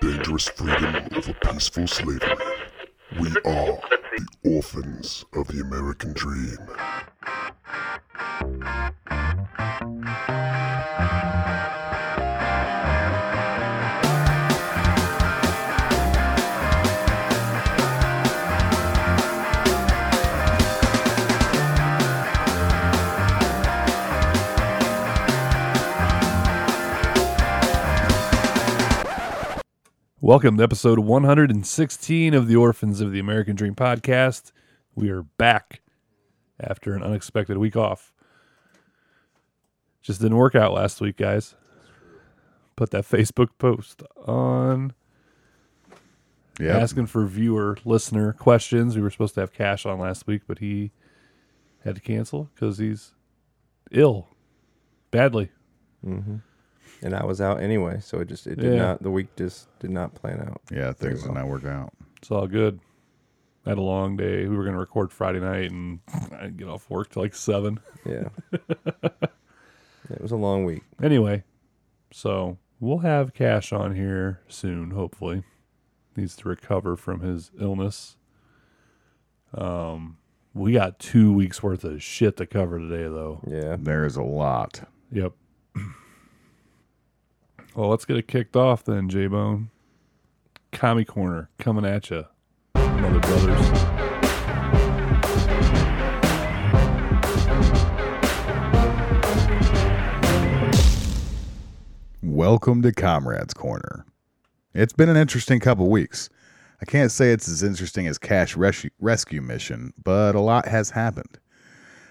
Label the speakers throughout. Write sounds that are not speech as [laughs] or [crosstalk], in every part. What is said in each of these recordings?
Speaker 1: dangerous freedom of a peaceful slavery. We are the orphans of the American dream.
Speaker 2: Welcome to episode 116 of the Orphans of the American Dream podcast. We are back after an unexpected week off. Just didn't work out last week, guys. Put that [laughs] Facebook post on
Speaker 3: Yeah.
Speaker 2: asking for viewer listener questions. We were supposed to have Cash on last week, but he had to cancel because he's ill badly.
Speaker 4: and I was out anyway, so it just it did
Speaker 2: Yeah.
Speaker 4: not the week just did not plan out.
Speaker 3: yeah, things did not work out.
Speaker 2: It's all good. I had a long day. We were going to record Friday night, and I didn't get off work till like seven.
Speaker 4: Yeah. it was a long week.
Speaker 2: Anyway, so we'll have Cash on here soon, hopefully. Needs to recover from his illness. Um we got two weeks worth of shit to cover today though.
Speaker 4: Yeah.
Speaker 3: There is a lot.
Speaker 2: Yep. [clears throat] Well, let's get it kicked off then, J Bone. Commie Corner coming at you, mother brothers.
Speaker 3: Welcome to Comrades Corner. It's been an interesting couple weeks. I can't say it's as interesting as Cash res- Rescue Mission, but a lot has happened.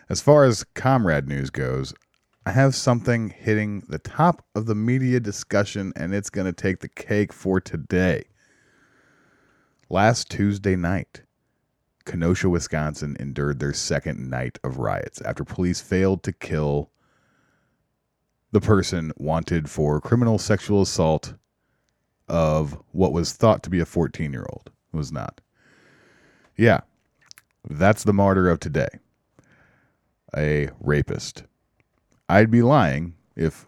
Speaker 3: As far as Comrade news goes, I have something hitting the top of the media discussion, and it's going to take the cake for today. Last Tuesday night, Kenosha, Wisconsin endured their second night of riots after police failed to kill the person wanted for criminal sexual assault of what was thought to be a 14 year old was not. Yeah, that's the martyr of today a rapist. I'd be lying if,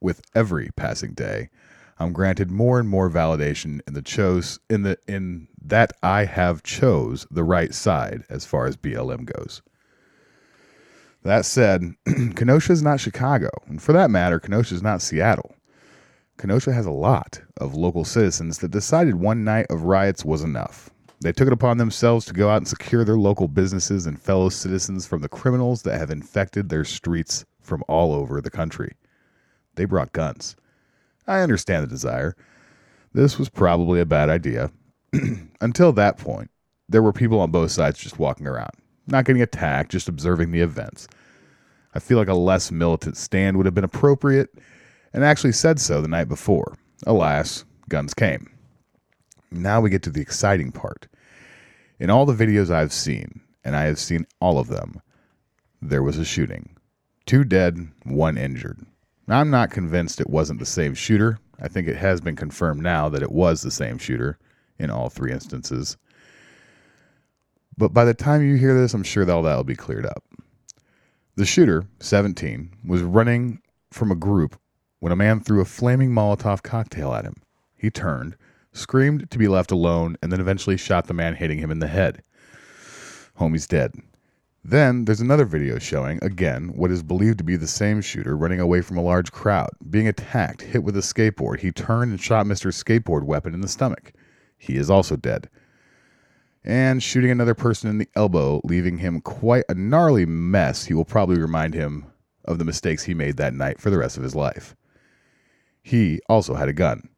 Speaker 3: with every passing day, I'm granted more and more validation in the chose in the in that I have chose the right side as far as BLM goes. That said, [clears throat] Kenosha is not Chicago, and for that matter, Kenosha is not Seattle. Kenosha has a lot of local citizens that decided one night of riots was enough. They took it upon themselves to go out and secure their local businesses and fellow citizens from the criminals that have infected their streets from all over the country. They brought guns. I understand the desire. This was probably a bad idea. [clears throat] Until that point, there were people on both sides just walking around, not getting attacked, just observing the events. I feel like a less militant stand would have been appropriate and actually said so the night before. Alas, guns came. Now we get to the exciting part. In all the videos I've seen, and I have seen all of them, there was a shooting. Two dead, one injured. Now, I'm not convinced it wasn't the same shooter. I think it has been confirmed now that it was the same shooter in all three instances. But by the time you hear this, I'm sure that all that will be cleared up. The shooter, 17, was running from a group when a man threw a flaming Molotov cocktail at him. He turned, screamed to be left alone, and then eventually shot the man hitting him in the head. Homie's dead. Then there's another video showing, again, what is believed to be the same shooter running away from a large crowd, being attacked, hit with a skateboard. He turned and shot Mr. Skateboard weapon in the stomach. He is also dead and shooting another person in the elbow, leaving him quite a gnarly mess. He will probably remind him of the mistakes he made that night for the rest of his life. He also had a gun.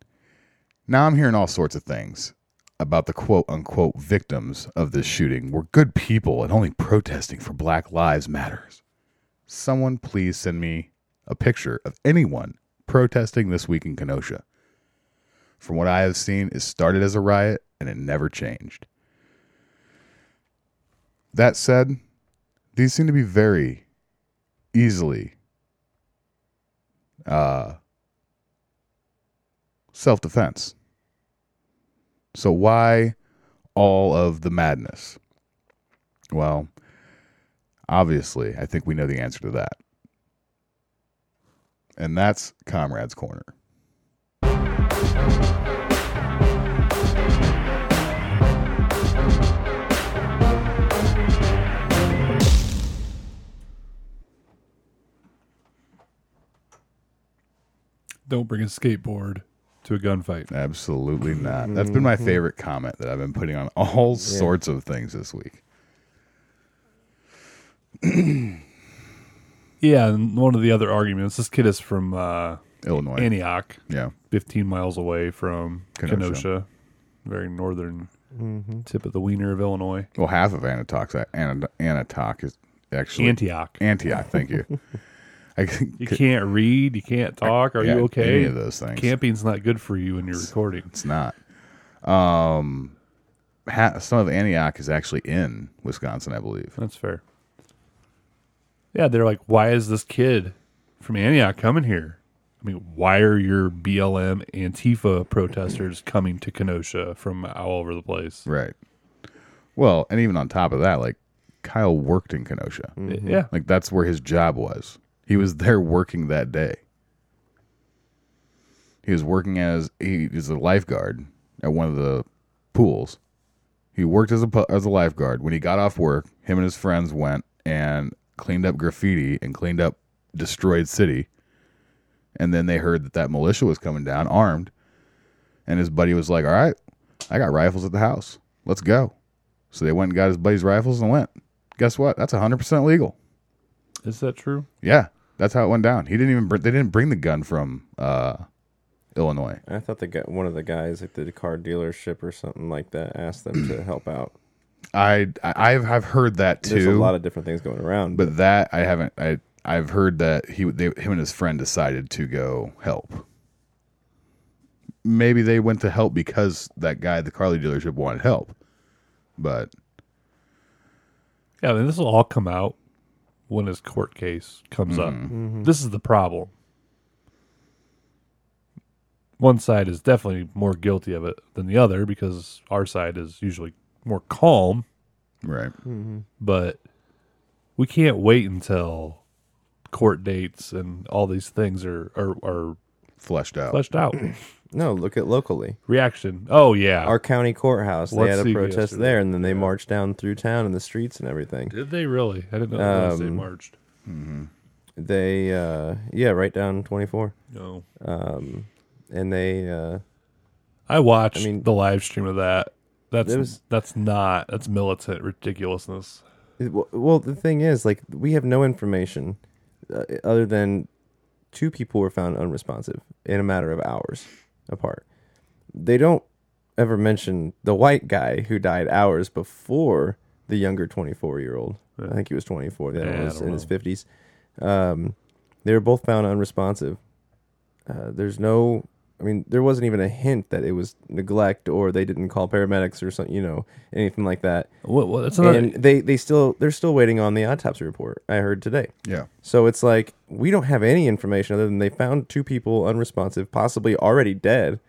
Speaker 3: Now I'm hearing all sorts of things about the quote unquote victims of this shooting were good people and only protesting for Black Lives Matters. Someone please send me a picture of anyone protesting this week in Kenosha. From what I have seen, it started as a riot and it never changed. That said, these seem to be very easily uh, self defense. So, why all of the madness? Well, obviously, I think we know the answer to that. And that's Comrade's Corner.
Speaker 2: don't bring a skateboard to a gunfight.
Speaker 3: Absolutely not. That's been my favorite comment that I've been putting on all sorts of things this week.
Speaker 2: Yeah, and one of the other arguments. This kid is from uh,
Speaker 3: Illinois.
Speaker 2: Antioch,
Speaker 3: yeah.
Speaker 2: 15 miles away from Kenosha,
Speaker 3: Kenosha.
Speaker 2: very northern tip of the wiener of Illinois.
Speaker 3: Well, half of Anatok's Ana- Anatoc is actually
Speaker 2: Antioch.
Speaker 3: Antioch.
Speaker 2: [laughs]
Speaker 3: Thank you. I can-
Speaker 2: You can't read. You can't talk. Are
Speaker 3: yeah,
Speaker 2: you okay?
Speaker 3: Any of those things?
Speaker 2: Camping's not good for you when you're recording.
Speaker 3: It's not. Um, ha- some of Antioch is actually in Wisconsin, I believe.
Speaker 2: That's fair. Yeah, they're like, why is this kid from Antioch coming here? I mean, why are your BLM Antifa protesters coming to Kenosha from all over the place?
Speaker 3: Right. Well, and even on top of that, like Kyle worked in Kenosha.
Speaker 2: Yeah,
Speaker 3: Like that's where his job was. He was there working that day. He was working as he is a lifeguard at one of the pools. He worked as a pu- as a lifeguard. When he got off work, him and his friends went and cleaned up graffiti and cleaned up destroyed city. And then they heard that that militia was coming down armed, and his buddy was like, "All right, I got rifles at the house. Let's go." So they went and got his buddy's rifles and went. Guess what? That's 100% legal.
Speaker 2: is that true?
Speaker 3: Yeah, that's how it went down. He didn't even br- they didn't bring the gun from uh, Illinois.
Speaker 4: I thought the guy, one of the guys at the car dealership or something like that asked them to help out.
Speaker 3: I, I I've I've heard that
Speaker 4: There's a
Speaker 3: too,
Speaker 4: lot of different things going around, but
Speaker 3: but that I haven't. I I've heard that he they, him and his friend decided to go help. Maybe they went to help because that guy at the Carly dealership wanted help, but
Speaker 2: Yeah, I mean, this will all come out when his court case comes up.
Speaker 4: Mm-hmm.
Speaker 2: This is the problem. One side is definitely more guilty of it than the other because our side is usually more calm,
Speaker 3: right,
Speaker 2: Hmm. but we can't wait until court dates and all these things are are, are
Speaker 3: fleshed out.
Speaker 2: fleshed
Speaker 4: [clears throat]
Speaker 2: out.
Speaker 4: no, look at locally.
Speaker 2: Reaction. Oh yeah.
Speaker 4: Our county courthouse, they
Speaker 2: Let's
Speaker 4: had
Speaker 2: see
Speaker 4: a protest
Speaker 2: yesterday.
Speaker 4: there, and then they marched down through town in the streets and everything.
Speaker 2: Did they really? I didn't know they
Speaker 4: Um,
Speaker 2: marched.
Speaker 4: They, uh, yeah, right down 24.
Speaker 2: No.
Speaker 4: And they, uh,
Speaker 2: I watched
Speaker 4: I mean-
Speaker 2: the live stream of that. That's
Speaker 4: There was-
Speaker 2: that's not that's militant ridiculousness.
Speaker 4: It- w- Well, the thing is, like, we have no information uh, other than two people were found unresponsive in a matter of hours apart. They don't ever mention the white guy who died hours before the younger 24 year old. I think he was 24. The other
Speaker 2: Yeah, I
Speaker 4: one was
Speaker 2: don't
Speaker 4: in his 50s. Um, they were both found unresponsive. Uh, there's no, I mean, there wasn't even a hint that it was neglect or they didn't call paramedics or something, you know, anything like that
Speaker 2: What, what, that's another,
Speaker 4: and they they still they're still waiting on the autopsy report I heard today.
Speaker 3: Yeah,
Speaker 4: So it's like we don't have any information other than they found two people unresponsive, possibly already dead,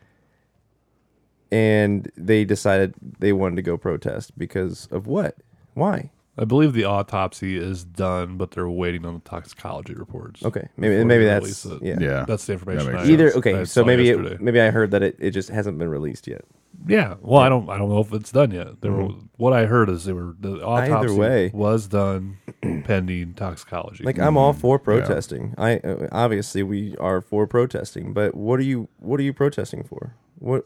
Speaker 4: and they decided they wanted to go protest because of what? Why?
Speaker 2: I believe the autopsy is done, but they're waiting on the toxicology reports.
Speaker 4: Okay, maybe
Speaker 2: Before
Speaker 4: maybe
Speaker 2: they
Speaker 4: that's
Speaker 2: release it.
Speaker 4: yeah.
Speaker 3: yeah.
Speaker 2: That's the information.
Speaker 3: That makes
Speaker 2: I
Speaker 3: sense.
Speaker 4: Either
Speaker 2: I
Speaker 4: okay,
Speaker 2: saw
Speaker 4: so maybe
Speaker 2: yesterday.
Speaker 4: it, maybe I heard that it, it just hasn't been released yet.
Speaker 2: yeah. Well, I don't I don't know if it's done yet. They were, what I heard is they were the autopsy
Speaker 4: Mm-hmm. way.
Speaker 2: was done [clears throat] pending toxicology.
Speaker 4: Like I'm
Speaker 3: Mm-hmm.
Speaker 4: all for protesting. I uh, obviously we are for protesting, but what are you what are you protesting for? What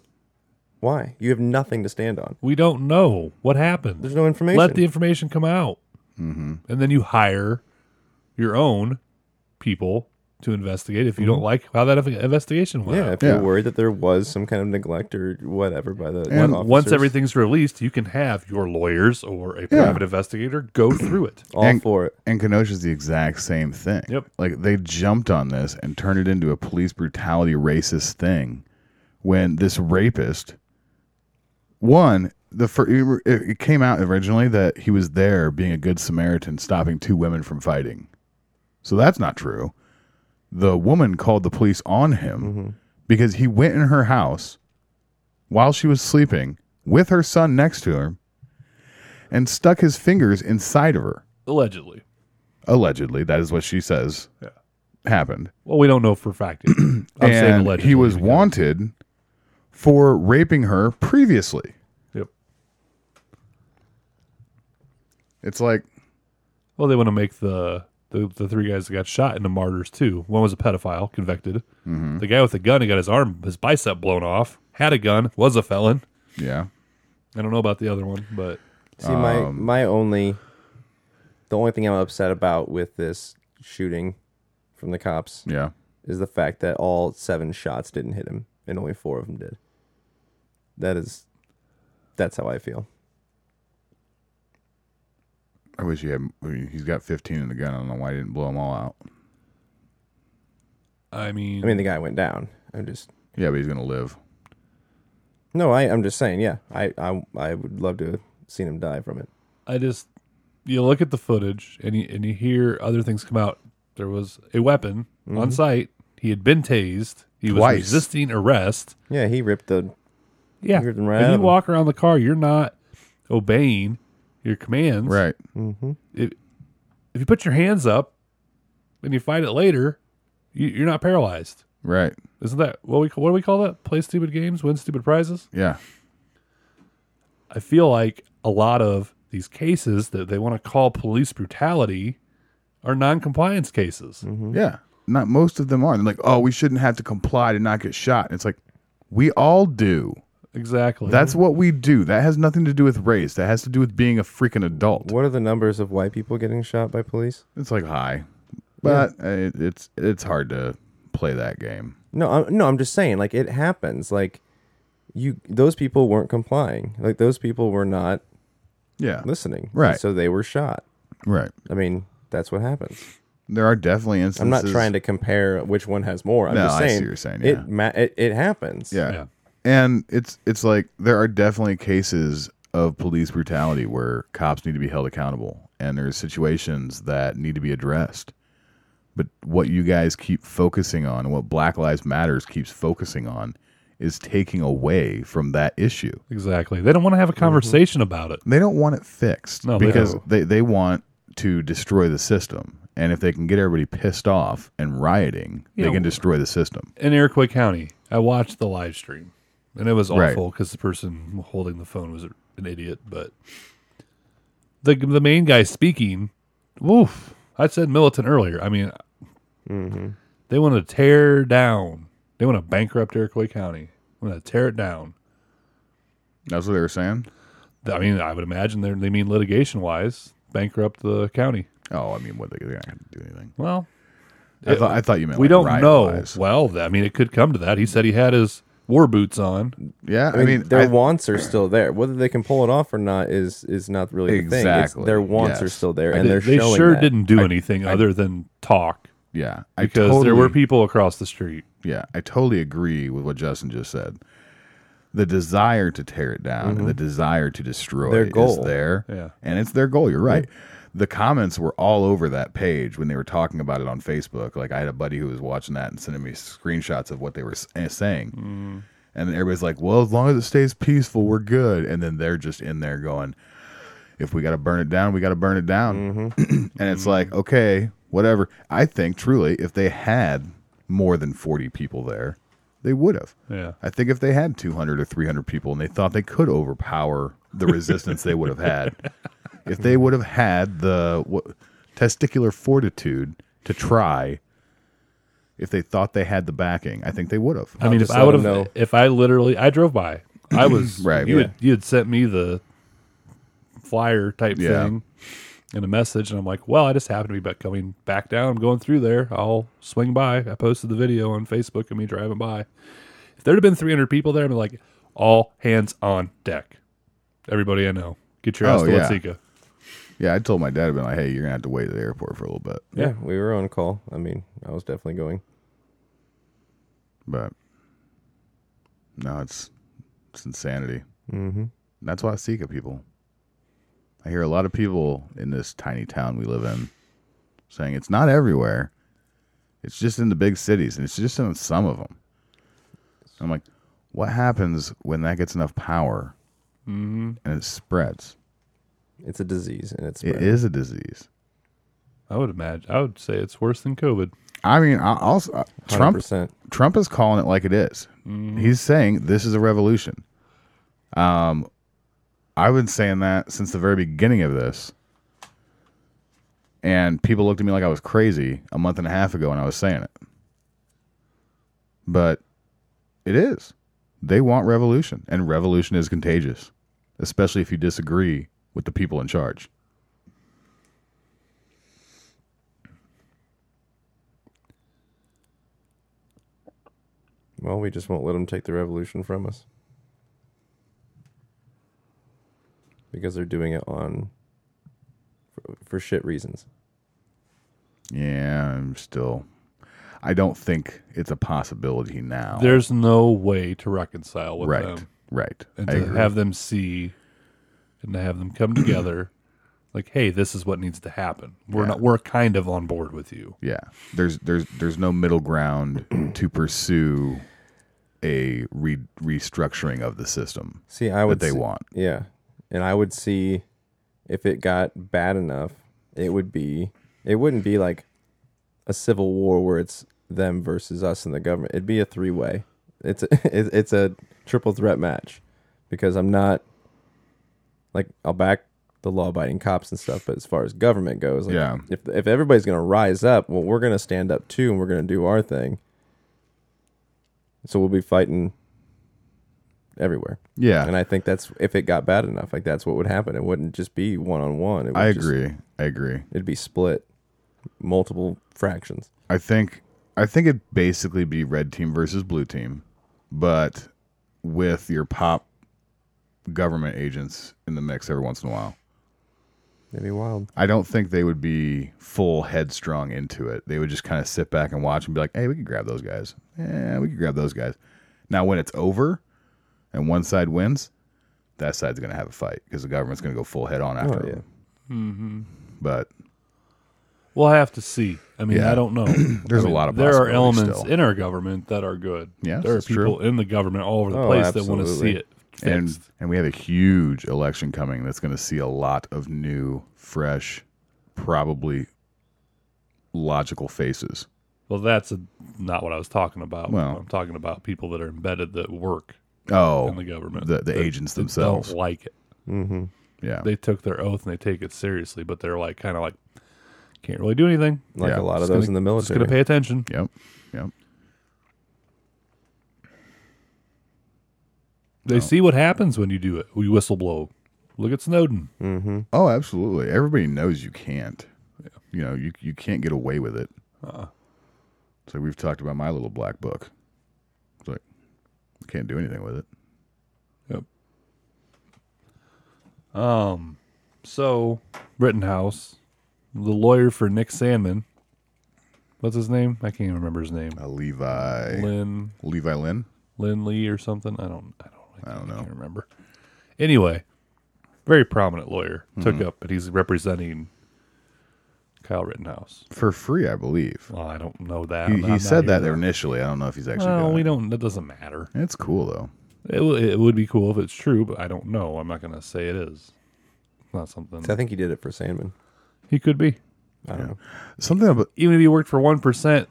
Speaker 4: why? You have nothing to stand on.
Speaker 2: we don't know what happened.
Speaker 4: There's no information.
Speaker 2: Let the information come out, mm-hmm. and then you hire your own people to investigate if you don't like how that investigation went.
Speaker 4: yeah,
Speaker 2: out.
Speaker 4: Uh, if you're
Speaker 3: Yeah.
Speaker 4: worried that there was some kind of neglect or whatever by the
Speaker 3: And
Speaker 4: officers,
Speaker 2: Once everything's released, you can have your lawyers or a private investigator go through it.
Speaker 4: all
Speaker 3: And-
Speaker 4: for it.
Speaker 3: And Kenosha's the exact same thing.
Speaker 2: Yep.
Speaker 3: Like they jumped on this and turned it into a police brutality racist thing when this rapist one the fir- it it came out originally that he was there being a good Samaritan stopping two women from fighting. So that's not true. The woman called the police on him because he went in her house while she was sleeping with her son next to her and stuck his fingers inside of her
Speaker 2: Allegedly.
Speaker 3: allegedly that is what she says
Speaker 2: Yeah.
Speaker 3: happened
Speaker 2: Well, we don't know for a fact. Yet. I'm saying
Speaker 3: and
Speaker 2: allegedly.
Speaker 3: he was
Speaker 2: because-
Speaker 3: wanted for raping her previously
Speaker 2: Yep.
Speaker 3: it's like
Speaker 2: Well, they want to make the the the, the three guys that got shot in the martyrs too. One was a pedophile convicted. The guy with the gun, he got his arm, his bicep blown off. Had a gun, was a felon.
Speaker 3: Yeah.
Speaker 2: I don't know about the other one, but
Speaker 4: See, my
Speaker 3: um,
Speaker 4: my only, the only thing I'm upset about with this shooting from the cops
Speaker 3: Yeah.
Speaker 4: is the fact that all seven shots didn't hit him, and only four of them did. That is, that's how I feel.
Speaker 3: I wish he had. I mean, he's got 15 in the gun. I don't know why he didn't blow them all out.
Speaker 2: I mean,
Speaker 4: I mean, the guy went down. I'm just
Speaker 3: Yeah, but he's gonna live.
Speaker 4: no, I I'm just saying, yeah, I I I would love to have seen him die from it.
Speaker 2: I just you look at the footage and you and you hear other things come out. There was a weapon on site. He had been tased. He
Speaker 3: Twice.
Speaker 2: was resisting arrest.
Speaker 4: Yeah, he ripped the
Speaker 2: Yeah,
Speaker 4: You're right
Speaker 2: when
Speaker 4: at
Speaker 2: you
Speaker 4: him.
Speaker 2: walk around the car, you're not obeying your commands.
Speaker 3: Right.
Speaker 4: mm-hmm.
Speaker 2: If, if you put your hands up and you fight it later, you, you're not paralyzed.
Speaker 3: Right.
Speaker 2: Isn't that what we what do we call that? Play stupid games, win stupid prizes.
Speaker 3: Yeah.
Speaker 2: I feel like a lot of these cases that they want to call police brutality are non-compliance cases.
Speaker 3: Yeah. Not most of them are. They're like, oh, we shouldn't have to comply to not get shot. It's like, we all do.
Speaker 2: Exactly.
Speaker 3: That's what we do. That has nothing to do with race. That has to do with being a freaking adult.
Speaker 4: What are the numbers of white people getting shot by police?
Speaker 3: It's like high, but uh, it, it's it's hard to play that game.
Speaker 4: No, I'm, no, I'm just saying, like it happens. Like you, those people weren't complying. Like those people were not
Speaker 3: Yeah.
Speaker 4: listening. And
Speaker 3: Right.
Speaker 4: so they were shot.
Speaker 3: Right.
Speaker 4: I mean, that's what happens.
Speaker 3: There are definitely instances.
Speaker 4: I'm not trying to compare which one has more. I'm
Speaker 3: No,
Speaker 4: just
Speaker 3: I see
Speaker 4: saying.
Speaker 3: what you're saying, yeah.
Speaker 4: It, ma- it it happens.
Speaker 3: Yeah.
Speaker 2: Yeah.
Speaker 3: And it's it's like there are definitely cases of police brutality where cops need to be held accountable and there's situations that need to be addressed. But what you guys keep focusing on and what Black Lives Matters keeps focusing on is taking away from that issue.
Speaker 2: exactly. They don't want to have a conversation about it.
Speaker 3: They don't want it fixed
Speaker 2: No, they
Speaker 3: because
Speaker 2: don't.
Speaker 3: they, they want to destroy the system. And if they can get everybody pissed off and rioting,
Speaker 2: Yeah.
Speaker 3: they can destroy the system.
Speaker 2: In Iroquois County, I watched the live stream, and it was
Speaker 3: Right.
Speaker 2: awful because the person holding the phone was an idiot. But the the main guy speaking, woof. I said militant earlier. I mean, they want to tear down. They want to bankrupt Iroquois County. Want to tear it down.
Speaker 3: That's what they were saying?
Speaker 2: I mean, I would imagine they they mean litigation wise, bankrupt the county.
Speaker 3: Oh, I mean, what they, they're not going to do anything.
Speaker 2: Well,
Speaker 3: I thought, I thought you meant
Speaker 2: we
Speaker 3: like
Speaker 2: don't
Speaker 3: riot
Speaker 2: know.
Speaker 3: wise.
Speaker 2: Well, th- I mean, it could come to that. He said he had his war boots on.
Speaker 3: Yeah,
Speaker 4: I mean, their
Speaker 3: I-
Speaker 4: wants are still there. Whether they can pull it off or not is is not really the thing. It's
Speaker 3: Exactly.
Speaker 4: their wants
Speaker 3: Yes.
Speaker 4: are still there,
Speaker 2: They,
Speaker 4: and they're
Speaker 2: they
Speaker 4: showing
Speaker 2: sure
Speaker 4: that.
Speaker 2: didn't do anything other than talk
Speaker 3: yeah, I
Speaker 2: because
Speaker 3: totally,
Speaker 2: there were people across the street.
Speaker 3: Yeah, I totally agree with what Justin just said. The desire to tear it down and the desire to destroy
Speaker 4: Mm-hmm. Their
Speaker 3: is
Speaker 4: goal.
Speaker 3: there,
Speaker 2: Yeah.
Speaker 3: and it's their goal. You're right. The comments were all over that page when they were talking about it on Facebook. Like I had a buddy who was watching that and sending me screenshots of what they were s- eh, saying,
Speaker 4: Mm-hmm.
Speaker 3: and everybody's like, "Well, as long as it stays peaceful, we're good." And then they're just in there going, if we got to burn it down, we got to burn it down.
Speaker 2: Mm-hmm.
Speaker 3: [clears throat] and it's like, okay, whatever. I think truly, if they had more than 40 people there, they would have.
Speaker 2: Yeah.
Speaker 3: I think if they had 200 or 300 people and they thought they could overpower the resistance they would
Speaker 2: [laughs]
Speaker 3: have had, if they would have had the what, testicular fortitude to try, if they thought they had the backing, I think they would have.
Speaker 2: I mean, if
Speaker 4: just
Speaker 2: I
Speaker 4: let
Speaker 2: would
Speaker 4: them
Speaker 2: have,
Speaker 4: know.
Speaker 2: if I literally, I drove by.
Speaker 3: [clears throat]
Speaker 2: I was
Speaker 3: Right,
Speaker 2: You
Speaker 3: yeah.
Speaker 2: had you had sent me the flyer type
Speaker 3: Yeah.
Speaker 2: thing and a message, and I'm like, well, I just happened to be back coming back down. I'm going through there. I'll swing by. I posted the video on Facebook of me driving by. If there'd have been 300 people there, I'd be like, all hands on deck. Everybody I know, get your ass
Speaker 3: Oh,
Speaker 2: to
Speaker 3: yeah.
Speaker 2: Watsika.
Speaker 3: Yeah, I told my dad, I've been like, hey, you're going to have to wait at the airport for a little bit.
Speaker 4: Yeah, we were on call. I mean, I was definitely going.
Speaker 3: but no, it's it's insanity. Mm-hmm. That's why I seek it, people. I hear a lot of people in this tiny town we live in saying it's not everywhere. It's just in the big cities, and it's just in some of them. I'm like, what happens when that gets enough power
Speaker 2: Mm-hmm.
Speaker 3: and it spreads?
Speaker 4: It's a disease, and it's
Speaker 3: It is a disease.
Speaker 2: I would imagine. I would say it's worse than COVID.
Speaker 3: I mean, I also Trump
Speaker 4: percent.
Speaker 3: Trump is calling it like it is.
Speaker 2: Mm-hmm.
Speaker 3: He's saying this is a revolution. Um, I've been saying that since the very beginning of this, And people looked at me like I was crazy a month and a half ago when I was saying it. But it is. They want revolution, and revolution is contagious, especially if you disagree with the people in charge.
Speaker 4: Well, we just won't let them take the revolution from us because they're doing it on for, for shit reasons.
Speaker 3: Yeah, I'm still. I don't think it's a possibility now.
Speaker 2: There's no way to reconcile with
Speaker 3: Oh. right,
Speaker 2: them
Speaker 3: right.
Speaker 2: and
Speaker 3: I
Speaker 2: to
Speaker 3: agree.
Speaker 2: have them see and to have them come
Speaker 3: [clears throat]
Speaker 2: together. Like, hey, this is what needs to happen. We're
Speaker 3: Yeah.
Speaker 2: not. We're kind of on board with you.
Speaker 3: yeah there's there's there's no
Speaker 4: [clears throat]
Speaker 3: middle ground to pursue a re- restructuring of the system
Speaker 4: See, I
Speaker 3: that
Speaker 4: would
Speaker 3: they
Speaker 4: see-
Speaker 3: want
Speaker 4: Yeah. And I would see if it got bad enough, it would be it wouldn't be like a civil war where it's them versus us and the government. It'd be a three-way. It's a, [laughs] it- it's a triple threat match because I'm not like I'll back the law-abiding cops and stuff, but as far as government goes, like,
Speaker 3: Yeah.
Speaker 4: if if everybody's going to rise up, well we're going to stand up too and we're going to do our thing. So we'll be fighting everywhere.
Speaker 3: yeah
Speaker 4: And I think that's if it got bad enough, like that's what would happen. It wouldn't just be one on one.
Speaker 3: I agree i agree
Speaker 4: it'd be split, multiple fractions.
Speaker 3: I think I think it'd basically be red team versus blue team, but with your pop government agents in the mix every once in a while.
Speaker 4: It'd be wild.
Speaker 3: I don't think they would be full headstrong into it. They would just kind of sit back and watch and be like, "Hey, we could grab those guys. Yeah, we could grab those guys." Now, when it's over and one side wins, that side's going to have a fight because the government's going to go full head on after
Speaker 4: yeah.
Speaker 3: them.
Speaker 2: Mm-hmm.
Speaker 3: But
Speaker 2: We'll have to see. I mean,
Speaker 3: Yeah.
Speaker 2: I don't know.
Speaker 3: [clears throat] there's a lot of
Speaker 2: there are
Speaker 3: possibilities
Speaker 2: elements
Speaker 3: still.
Speaker 2: in our government that are good.
Speaker 3: Yes,
Speaker 2: there are
Speaker 3: that's true.
Speaker 2: people in the government all over the
Speaker 4: Oh,
Speaker 2: place that want to see
Speaker 4: absolutely.
Speaker 2: it fixed.
Speaker 3: and and we have a huge election coming that's going to see a lot of new, fresh, probably logical faces.
Speaker 2: well, that's a, not what I was talking about.
Speaker 3: Well-
Speaker 2: I'm talking about people that are embedded that work
Speaker 3: Oh,
Speaker 2: in the government.
Speaker 3: the, the
Speaker 2: that-
Speaker 3: agents
Speaker 2: that
Speaker 3: themselves.
Speaker 2: don't like it.
Speaker 4: Mm-hmm.
Speaker 3: Yeah,
Speaker 2: They took their oath and they take it seriously, but they're like kind of like can't really do anything.
Speaker 4: Like
Speaker 3: Yeah,
Speaker 4: a lot of
Speaker 3: just
Speaker 4: those
Speaker 3: gonna-
Speaker 4: in the
Speaker 2: Just
Speaker 4: military.
Speaker 2: gonna pay attention.
Speaker 3: yep, yep.
Speaker 2: They see what happens when you do it. We whistleblow. Look at Snowden.
Speaker 4: mm-hmm.
Speaker 3: Oh, absolutely. Everybody knows you can't. You know, you you can't get away with it.
Speaker 2: Uh-uh.
Speaker 3: So we've talked about my little black book. It's like you can't do anything with it.
Speaker 2: Um, so Rittenhouse, the lawyer for Nick Sandman. What's his name? I can't even remember his name.
Speaker 3: Uh, Levi
Speaker 2: Lynn
Speaker 3: Levi Lynn.
Speaker 2: Lynn Lee or something. I don't. I don't.
Speaker 3: I don't know.
Speaker 2: can't remember. Anyway, very prominent lawyer took
Speaker 3: Mm-hmm.
Speaker 2: up, but he's representing Kyle Rittenhouse.
Speaker 3: for free, I believe.
Speaker 2: Well, I don't know that.
Speaker 3: He,
Speaker 2: I'm
Speaker 3: he
Speaker 2: not
Speaker 3: said
Speaker 2: here.
Speaker 3: that initially. I don't know if he's actually.
Speaker 2: Well,
Speaker 3: doing
Speaker 2: we
Speaker 3: it.
Speaker 2: don't. That doesn't matter.
Speaker 3: It's cool though.
Speaker 2: It, w- it would be cool if it's true, but I don't know. I'm not going to say it is. It's not something
Speaker 4: I think he did it for Sandman.
Speaker 2: he could be.
Speaker 4: I don't know.
Speaker 3: Something about
Speaker 2: even if he worked for one percent,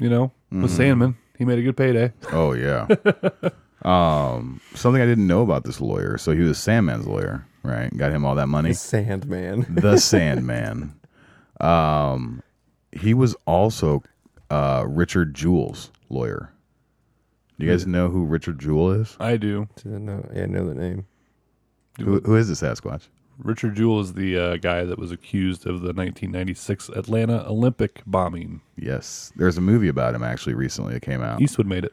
Speaker 2: you know, with
Speaker 3: Mm-hmm.
Speaker 2: Sandman, he made a good payday.
Speaker 3: oh
Speaker 2: [laughs]
Speaker 3: yeah, um, something I didn't know about this lawyer. So he was Sandman's lawyer, right? Got him all that money. [laughs]
Speaker 4: Sandman.
Speaker 3: the Sandman. Um, he was also uh, Richard Jewell's lawyer. Do you guys know who Richard Jewell is?
Speaker 2: I do.
Speaker 4: Didn't know. Yeah, I know the name.
Speaker 3: Who, who is the Sasquatch?
Speaker 2: Richard Jewell is the uh, guy that was accused of the 1996 Atlanta Olympic bombing.
Speaker 3: Yes, there's a movie about him actually recently that came out.
Speaker 2: Eastwood made it.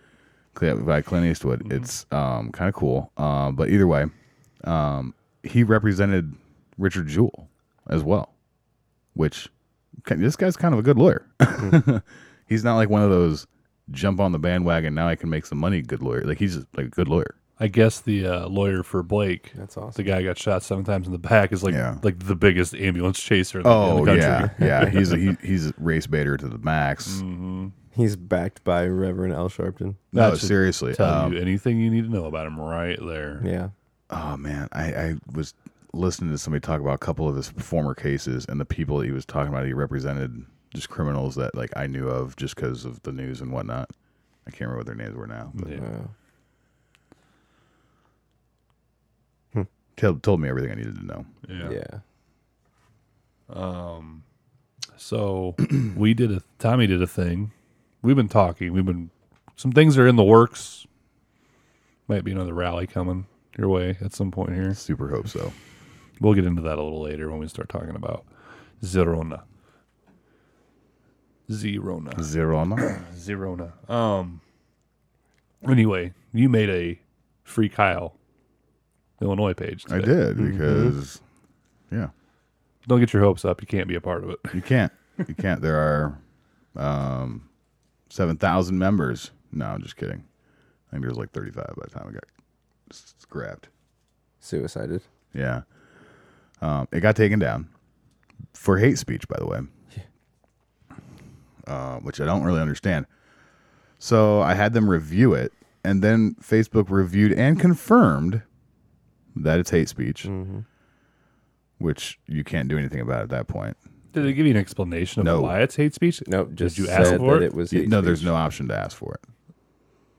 Speaker 3: Cl- by Clint Eastwood.
Speaker 2: Mm-hmm.
Speaker 3: It's um, kind of cool. Um, but either way, um, he represented Richard Jewell as well, which ki- this guy's kind of a good lawyer.
Speaker 2: Mm-hmm.
Speaker 3: [laughs] he's not like one of those jump on the bandwagon now I can make some money good lawyer. Like he's just like a good lawyer.
Speaker 2: I guess the uh, lawyer for Blake,
Speaker 4: That's
Speaker 2: the
Speaker 4: awesome.
Speaker 2: guy who got shot seven times in the back, is like
Speaker 3: Yeah.
Speaker 2: like the biggest ambulance chaser in the, in the
Speaker 3: Oh
Speaker 2: country.
Speaker 3: yeah,
Speaker 2: [laughs]
Speaker 3: yeah. He's a, he, he's a race baiter to the max.
Speaker 4: He's backed by Reverend Al Sharpton.
Speaker 3: No,
Speaker 2: Mm, That should
Speaker 3: seriously.
Speaker 2: Tell
Speaker 3: Um,
Speaker 2: you anything you need to know about him right there.
Speaker 4: Yeah.
Speaker 3: oh man, I, I was listening to somebody talk about a couple of his former cases and the people that he was talking about. He represented just criminals that like I knew of just because of the news and whatnot. I can't remember what their names were now. But
Speaker 2: Yeah.
Speaker 4: Wow.
Speaker 3: tell, told me everything I needed to know.
Speaker 2: Yeah.
Speaker 4: yeah.
Speaker 2: Um,
Speaker 3: [clears throat]
Speaker 2: so we did a Tommy did a thing. We've been talking. We've been some things are in the works. Might be another rally coming your way at some point here.
Speaker 3: Super hope so.
Speaker 2: We'll get into that a little later when we start talking about Zerona. Zerona.
Speaker 3: Zero on that.
Speaker 2: Zerona. Um anyway, you made a free Kyle Illinois page.
Speaker 3: I
Speaker 2: today.
Speaker 3: did because yeah,
Speaker 2: Don't get your hopes up. You can't be a part of it.
Speaker 3: you can't, you can't. There are um, seven thousand members. No, I'm just kidding. I think there was like thirty-five by the time I got s- grabbed.
Speaker 4: Suicided.
Speaker 3: Yeah, um, it got taken down for hate speech, by the way, uh, which I don't really understand. So I had them review it, and then Facebook reviewed and confirmed that it's hate speech,
Speaker 2: Mm-hmm.
Speaker 3: which you can't do anything about at that point.
Speaker 2: Did they give you an explanation of
Speaker 3: No.
Speaker 2: why it's hate speech?
Speaker 4: No, just
Speaker 2: you
Speaker 4: said
Speaker 2: ask for
Speaker 4: that
Speaker 2: it?
Speaker 4: it was.
Speaker 3: Y-
Speaker 4: hate
Speaker 3: no,
Speaker 4: speech.
Speaker 3: there's no option to ask for it.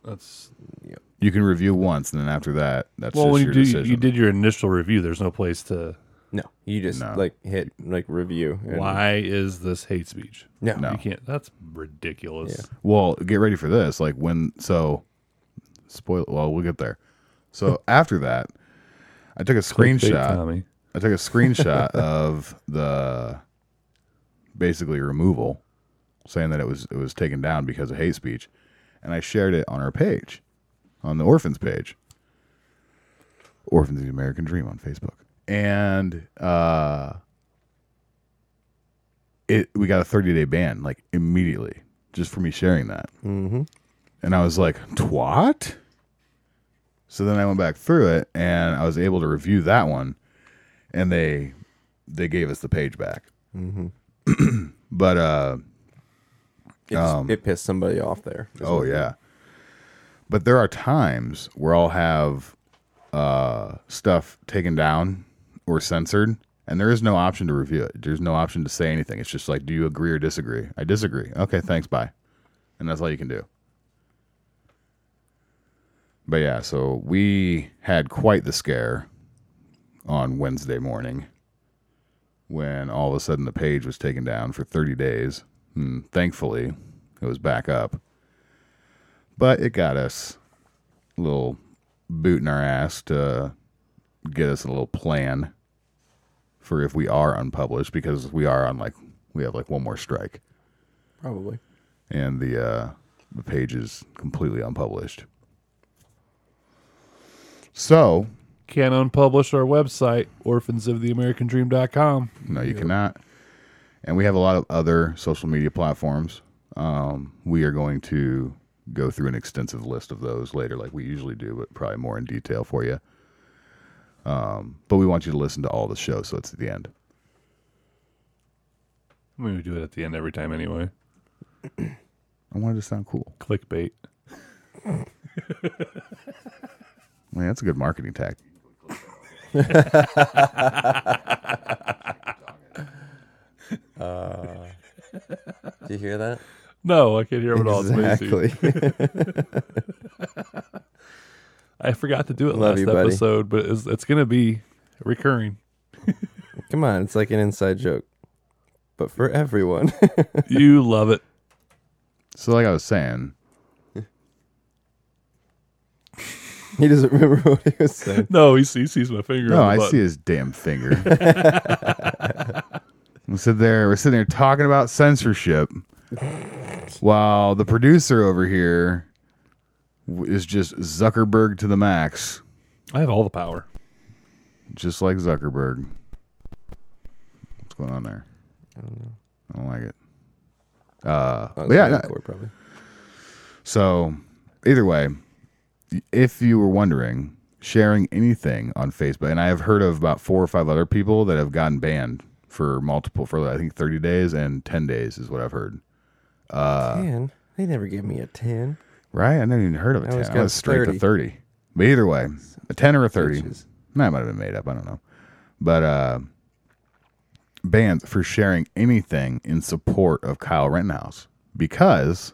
Speaker 2: That's
Speaker 3: You can review once, and then after that, that's
Speaker 2: well.
Speaker 3: just
Speaker 2: When
Speaker 3: your
Speaker 2: you do,
Speaker 3: decision.
Speaker 2: you did your initial review. There's no place to.
Speaker 4: no. You just
Speaker 3: No.
Speaker 4: like hit like review. and-
Speaker 2: Why is this hate speech?
Speaker 4: No.
Speaker 3: No.
Speaker 2: You can't. That's ridiculous.
Speaker 3: Well, get ready for this. Like when so spoil well, we'll get there. So [laughs] after that, I took a
Speaker 2: Clickbait,
Speaker 3: screenshot.
Speaker 2: Tommy.
Speaker 3: I took a screenshot [laughs] of the basically removal saying that it was it was taken down because of hate speech and I shared it on our page, on the Orphans page. Orphans of the American Dream on Facebook. And uh it we got a 30 day ban like immediately just for me sharing that.
Speaker 4: Mm-hmm.
Speaker 3: And I was like, "Twat." So then I went back through it, and I was able to review that one, and they they gave us the page back.
Speaker 4: Mm-hmm.
Speaker 3: [clears throat] But uh,
Speaker 4: It, just-
Speaker 3: Um,
Speaker 4: it pissed somebody off there. is
Speaker 3: oh
Speaker 4: what-
Speaker 3: yeah, but there are times where I'll have uh, stuff taken down or censored, and there is no option to review it. There's no option to say anything. It's just like, do you agree or disagree? I disagree. Okay, thanks, bye, and that's all you can do. But yeah, so we had quite the scare on Wednesday morning when all of a sudden the page was taken down for 30 days. And thankfully, it was back up. But it got us a little boot in our ass to get us a little plan for if we are unpublished because we are on like, we have like one more strike
Speaker 4: Probably.
Speaker 3: and the uh, the page is completely unpublished. So
Speaker 2: Can't unpublish our website, orphansoftheamericandream.com.
Speaker 3: no, you cannot. And we have a lot of other social media platforms. Um, we are going to go through an extensive list of those later, like we usually do, but probably more in detail for you. Um, but we want you to listen to all the shows, so it's at the end.
Speaker 2: I mean, we do it at the end every time anyway.
Speaker 3: I wanted to sound cool.
Speaker 2: Clickbait.
Speaker 3: Man, that's a good marketing tactic.
Speaker 4: Do you hear that?
Speaker 2: No, I can't hear it all. It's noisy.
Speaker 3: [laughs]
Speaker 2: I forgot to do it
Speaker 4: Love
Speaker 2: last
Speaker 4: you, buddy.
Speaker 2: episode, but it's, it's going to be recurring.
Speaker 4: Come on, it's like an inside joke, but for everyone. [laughs]
Speaker 2: you [laughs] love it.
Speaker 3: So, like I was saying,
Speaker 4: he doesn't remember what he was saying.
Speaker 2: No, he sees, sees my finger.
Speaker 3: No,
Speaker 2: on the
Speaker 3: I
Speaker 2: button.
Speaker 3: see his damn [laughs] finger. we sit there. We're sitting there talking about censorship, while the producer over here w- is just Zuckerberg to the max,
Speaker 2: I have all the power.
Speaker 3: just like Zuckerberg. What's going on there? I don't know. I don't like it. Uh,
Speaker 4: Oh,
Speaker 3: but yeah, no-
Speaker 4: Encore, probably.
Speaker 3: so, either way, if you were wondering, sharing anything on Facebook, and I have heard of about four or five other people that have gotten banned for multiple, for I think 30 days and 10 days is what I've heard. uh,
Speaker 4: Ten? They never give me a ten.
Speaker 3: Right? I never even heard of a
Speaker 4: I
Speaker 3: 10.
Speaker 4: always
Speaker 3: I
Speaker 4: got
Speaker 3: was straight
Speaker 4: 30.
Speaker 3: to 30. But either way, a 10 or a 30.
Speaker 4: Bitches.
Speaker 3: That might have been made up. I don't know. But uh, bans for sharing anything in support of Kyle Rittenhouse because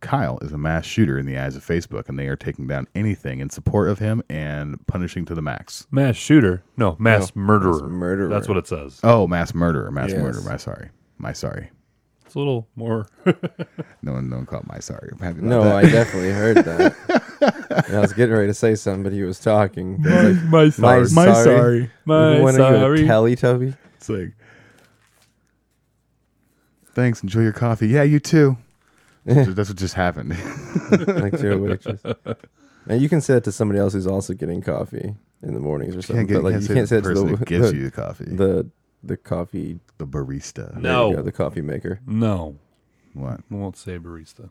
Speaker 3: Kyle is a mass shooter in the eyes of Facebook, and they are taking down anything in support of him and punishing to the max.
Speaker 2: Mass shooter. No, mass murderer.
Speaker 4: mass murderer.
Speaker 2: That's what it says.
Speaker 3: Oh, mass murderer, mass
Speaker 4: Yes.
Speaker 3: murderer. My sorry, my sorry.
Speaker 2: It's a little more.
Speaker 3: No one, no one caught my sorry. I'm happy about
Speaker 4: No,
Speaker 3: that.
Speaker 4: I definitely heard that.
Speaker 3: [laughs]
Speaker 4: And I was getting ready to say something, but he was talking. He's
Speaker 2: [laughs]
Speaker 4: like,
Speaker 2: my
Speaker 4: my
Speaker 2: sorry.
Speaker 3: my
Speaker 4: sorry.
Speaker 3: sorry.
Speaker 2: My,
Speaker 4: when are you
Speaker 2: sorry.
Speaker 4: a Teletubby?
Speaker 3: It's like, thanks. Enjoy your coffee. Yeah, you too. That's what just happened. [laughs]
Speaker 4: Like to a waitress. And you can say that to somebody else who's also getting coffee in the mornings or something.
Speaker 3: can't get,
Speaker 4: but like
Speaker 3: can't
Speaker 4: you
Speaker 3: say
Speaker 4: can't say
Speaker 3: the
Speaker 4: it to [laughs] the,
Speaker 3: person that gives
Speaker 4: the,
Speaker 3: you Oh. the coffee. The,
Speaker 4: the the coffee
Speaker 3: barista.
Speaker 2: No.
Speaker 4: there you go, the coffee maker.
Speaker 2: No,
Speaker 3: What?
Speaker 2: I won't say barista.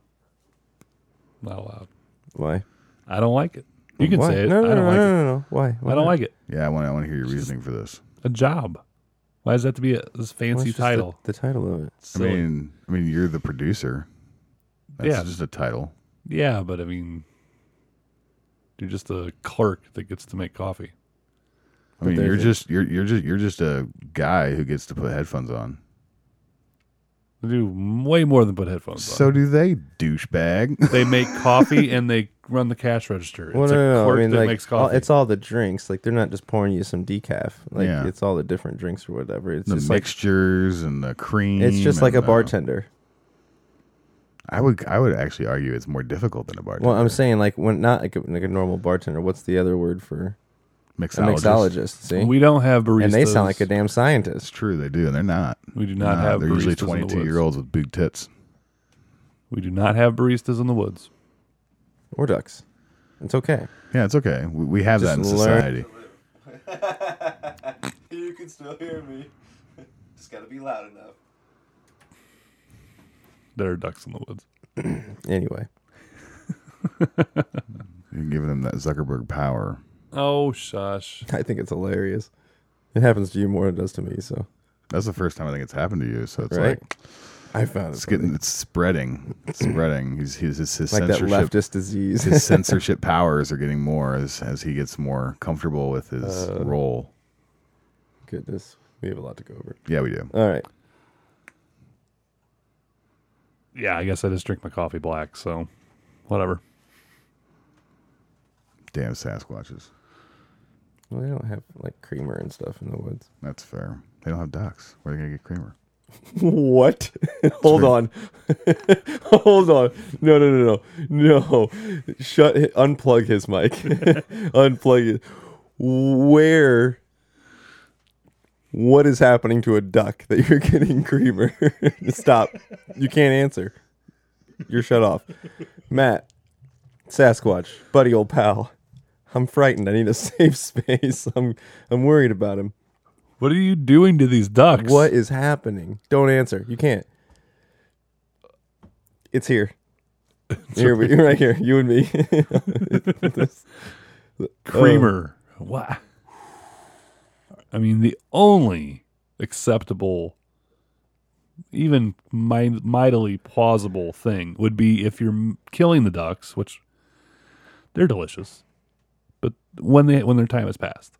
Speaker 2: Not allowed.
Speaker 4: Why?
Speaker 2: I don't like it. You can
Speaker 4: Why?
Speaker 2: say it.
Speaker 4: No, no,
Speaker 2: I don't
Speaker 4: no,
Speaker 2: like
Speaker 4: no,
Speaker 2: it.
Speaker 4: no, no. Why? Why
Speaker 2: I don't
Speaker 4: not?
Speaker 2: like it.
Speaker 3: Yeah, I want. I want to hear your reasoning for this.
Speaker 2: A job. Why does that have to be a, this
Speaker 4: Well,
Speaker 2: fancy
Speaker 4: it's just
Speaker 2: title?
Speaker 4: The, the title of it.
Speaker 3: I
Speaker 2: Silly.
Speaker 3: mean, I mean, you're the producer. That's
Speaker 2: Yeah.
Speaker 3: just a title.
Speaker 2: yeah, but I mean, you're just a clerk that gets to make coffee.
Speaker 3: I mean,
Speaker 4: there's
Speaker 3: you're
Speaker 4: a-
Speaker 3: just you're you're just you're just a guy who gets to put headphones on.
Speaker 2: They do way more than put headphones on.
Speaker 3: So do they,
Speaker 4: [laughs]
Speaker 3: douchebag? [laughs]
Speaker 2: they make coffee [laughs] and they run the cash register.
Speaker 4: Well,
Speaker 2: it's
Speaker 4: no,
Speaker 2: a
Speaker 4: no, no.
Speaker 2: clerk
Speaker 4: I mean,
Speaker 2: that
Speaker 4: like,
Speaker 2: makes
Speaker 4: all,
Speaker 2: coffee.
Speaker 4: it's all the drinks. Like, they're not just pouring you some decaf. Like,
Speaker 3: Yeah.
Speaker 4: it's all the different drinks or whatever. It's
Speaker 3: the
Speaker 4: just like
Speaker 3: mixtures and the cream.
Speaker 4: it's just like
Speaker 3: and
Speaker 4: a
Speaker 3: the-
Speaker 4: bartender.
Speaker 3: I would I would actually argue it's more difficult than a bartender.
Speaker 4: Well, I'm saying like when not like a, like a normal bartender. What's the other word for a
Speaker 3: mixologist.
Speaker 4: mixologist? See,
Speaker 2: we don't have baristas.
Speaker 4: and they sound like a damn
Speaker 3: It's
Speaker 4: scientist.
Speaker 3: true, they do, and they're not.
Speaker 2: We do not
Speaker 3: Nah,
Speaker 2: have.
Speaker 3: they're usually
Speaker 2: baristas in the
Speaker 3: 22
Speaker 2: woods.
Speaker 3: year olds with big tits.
Speaker 2: We do not have baristas in the woods.
Speaker 4: Or ducks. It's okay.
Speaker 3: Yeah, it's okay. We, we have that in
Speaker 4: Just learn-
Speaker 3: society.
Speaker 5: You can still hear me. Just gotta be loud enough.
Speaker 2: There are ducks in the woods.
Speaker 4: Anyway, [laughs]
Speaker 3: You're giving them that Zuckerberg power.
Speaker 2: Oh shush!
Speaker 4: I think it's hilarious. It happens to you more than it does to me. So
Speaker 3: That's the first time I think it's happened to you. So it's
Speaker 4: right,
Speaker 3: like
Speaker 4: I found
Speaker 3: It's
Speaker 4: it
Speaker 3: getting it's spreading, It's spreading. He's he's his, his
Speaker 4: like that
Speaker 3: censorship
Speaker 4: leftist disease.
Speaker 3: his [laughs] censorship powers are getting more as as he gets more comfortable with his role.
Speaker 4: Goodness, we have a lot to go over.
Speaker 3: Yeah, we do.
Speaker 4: All right,
Speaker 2: Yeah, I guess I just drink my coffee black. So, whatever.
Speaker 3: Damn Sasquatches.
Speaker 4: well, they don't have like creamer and stuff in the woods.
Speaker 3: That's fair. They don't have ducks. Where are they gonna get creamer?
Speaker 4: What? [laughs] Hold on. Hold on. No, no, no, no. No. Shut hi- unplug his mic. [laughs] unplug it. Where what is happening to a duck that you're [laughs] getting creamer? Stop. You can't answer. You're shut off. Matt, Sasquatch, buddy old pal. I'm frightened. I need a safe [laughs] space. I'm I'm worried about him.
Speaker 2: What are you doing to these ducks?
Speaker 4: What is happening? Don't answer. You can't. It's [laughs] here. here we, right here. You and me. [laughs]
Speaker 2: creamer? What? Oh. I mean, the only acceptable, even mi- mightily plausible thing would be if you're m- killing the ducks, which they're delicious, but when they when their time has passed,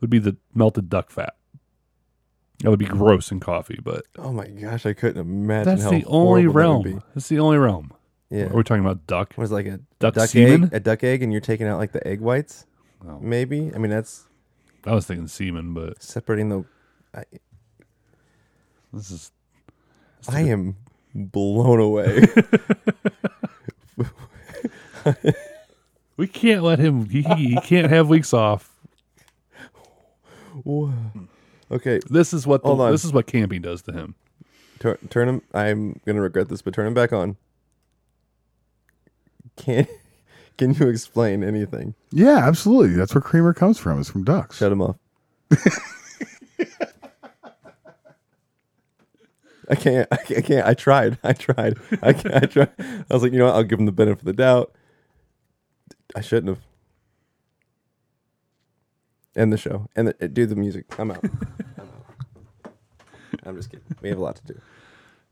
Speaker 2: would be the melted duck fat. That would be gross in coffee, but
Speaker 4: oh my gosh, I couldn't imagine.
Speaker 2: that's
Speaker 4: how
Speaker 2: the only
Speaker 4: horrible that would
Speaker 2: realm. That's the only realm.
Speaker 4: be. Yeah.
Speaker 2: Are we talking about duck?
Speaker 4: It was like a
Speaker 2: Duck
Speaker 4: duck
Speaker 2: semen?
Speaker 4: egg, a duck egg, and you're taking out like the egg whites.
Speaker 2: Oh.
Speaker 4: Maybe. I mean, that's
Speaker 2: I was thinking semen, but
Speaker 4: separating the. I,
Speaker 2: this is
Speaker 4: I am
Speaker 2: [laughs]
Speaker 4: blown away.
Speaker 2: We can't let him. He, he he can't have weeks off.
Speaker 4: Whoa. okay,
Speaker 2: This is what the,
Speaker 4: Hold on.
Speaker 2: this is what camping does to him.
Speaker 4: Tur- turn him. I'm gonna regret this, but turn him back on. Can [laughs] Can you explain anything?
Speaker 3: Yeah, absolutely. That's where creamer comes from. It's from ducks.
Speaker 4: Shut him off. I can't. I can't. I, can't. I tried. I tried. I can't. I tried. I was like, you know what? I'll give him the benefit of the doubt. I shouldn't have. End the show. And the, uh, do the music. I'm out. I'm out. I'm just kidding. We have a lot to do.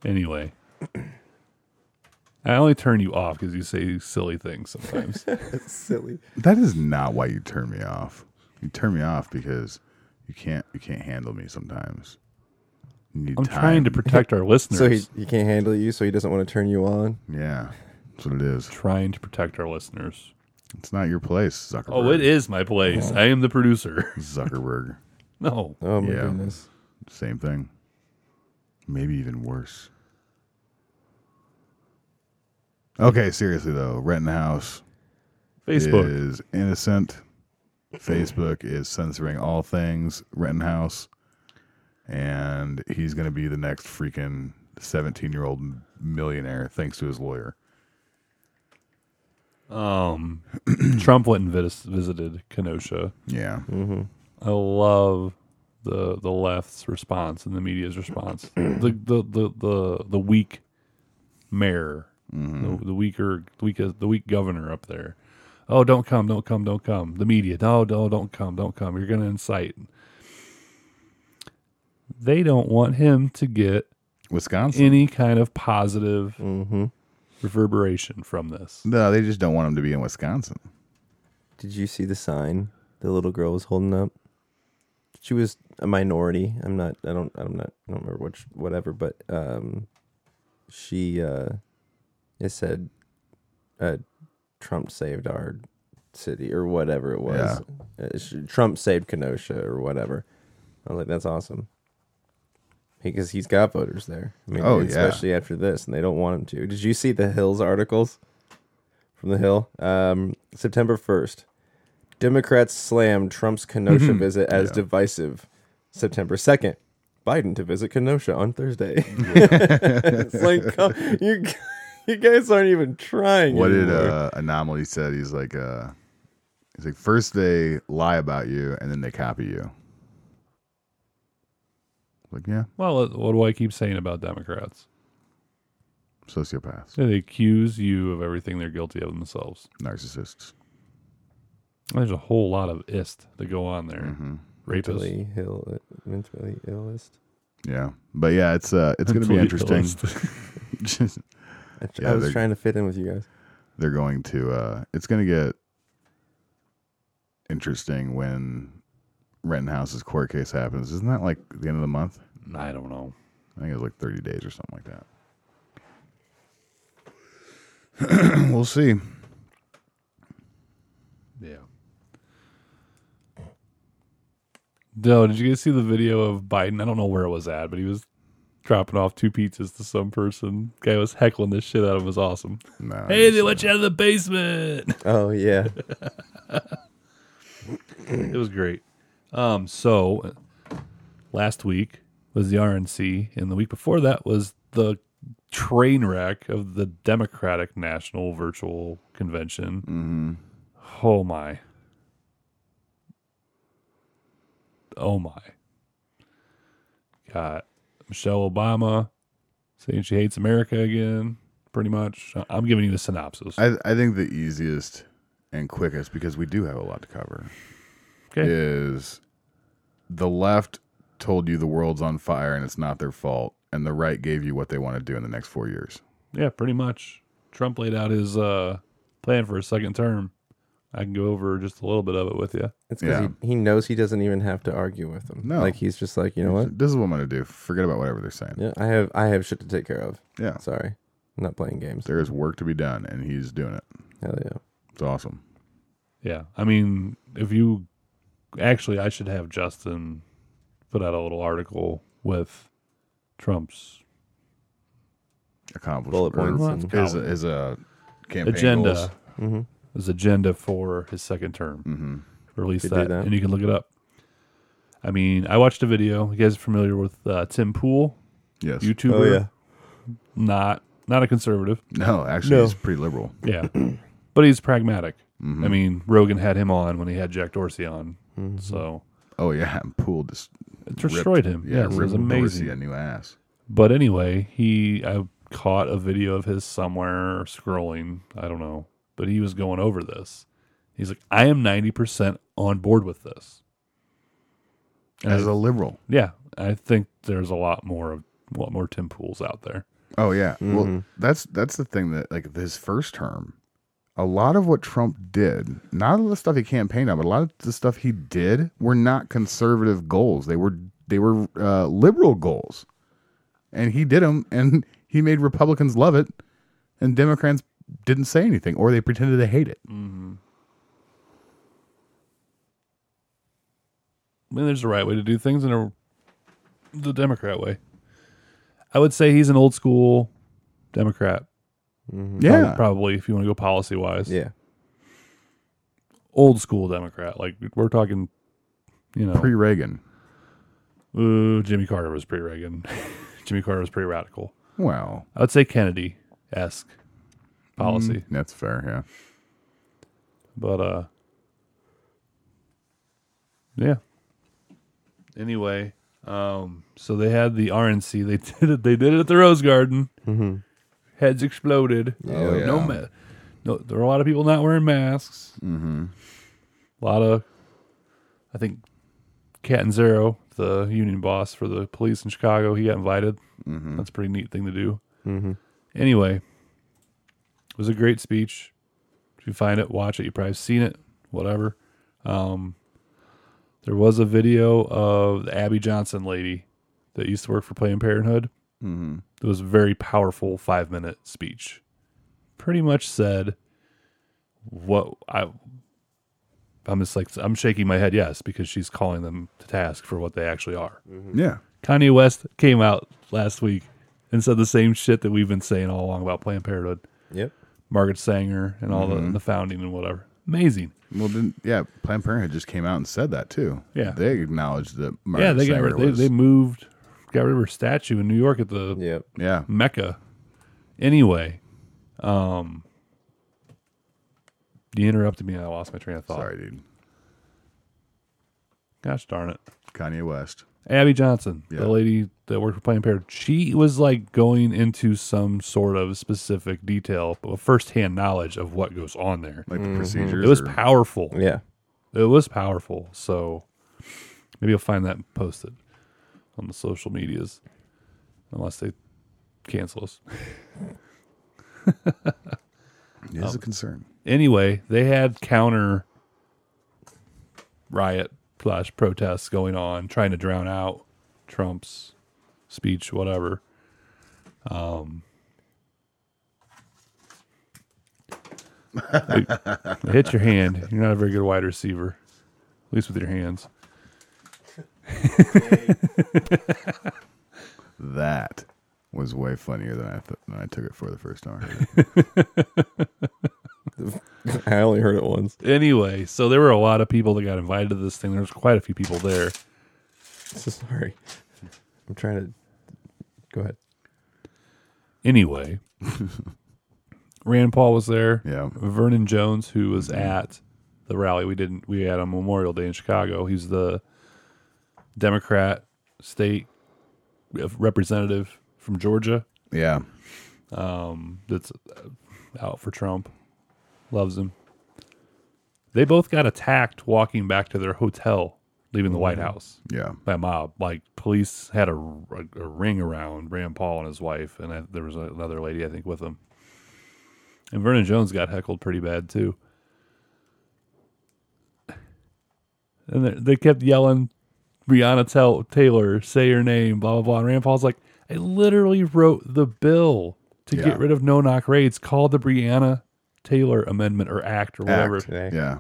Speaker 2: Anyway, I only turn you off because you say silly things [laughs] sometimes.
Speaker 4: That's silly.
Speaker 3: That is not why you turn me off. You turn me off because you can't you can't handle me sometimes. You need
Speaker 2: I'm
Speaker 3: time.
Speaker 2: trying to protect our listeners.
Speaker 4: So he, he can't handle you, so he doesn't want to turn you on.
Speaker 3: Yeah. That's what it is.
Speaker 2: trying to protect our listeners.
Speaker 3: It's not your place, Zuckerberg.
Speaker 2: Oh, it is my place. I am the producer. [laughs]
Speaker 3: Zuckerberg.
Speaker 2: No.
Speaker 4: Oh my
Speaker 3: Yeah.
Speaker 4: goodness.
Speaker 3: Same thing. Maybe even worse. Okay, seriously though, Rittenhouse
Speaker 2: Facebook.
Speaker 3: is innocent. Facebook is censoring all things Rittenhouse, and he's going to be the next freaking seventeen-year-old millionaire thanks to his lawyer.
Speaker 2: Um, Trump went and vis- visited Kenosha.
Speaker 3: Yeah,
Speaker 2: I love the the left's response and the media's response. the, the the the the weak mayor, the, the weaker the weak the weak governor up there. Oh, don't come, don't come, don't come. The media, no, no, don't come, don't come. You're going to incite. They don't want him to get
Speaker 3: Wisconsin.
Speaker 2: any kind of positive
Speaker 4: Mm-hmm.
Speaker 2: reverberation from this.
Speaker 3: no, they just don't want him to be in Wisconsin.
Speaker 4: Did you see the sign the little girl was holding up? She was a minority. I'm not. I don't. I'm not. I don't remember which. Whatever. But um, she uh, it said, uh, Trump saved our city or whatever it was. Uh, she- Trump saved Kenosha or whatever. I was like, that's awesome. Because he's got voters there. I mean,
Speaker 3: Oh, yeah.
Speaker 4: especially after this, and they don't want him to. Did you see the Hills articles from the Hill? Um, September first, Democrats slam Trump's
Speaker 3: Mm-hmm.
Speaker 4: Kenosha visit as divisive. September second, Biden to visit Kenosha on
Speaker 3: [laughs]
Speaker 4: Thursday. it's like come, you, you guys aren't even trying.
Speaker 3: What did
Speaker 4: anymore.
Speaker 3: uh, Anomaly said? He's like, uh, he's like, first they lie about you, and then they copy you. Like, yeah,
Speaker 2: Well, what do I keep saying about Democrats?
Speaker 3: sociopaths,
Speaker 2: They accuse you of everything they're guilty of themselves.
Speaker 3: narcissists.
Speaker 2: There's a whole lot of ist that go on there. Rapists. [laughs]
Speaker 4: mentally ill, mentally illest?
Speaker 3: Yeah, but yeah, it's uh, it's going to be
Speaker 2: Mentally
Speaker 3: interesting.
Speaker 2: [laughs] illest.
Speaker 3: [laughs] Just-
Speaker 4: I, tr-
Speaker 3: Yeah,
Speaker 4: I was
Speaker 3: they're-
Speaker 4: trying to fit in with you guys.
Speaker 3: They're going to. Uh, it's going to get interesting when Rentenhouse's court case happens. Isn't that like the end of the month?
Speaker 2: I don't know.
Speaker 3: I think it was like 30 days or something like that. [clears throat] we'll see.
Speaker 2: Yeah. No, did you guys see the video of Biden? I don't know where it was at, but he was dropping off two pizzas to some person. Guy was heckling this shit out of him. It was awesome.
Speaker 3: No,
Speaker 2: Hey, they let you out of the basement.
Speaker 4: Oh yeah,
Speaker 2: it was great. Um, so uh, last week was the RNC, and the week before that was the train wreck of the Democratic National Virtual Convention.
Speaker 3: Mm-hmm.
Speaker 2: Oh my. Oh my. Got Michelle Obama saying she hates America again, pretty much. I- I'm giving you the synopsis.
Speaker 3: I, I think the easiest and quickest, because we do have a lot to cover,
Speaker 2: Okay.
Speaker 3: is the left told you the world's on fire and it's not their fault, and the right gave you what they want to do in the next four years.
Speaker 2: Yeah, pretty much. Trump laid out his uh, plan for a second term. I can go over just a little bit of it with you.
Speaker 4: it's because
Speaker 3: Yeah.
Speaker 4: he, he knows he doesn't even have to argue with them.
Speaker 3: No.
Speaker 4: like he's just like you know what?
Speaker 3: This is what I'm going to do. Forget about whatever they're saying.
Speaker 4: Yeah, I have I have shit to take care of.
Speaker 3: Yeah.
Speaker 4: Sorry, I'm not playing games.
Speaker 3: There is work to be done, and he's doing it.
Speaker 4: Hell yeah.
Speaker 3: It's awesome.
Speaker 2: Yeah. I mean, if you actually, I should have Justin put out a little article with Trump's
Speaker 3: Accomplished.
Speaker 4: Bullet
Speaker 3: or
Speaker 4: points and-
Speaker 3: Is a, is a campaign
Speaker 2: agenda.
Speaker 3: goals.
Speaker 4: Mhm.
Speaker 2: His agenda for his second term. Mm-hmm. Release
Speaker 4: Could do
Speaker 2: that,
Speaker 4: that.
Speaker 2: and you can look it up. I mean, I watched a video. You guys are familiar with uh, Tim Pool,
Speaker 3: Yes.
Speaker 2: YouTuber?
Speaker 4: Oh,
Speaker 2: Not not a conservative.
Speaker 3: No, actually,
Speaker 4: No.
Speaker 3: he's pretty liberal. [clears throat]
Speaker 2: Yeah. but he's pragmatic. I
Speaker 3: Mm-hmm.
Speaker 2: mean, Rogan had him on when he had Jack Dorsey on. So
Speaker 3: Oh yeah, [laughs] and Poole just
Speaker 2: it destroyed him.
Speaker 3: Yeah,
Speaker 2: Yeah, yes, it was
Speaker 3: ripped
Speaker 2: amazing.
Speaker 3: Dorsey a new ass.
Speaker 2: But anyway, he I caught a video of his somewhere scrolling, I don't know, but he was going over this. He's like, I am 90% on board with this. And
Speaker 3: As
Speaker 2: I-
Speaker 3: a liberal.
Speaker 2: yeah, I think there's a lot more of a lot more Tim Pools out there.
Speaker 3: Oh yeah. Well, that's that's the thing that like his first term, a lot of what Trump did, not all the stuff he campaigned on, but a lot of the stuff he did were not conservative goals. They were they were uh, liberal [laughs] goals, and he did them, and he made Republicans love it, and Democrats didn't say anything or they pretended to hate it.
Speaker 2: I mean, there's a right way to do things and a, the Democrat way. I would say he's an old school Democrat.
Speaker 3: Yeah.
Speaker 2: Prob- Probably, if you want to go policy wise.
Speaker 4: Mm-hmm. Yeah.
Speaker 2: Old school Democrat. Like, we're talking, you know,
Speaker 3: Pre Reagan.
Speaker 2: ooh, Jimmy Carter was pretty Reagan. [laughs] Jimmy Carter was pretty radical.
Speaker 3: Well,
Speaker 2: I would say Kennedy esque policy.
Speaker 3: that's fair. Yeah.
Speaker 2: But, uh, yeah. Anyway, um, so they had the RNC. They [laughs] did it. They did it at the Rose Garden.
Speaker 4: Mm-hmm.
Speaker 2: heads exploded.
Speaker 3: Oh, yeah.
Speaker 2: No, ma- no, there were a lot of people not wearing masks.
Speaker 3: Mm-hmm.
Speaker 2: A lot of, I think, Cat and Zero, the union boss for the police in Chicago, he got invited.
Speaker 3: Mm-hmm.
Speaker 2: That's a pretty neat thing to do.
Speaker 4: Mm-hmm.
Speaker 2: Anyway, it was a great speech. If you find it, watch it. You probably have seen it. Whatever. Um, there was a video of the Abby Johnson lady that used to work for Planned Parenthood.
Speaker 3: Mm-hmm.
Speaker 2: It was a very powerful five minute speech. Pretty much said what I I'm just like I'm shaking my head yes because she's calling them to task for what they actually are.
Speaker 3: Yeah.
Speaker 2: Kanye West came out last week and said the same shit that we've been saying all along about Planned Parenthood,
Speaker 4: Yep.
Speaker 2: Margaret Sanger and all
Speaker 3: Mm-hmm.
Speaker 2: the, the founding and whatever. Amazing.
Speaker 3: Well, then, yeah, Planned Parenthood just came out and said that too.
Speaker 2: Yeah.
Speaker 3: They acknowledged that. Margaret
Speaker 2: yeah, they got
Speaker 3: Sanger
Speaker 2: rid, they,
Speaker 3: was-
Speaker 2: they moved got rid of her statue in New York at the
Speaker 4: Yep.
Speaker 3: yeah.
Speaker 2: Mecca. Anyway, um, you interrupted me and I lost my train of thought.
Speaker 3: Sorry, dude.
Speaker 2: Gosh darn it.
Speaker 3: Kanye West.
Speaker 2: Abby Johnson,
Speaker 3: Yeah.
Speaker 2: the lady that worked for Planned Parenthood, she was like going into some sort of specific detail, but firsthand knowledge of what goes on there.
Speaker 3: Like the procedures.
Speaker 2: Mm-hmm. It was
Speaker 3: or-
Speaker 2: powerful.
Speaker 4: Yeah. [laughs]
Speaker 2: It was powerful. So maybe I'll find that and post it on the social medias, unless they cancel us.
Speaker 3: it is
Speaker 2: oh.
Speaker 3: a concern.
Speaker 2: anyway, they had counter riot slash protests going on, trying to drown out Trump's speech, whatever. Um, Wait, I hit your hand. You're not a very good wide receiver, at least with your hands.
Speaker 3: That was way funnier than I th- than I took it for the first time. [laughs] I heard it.
Speaker 4: I only heard it once.
Speaker 2: Anyway, so there were a lot of people that got invited to this thing. There was quite a few people there.
Speaker 4: [laughs] So sorry. I'm trying to. Go ahead.
Speaker 2: Anyway, Rand Paul was there.
Speaker 3: Yeah.
Speaker 2: Vernon Jones, who was at the rally we didn't we had on Memorial Day in Chicago. He's the Democrat state representative from Georgia
Speaker 3: yeah.
Speaker 2: that's uh, out for Trump. Loves him. They both got attacked walking back to their hotel, leaving the White House
Speaker 3: Yeah.
Speaker 2: by a mob. Like police had a, a, a ring around Rand Paul and his wife, and I, there was another lady I think with him. And Vernon Jones got heckled pretty bad too. And they, they kept yelling, "Rihanna tell, Taylor, say your name," blah blah blah. And Rand Paul's like, "I literally wrote the bill to
Speaker 3: Yeah.
Speaker 2: get rid of no knock raids, called the Brianna Taylor Amendment or Act or whatever."
Speaker 3: Act.
Speaker 4: Okay.
Speaker 3: Yeah.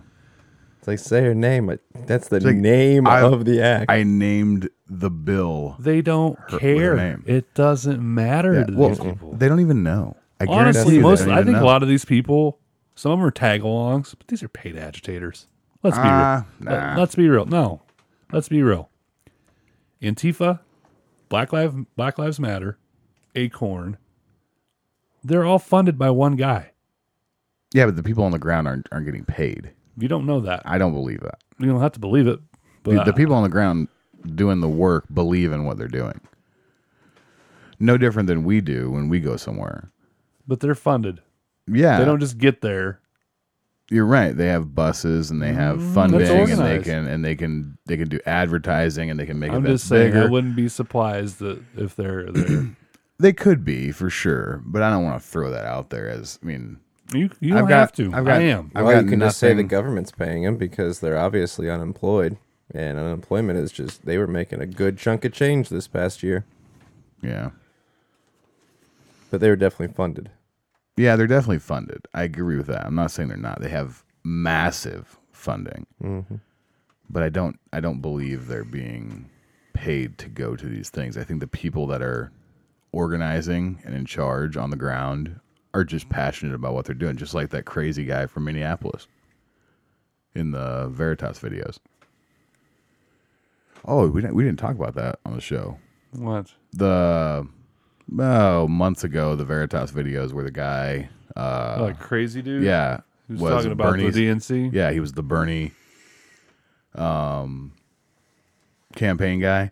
Speaker 4: It's like say her name. but That's the
Speaker 3: like,
Speaker 4: name
Speaker 3: I-
Speaker 4: of the act.
Speaker 3: I named the bill.
Speaker 2: They don't
Speaker 3: with her
Speaker 2: care.
Speaker 3: name.
Speaker 2: It doesn't matter
Speaker 3: Yeah,
Speaker 2: to
Speaker 3: well,
Speaker 2: these people.
Speaker 3: they don't even know. I guarantee
Speaker 2: Honestly,
Speaker 3: you
Speaker 2: most
Speaker 3: they don't
Speaker 2: I
Speaker 3: even
Speaker 2: think
Speaker 3: know.
Speaker 2: a lot of these people, some of them are tag-alongs, but these are paid agitators. Let's be
Speaker 3: Ah,
Speaker 2: real. Let-
Speaker 3: nah.
Speaker 2: Let's be real. No, let's be real. Antifa, Black Lives Black Lives Matter, Acorn, they're all funded by one guy.
Speaker 3: Yeah, but the people on the ground aren't aren't getting paid.
Speaker 2: You don't know that.
Speaker 3: I don't believe that.
Speaker 2: You don't have to believe it. But
Speaker 3: the, the people on the ground doing the work believe in what they're doing. No different than we do when we go somewhere.
Speaker 2: but they're funded.
Speaker 3: Yeah,
Speaker 2: They don't just get there.
Speaker 3: you're right. They have buses and they have funding,
Speaker 2: Mm, that's
Speaker 3: and they
Speaker 2: organized.
Speaker 3: can and they can they can do advertising and they can make
Speaker 2: I'm
Speaker 3: events
Speaker 2: just saying I
Speaker 3: bigger.
Speaker 2: wouldn't be surprised that if they're
Speaker 3: [clears throat]
Speaker 2: there.
Speaker 3: They could be for sure, but I don't want to throw that out there. As I mean,
Speaker 2: you you don't
Speaker 3: I've got,
Speaker 2: have to.
Speaker 3: I've got,
Speaker 2: I am.
Speaker 3: I've
Speaker 4: well,
Speaker 3: got
Speaker 4: you can just say the
Speaker 3: nothing-
Speaker 4: government's paying them because they're obviously unemployed, and unemployment is just they were making a good chunk of change this past year,
Speaker 3: Yeah,
Speaker 4: but they were definitely funded.
Speaker 3: Yeah, they're definitely funded. I agree with that. I'm not saying they're not. They have massive funding. But I don't I don't believe they're being paid to go to these things. I think the people that are organizing and in charge on the ground are just passionate about what they're doing, just like that crazy guy from Minneapolis in the Veritas videos. Oh, we didn't we didn't talk about that on the show
Speaker 2: What?
Speaker 3: the oh months ago the Veritas videos where the guy uh
Speaker 2: like crazy dude?
Speaker 3: yeah
Speaker 2: Who's talking about
Speaker 3: Bernie's-
Speaker 2: the DNC?
Speaker 3: yeah he was the Bernie um campaign guy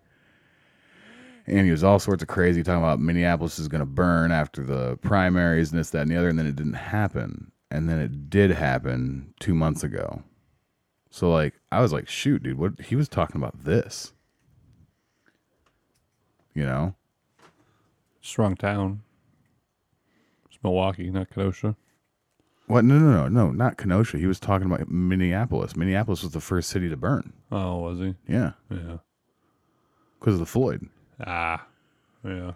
Speaker 3: and he was all sorts of crazy talking about Minneapolis is going to burn after the primaries and this that and the other and then it didn't happen and then it did happen 2 months ago so like I was like shoot dude what he was talking about this you know
Speaker 2: Just wrong town. It's Milwaukee, not Kenosha.
Speaker 3: What? No, no, no, no, not Kenosha. He was talking about Minneapolis. Minneapolis was the first city to burn.
Speaker 2: Oh, was he?
Speaker 3: Yeah,
Speaker 2: Yeah.
Speaker 3: because of the Floyd. [clears throat]
Speaker 2: Ah. Yeah.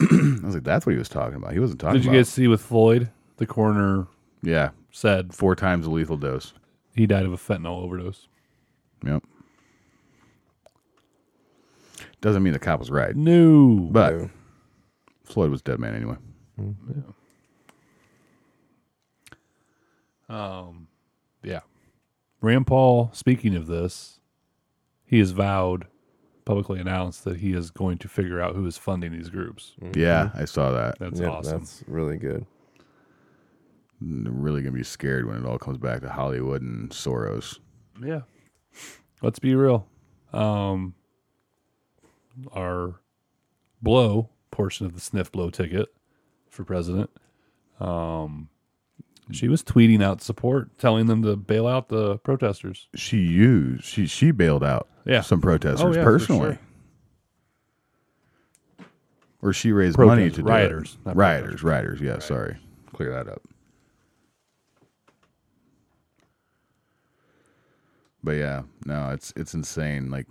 Speaker 3: I was like, that's what he was talking about. He wasn't talking.
Speaker 2: Did you
Speaker 3: about,
Speaker 2: guys see with Floyd? The coroner
Speaker 3: Yeah,
Speaker 2: said
Speaker 3: four times the lethal dose.
Speaker 2: he died of a fentanyl overdose.
Speaker 3: Yep. Doesn't mean the cop was right,
Speaker 2: No.
Speaker 3: but
Speaker 4: No.
Speaker 3: Floyd was a dead man anyway.
Speaker 2: Um, yeah. Rand Paul, speaking of this, he has vowed, publicly announced that he is going to figure out who is funding these groups.
Speaker 3: Yeah, I saw that.
Speaker 2: That's
Speaker 4: Yeah,
Speaker 2: awesome.
Speaker 4: That's really good.
Speaker 3: I'm really gonna be scared when it all comes back to Hollywood and Soros.
Speaker 2: yeah. Let's be real. Um, our blow portion of the sniff blow ticket for president. Um, she was tweeting out support, telling them to bail out the protesters.
Speaker 3: She used she she bailed out
Speaker 2: Yeah.
Speaker 3: some protesters
Speaker 2: Oh, yeah, for
Speaker 3: personally.
Speaker 2: sure.
Speaker 3: Or she raised
Speaker 2: Protest-
Speaker 3: money to do it.
Speaker 2: rioters, not
Speaker 3: rioters, rioters. Yeah, sorry, clear that up. But yeah, no, it's it's insane. Like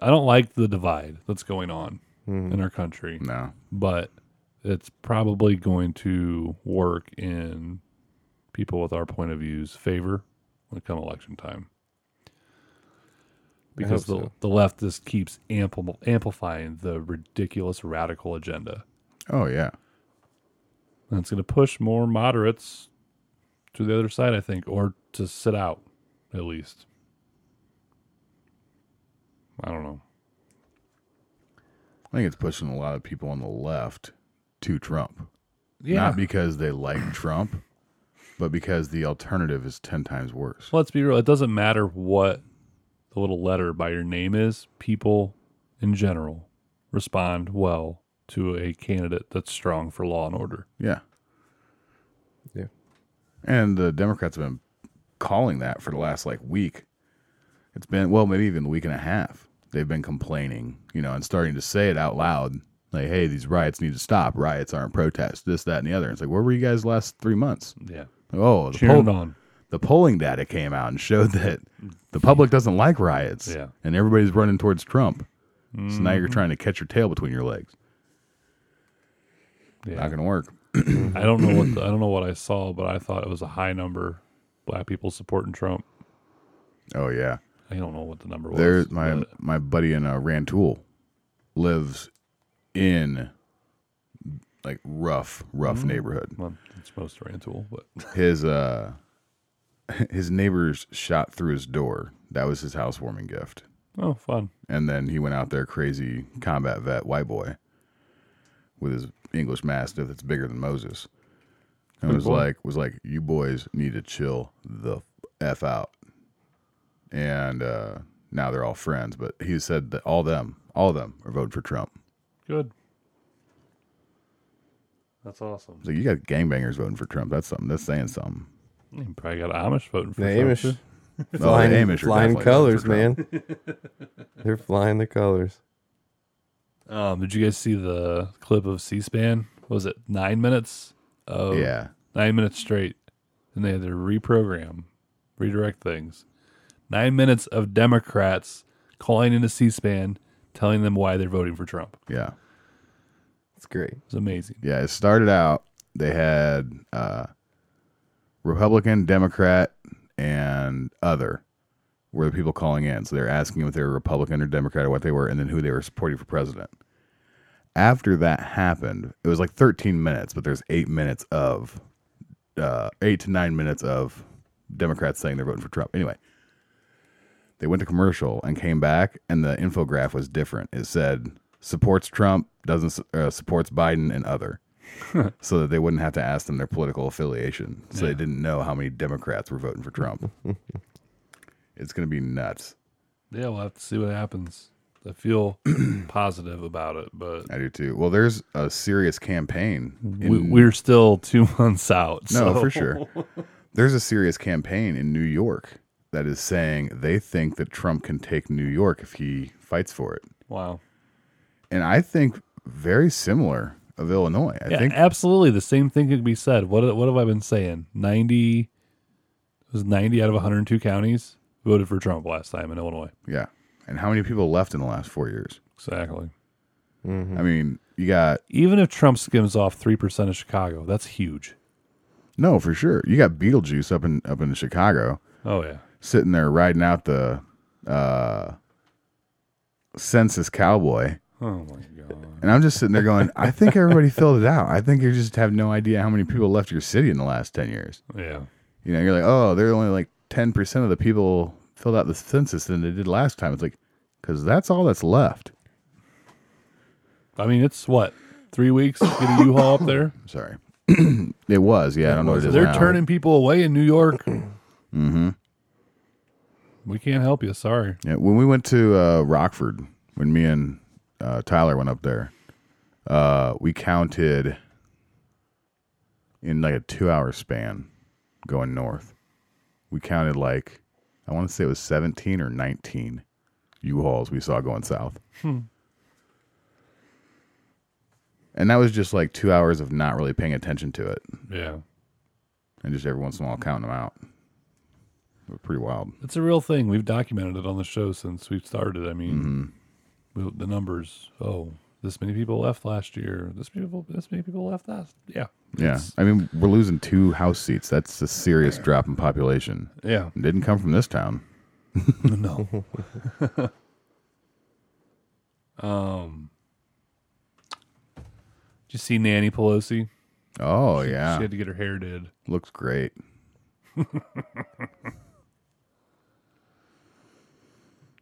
Speaker 2: I don't like the divide that's going on in our country.
Speaker 3: no,
Speaker 2: but it's probably going to work in people with our point of views favor when it come election time because the,
Speaker 4: hope so.
Speaker 2: the left just keeps ampl- amplifying the ridiculous radical agenda
Speaker 3: oh yeah,
Speaker 2: and it's going to push more moderates to the other side i think or to sit out at least i don't know
Speaker 3: I think it's pushing a lot of people on the left to Trump.
Speaker 2: yeah
Speaker 3: Not because they like Trump, but because the alternative is ten times worse.
Speaker 2: Let's be real. It doesn't matter what the little letter by your name is. People in general respond well to a candidate that's strong for law and order.
Speaker 3: Yeah.
Speaker 4: Yeah.
Speaker 3: And the Democrats have been calling that for the last like week. It's been well, maybe even a week and a half. They've been complaining, you know, and starting to say it out loud. Like, hey, these riots need to stop. Riots aren't protests. This, that, and the other. It's like, where were you guys the last three months?
Speaker 2: Yeah.
Speaker 3: Oh, the,
Speaker 2: Cheering
Speaker 3: poll-
Speaker 2: on.
Speaker 3: the polling data came out and showed that the public doesn't like riots.
Speaker 2: Yeah. Mm.
Speaker 3: And everybody's running towards Trump. So now you're trying to catch your tail between your legs.
Speaker 2: Yeah.
Speaker 3: Not going to work.
Speaker 2: I don't know [clears throat] what the, I don't know what I saw, but I thought it was a high number. Black people supporting Trump.
Speaker 3: Oh, yeah.
Speaker 2: I don't know what the number was.
Speaker 3: There's my
Speaker 2: but
Speaker 3: my buddy in uh, Rantoul lives in like rough rough neighborhood.
Speaker 2: well, it's most Rantoul, but
Speaker 3: His uh [laughs] his neighbors shot through his door. That was his housewarming gift.
Speaker 2: oh, fun.
Speaker 3: And then he went out there crazy combat vet white boy with his English mastiff that's bigger than Moses. And
Speaker 2: Good
Speaker 3: was
Speaker 2: boy.
Speaker 3: like was like you boys need to chill the f out. And uh now they're all friends, but he said that all them, all of them are voting for Trump.
Speaker 2: Good. That's awesome.
Speaker 3: So you got gangbangers voting for Trump. That's something. That's saying something.
Speaker 2: You probably got Amish voting for
Speaker 4: The
Speaker 2: Trump,
Speaker 4: Amish,
Speaker 3: [laughs]
Speaker 2: too.
Speaker 3: No, the
Speaker 4: flying,
Speaker 3: Amish are
Speaker 4: flying
Speaker 3: definitely voting
Speaker 4: colors,
Speaker 3: for Trump.
Speaker 4: man. [laughs] They're flying the colors.
Speaker 2: Um, did you guys see the clip of C-SPAN? What was it nine minutes? Of
Speaker 3: Yeah.
Speaker 2: nine minutes straight, and they had to reprogram, redirect things. Nine minutes of Democrats calling into C-SPAN, telling them why they're voting for Trump.
Speaker 3: Yeah.
Speaker 4: It's great.
Speaker 2: It's amazing.
Speaker 3: Yeah. It started out They had uh, Republican, Democrat, and other were the people calling in. So they're asking if they were Republican or Democrat or what they were, and then who they were supporting for president. After that happened, it was like 13 minutes, but there's eight minutes of uh, eight to nine minutes of Democrats saying they're voting for Trump. Anyway, they went to commercial and came back, and the infograph was different. It said supports Trump, doesn't su- uh, supports Biden, and other, so that they wouldn't have to ask them their political affiliation. So they didn't know how many Democrats were voting for Trump. it's going to be nuts.
Speaker 2: Yeah, we'll have to see what happens. I
Speaker 3: [clears throat]
Speaker 2: feel positive about it, but
Speaker 3: I do too. Well, there's a serious campaign. Uh,
Speaker 2: [laughs]
Speaker 3: in-
Speaker 2: we, we're still two [laughs] months out.
Speaker 3: No,
Speaker 2: so-
Speaker 3: for sure. There's a serious campaign in New York that is saying they think that Trump can take New York if he fights for it.
Speaker 2: Wow.
Speaker 3: And I think very similar of Illinois. I
Speaker 2: yeah,
Speaker 3: think
Speaker 2: absolutely. The same thing could be said. What what have I been saying? Ninety it was ninety out of one hundred two counties voted for Trump last time in Illinois.
Speaker 3: yeah. And how many people left in the last 4 years?
Speaker 2: Exactly.
Speaker 3: I mean, you got
Speaker 2: Even if Trump skims off three percent of Chicago, that's huge.
Speaker 3: no, for sure. You got Beetlejuice up in up in Chicago
Speaker 2: Oh yeah.
Speaker 3: sitting there riding out the uh census cowboy.
Speaker 2: Oh my god.
Speaker 3: And I'm just sitting there going, I think everybody filled it out. I think you just have no idea how many people left your city in the last 10 years.
Speaker 2: Yeah.
Speaker 3: You know, you're like, oh, they're only like 10% of the people filled out the census than they did last time. It's like, because that's all that's left.
Speaker 2: I mean, it's what three weeks to get a U-Haul up there.
Speaker 3: Sorry. [clears throat] it was, yeah. I don't know what it is.
Speaker 2: They're
Speaker 3: now.
Speaker 2: turning people away in New York. mm-hmm. We can't help you. Sorry.
Speaker 3: Yeah, when we went to uh, Rockford, when me and uh, Tyler went up there, uh, we counted in like a two hour span going north. We counted like, I want to say it was 17 or 19 U Hauls we saw going south. And that was just like two hours of not really paying attention to it
Speaker 2: Yeah.
Speaker 3: and just every once in a while counting them out. It was pretty wild.
Speaker 2: It's a real thing. We've documented it on the show since we started. I mean, we- the numbers. Oh, this many people left last year. This people. This many people left last. Yeah.
Speaker 3: Yeah.
Speaker 2: It's-
Speaker 3: I mean, we're losing two house seats. That's a serious drop in population.
Speaker 2: yeah. [laughs]
Speaker 3: It didn't come from this town.
Speaker 2: no. [laughs] um. Did you see Nanny Pelosi?
Speaker 3: Oh,
Speaker 2: She
Speaker 3: yeah.
Speaker 2: had to get her hair did. [laughs]
Speaker 3: Looks great.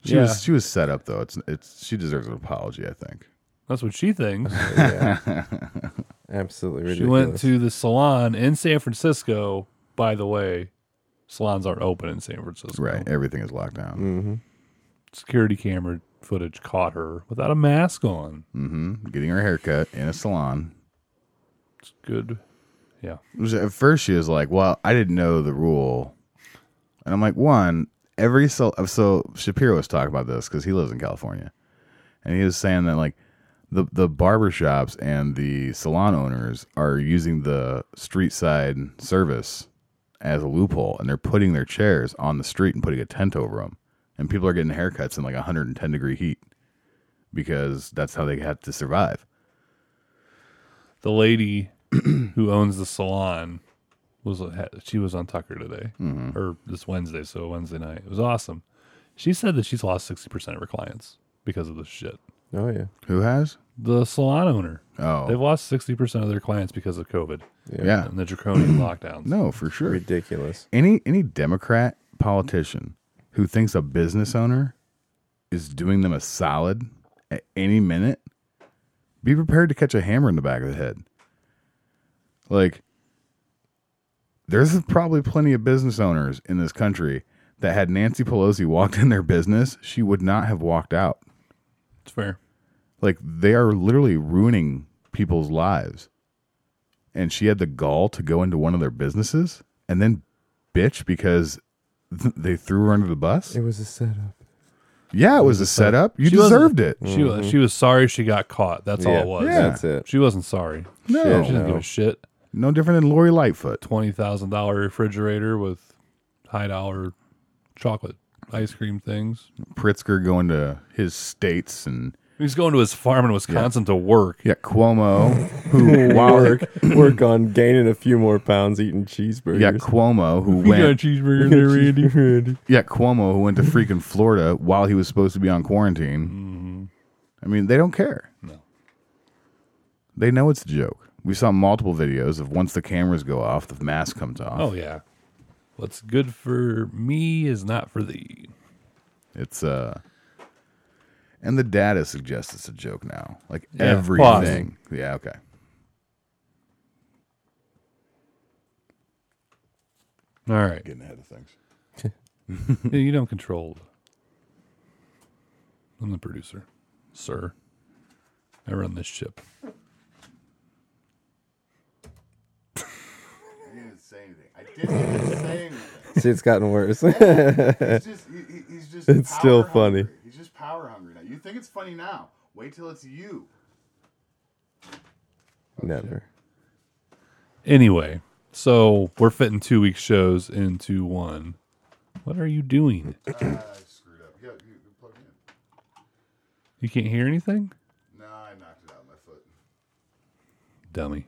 Speaker 3: She
Speaker 2: Yeah.
Speaker 3: was she was set up though. It's it's she deserves an apology, I think.
Speaker 2: That's what she thinks.
Speaker 4: Absolutely
Speaker 2: She
Speaker 4: ridiculous.
Speaker 2: went to the salon in San Francisco. By the way, salons aren't open in San Francisco.
Speaker 3: Right. Everything is locked down.
Speaker 2: Mm. Security camera footage caught her without a mask on.
Speaker 3: Mm-hmm. Getting her haircut in a salon.
Speaker 2: It's good. Yeah.
Speaker 3: It was- At first, she was like, "Well, I didn't know the rule," and I'm like, "One, every so so Shapiro was talking about this because he lives in California, and he was saying that like the the barber shops and the salon owners are using the street side service as a loophole, and they're putting their chairs on the street and putting a tent over them, and people are getting haircuts in like 110 degree heat because that's how they have to survive."
Speaker 2: The lady who [clears throat] owns the salon was uh, she was on Tucker today
Speaker 3: Mm-hmm.
Speaker 2: or this Wednesday, so Wednesday night. It was awesome. She said that she's lost sixty percent of her clients because of this shit.
Speaker 4: Oh yeah.
Speaker 3: Who has?
Speaker 2: The salon owner.
Speaker 3: Oh,
Speaker 2: They've lost sixty percent of their clients because of COVID
Speaker 3: yeah.
Speaker 2: and the
Speaker 3: [clears throat]
Speaker 2: draconian lockdowns.
Speaker 3: No, for sure.
Speaker 4: Ridiculous.
Speaker 3: any any Democrat politician who thinks a business owner is doing them a solid at any minute, be prepared to catch a hammer in the back of the head. Like, there's probably plenty of business owners in this country that had Nancy Pelosi walked in their business, she would not have walked out.
Speaker 2: It's fair.
Speaker 3: Like, they are literally ruining people's lives. And she had the gall to go into one of their businesses and then bitch because [laughs] th- they threw her under the bus.
Speaker 4: It was a setup.
Speaker 3: Yeah, it was a setup. You
Speaker 2: She wasn't-
Speaker 3: deserved it.
Speaker 2: She was she was sorry she got caught. That's all
Speaker 4: Yeah,
Speaker 2: it was.
Speaker 3: Mm-hmm. Yeah.
Speaker 4: That's it.
Speaker 2: She wasn't sorry.
Speaker 3: No,
Speaker 4: Shit,
Speaker 2: She didn't give a shit.
Speaker 3: no different than Lori Lightfoot.
Speaker 2: Twenty thousand dollar refrigerator with high dollar chocolate ice cream things.
Speaker 3: Pritzker going to his states and
Speaker 2: He's going to his farm in Wisconsin to work.
Speaker 3: Yeah, Cuomo, who while
Speaker 4: work [clears throat] work on gaining a few more pounds eating cheeseburgers.
Speaker 3: yeah Cuomo who
Speaker 2: You got a
Speaker 3: went
Speaker 2: cheeseburger [laughs] there, Randy.
Speaker 4: [laughs]
Speaker 3: yeah Cuomo who went to freaking Florida while he was supposed to be on quarantine.
Speaker 2: Mm-hmm.
Speaker 3: I mean, they don't care. No, they know it's a joke. We saw multiple videos of once the cameras go off, the mask comes off.
Speaker 2: Oh yeah. What's good for me is not for thee.
Speaker 3: It's uh and the data suggests it's a joke now. Like
Speaker 2: Yeah, pause.
Speaker 3: everything. Yeah, okay.
Speaker 2: All right.
Speaker 3: Getting ahead of things.
Speaker 2: Yeah, [laughs] you don't control. I'm the producer, sir. I run this ship.
Speaker 3: I didn't say anything. I didn't even say anything.
Speaker 4: See, it's gotten worse. [laughs]
Speaker 3: He's just he's just
Speaker 4: It's power still funny. hungry.
Speaker 3: He's just power hungry now. You think it's funny now. Wait till it's you.
Speaker 4: Never.
Speaker 2: Anyway, so we're fitting two week shows into one. What are you doing?
Speaker 3: I screwed up. Yeah, you, you plug it
Speaker 2: You can't hear anything?
Speaker 3: in. No, I knocked it out of my foot.
Speaker 2: Dummy.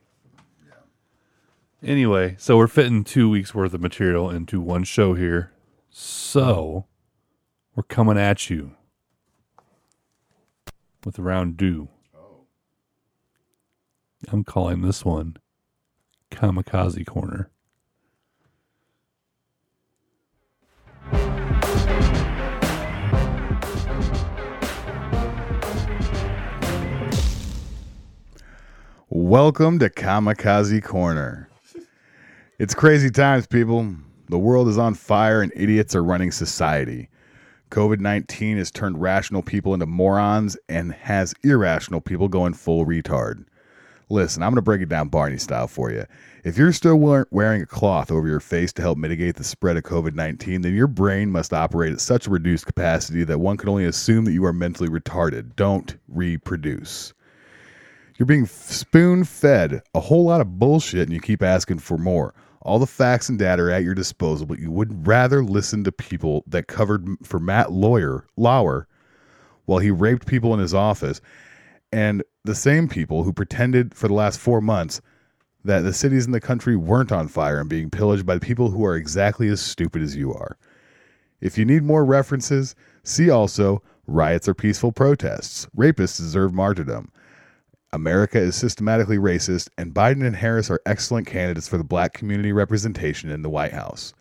Speaker 2: Anyway, so we're fitting two weeks worth of material into one show here. So we're coming at you with round two.
Speaker 3: Oh.
Speaker 2: I'm calling this one Kamikaze Corner.
Speaker 3: Welcome to Kamikaze Corner. It's crazy times, people. The world is on fire and idiots are running society. COVID 19 has turned rational people into morons and has irrational people going full retard. Listen, I'm going to break it down Barney style for you. If you're still wear- wearing a cloth over your face to help mitigate the spread of COVID 19, then your brain must operate at such a reduced capacity that one can only assume that you are mentally retarded. Don't reproduce. You're being spoon fed a whole lot of bullshit and you keep asking for more. All the facts and data are at your disposal, but you would rather listen to people that covered m- for Matt Lawyer, Lauer while he raped people in his office and the same people who pretended for the last four months that the cities in the country weren't on fire and being pillaged by people who are exactly as stupid as you are. If you need more references, see also Riots are Peaceful Protests, Rapists Deserve Martyrdom, America is systematically racist, and Biden and Harris are excellent candidates for the black community representation in the White House.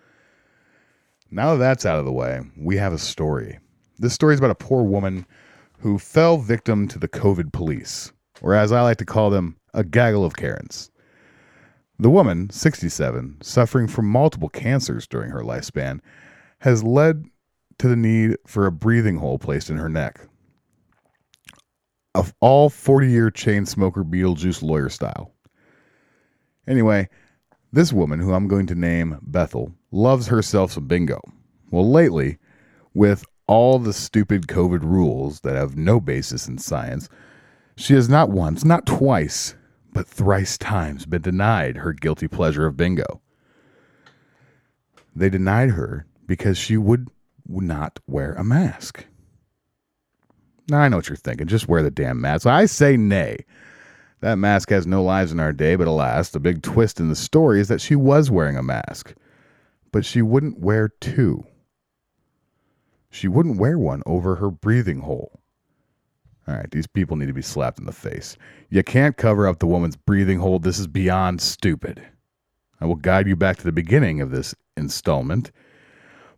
Speaker 3: Now that that's out of the way, we have a story. This story is about a poor woman who fell victim to the COVID police, or as I like to call them, a gaggle of Karens. The woman, 67, suffering from multiple cancers during her lifespan, has led to the need for a breathing hole placed in her neck of all 40 year chain smoker Beetlejuice lawyer style. Anyway, this woman, who I'm going to name Bethel, loves herself some bingo. Well, lately, with all the stupid COVID rules that have no basis in science, she has not once, not twice, but thrice times been denied her guilty pleasure of bingo. They denied her because she would would not wear a mask. Now I know what you're thinking. Just wear the damn mask. I say nay. That mask has no lives in our day, but alas, the big twist in the story is that she was wearing a mask. But she wouldn't wear two. She wouldn't wear one over her breathing hole. All right, these people need to be slapped in the face. You can't cover up the woman's breathing hole. This is beyond stupid. I will guide you back to the beginning of this installment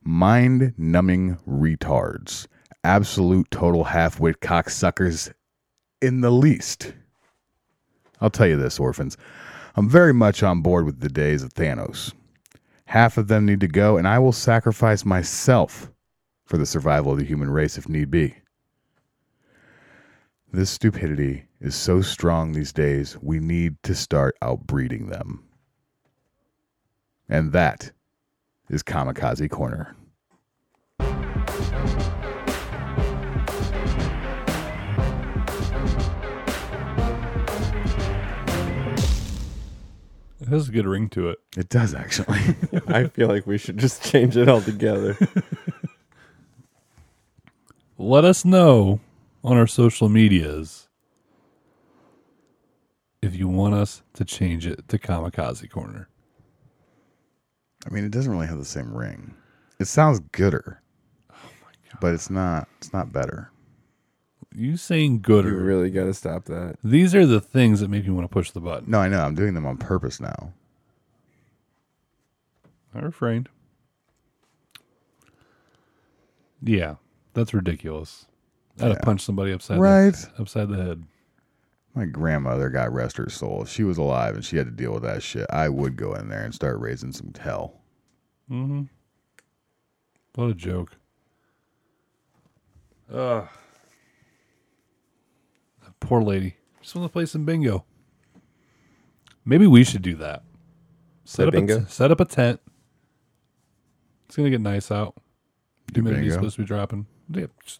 Speaker 3: mind numbing retards, absolute total half wit cocksuckers in the least. I'll tell you this, orphans. I'm very much on board with the days of Thanos. Half of them need to go, and I will sacrifice myself for the survival of the human race if need be. This stupidity is so strong these days, we need to start outbreeding them. And that is Kamikaze Corner.
Speaker 2: It has a good ring to it.
Speaker 3: It does actually. [laughs]
Speaker 4: I feel like we should just change it altogether.
Speaker 2: Let us know on our social medias if you want us to change it to Kamikaze Corner.
Speaker 3: I mean, it doesn't really have the same ring. It sounds gooder. But it's not. It's not better.
Speaker 2: You saying good
Speaker 4: You
Speaker 2: or
Speaker 4: really got to stop that.
Speaker 2: these are the things that make me want to push the button.
Speaker 3: No, I know. I'm doing them on purpose now.
Speaker 2: I refrained. Yeah, that's ridiculous. I'd have punched somebody upside
Speaker 3: Right.
Speaker 2: the, upside the head.
Speaker 3: My grandmother, God rest her soul, if she was alive and she had to deal with that shit, I would go in there and start raising some hell.
Speaker 2: What a joke. Ugh. That poor lady. Just want to play some bingo. Maybe we should do that. Set up A
Speaker 4: bingo?
Speaker 2: t- set up a tent. It's gonna get nice out. Humidity's
Speaker 3: bingo?
Speaker 2: supposed to be dropping. Yeah, just,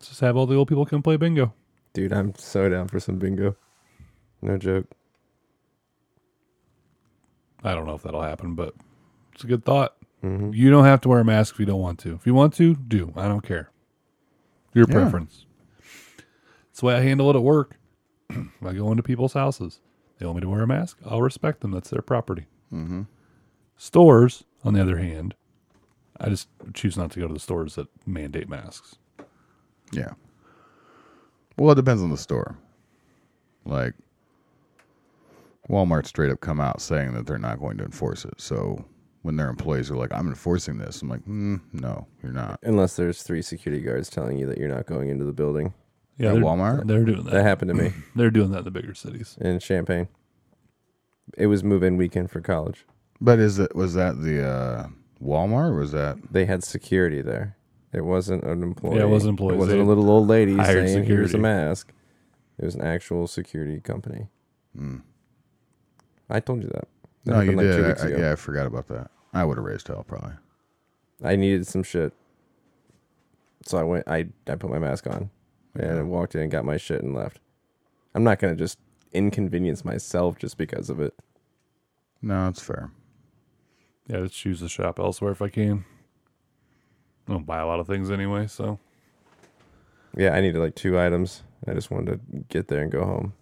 Speaker 2: just have all the old people come play bingo.
Speaker 4: Dude, I'm so down for some bingo. No joke.
Speaker 2: I don't know if that'll happen, but it's a good thought.
Speaker 3: Mm-hmm.
Speaker 2: You don't have to wear a mask if you don't want to. If you want to, do. I don't care. Your
Speaker 3: Yeah.
Speaker 2: preference. That's the way I handle it at work. [clears throat] I go into people's houses. They want me to wear a mask. I'll respect them. That's their property. Mm-hmm. Stores, on the other hand, I just choose not to go to the stores that mandate masks.
Speaker 3: Yeah. Well, it depends on the store. Like, Walmart straight up come out saying that they're not going to enforce it. So when their employees are like, "I'm enforcing this," I'm like, mm, "No, you're not."
Speaker 4: Unless there's three security guards telling you that you're not going into the building.
Speaker 2: Yeah,
Speaker 3: At
Speaker 2: they're-
Speaker 3: Walmart?
Speaker 2: They're doing
Speaker 4: That
Speaker 2: that.
Speaker 4: happened to
Speaker 2: [clears throat]
Speaker 4: me
Speaker 2: They're doing that in the bigger cities.
Speaker 4: in Champagne. It was move in weekend for college.
Speaker 3: But is it was that the uh, Walmart? Or was that
Speaker 4: They had security there. It wasn't an employee.
Speaker 2: Yeah, it wasn't employees.
Speaker 4: It wasn't
Speaker 2: They
Speaker 4: a little old lady
Speaker 2: hired
Speaker 4: saying, "Here's
Speaker 2: security."
Speaker 4: a mask." It was an actual security company. I told you that. That
Speaker 3: Hmm. no? You
Speaker 4: happened like two
Speaker 3: did.
Speaker 4: weeks
Speaker 3: I, I-
Speaker 4: ago.
Speaker 3: yeah, I forgot about that. I would have raised hell probably.
Speaker 4: I needed some shit. So I went I I put my mask on and I walked in and got my shit and left. I'm not gonna just inconvenience myself just because of it.
Speaker 3: No, it's fair.
Speaker 2: Yeah, let's choose to shop elsewhere if I can. I don't buy a lot of things anyway, so
Speaker 4: Yeah, I needed like two items. I just wanted to get there and go home.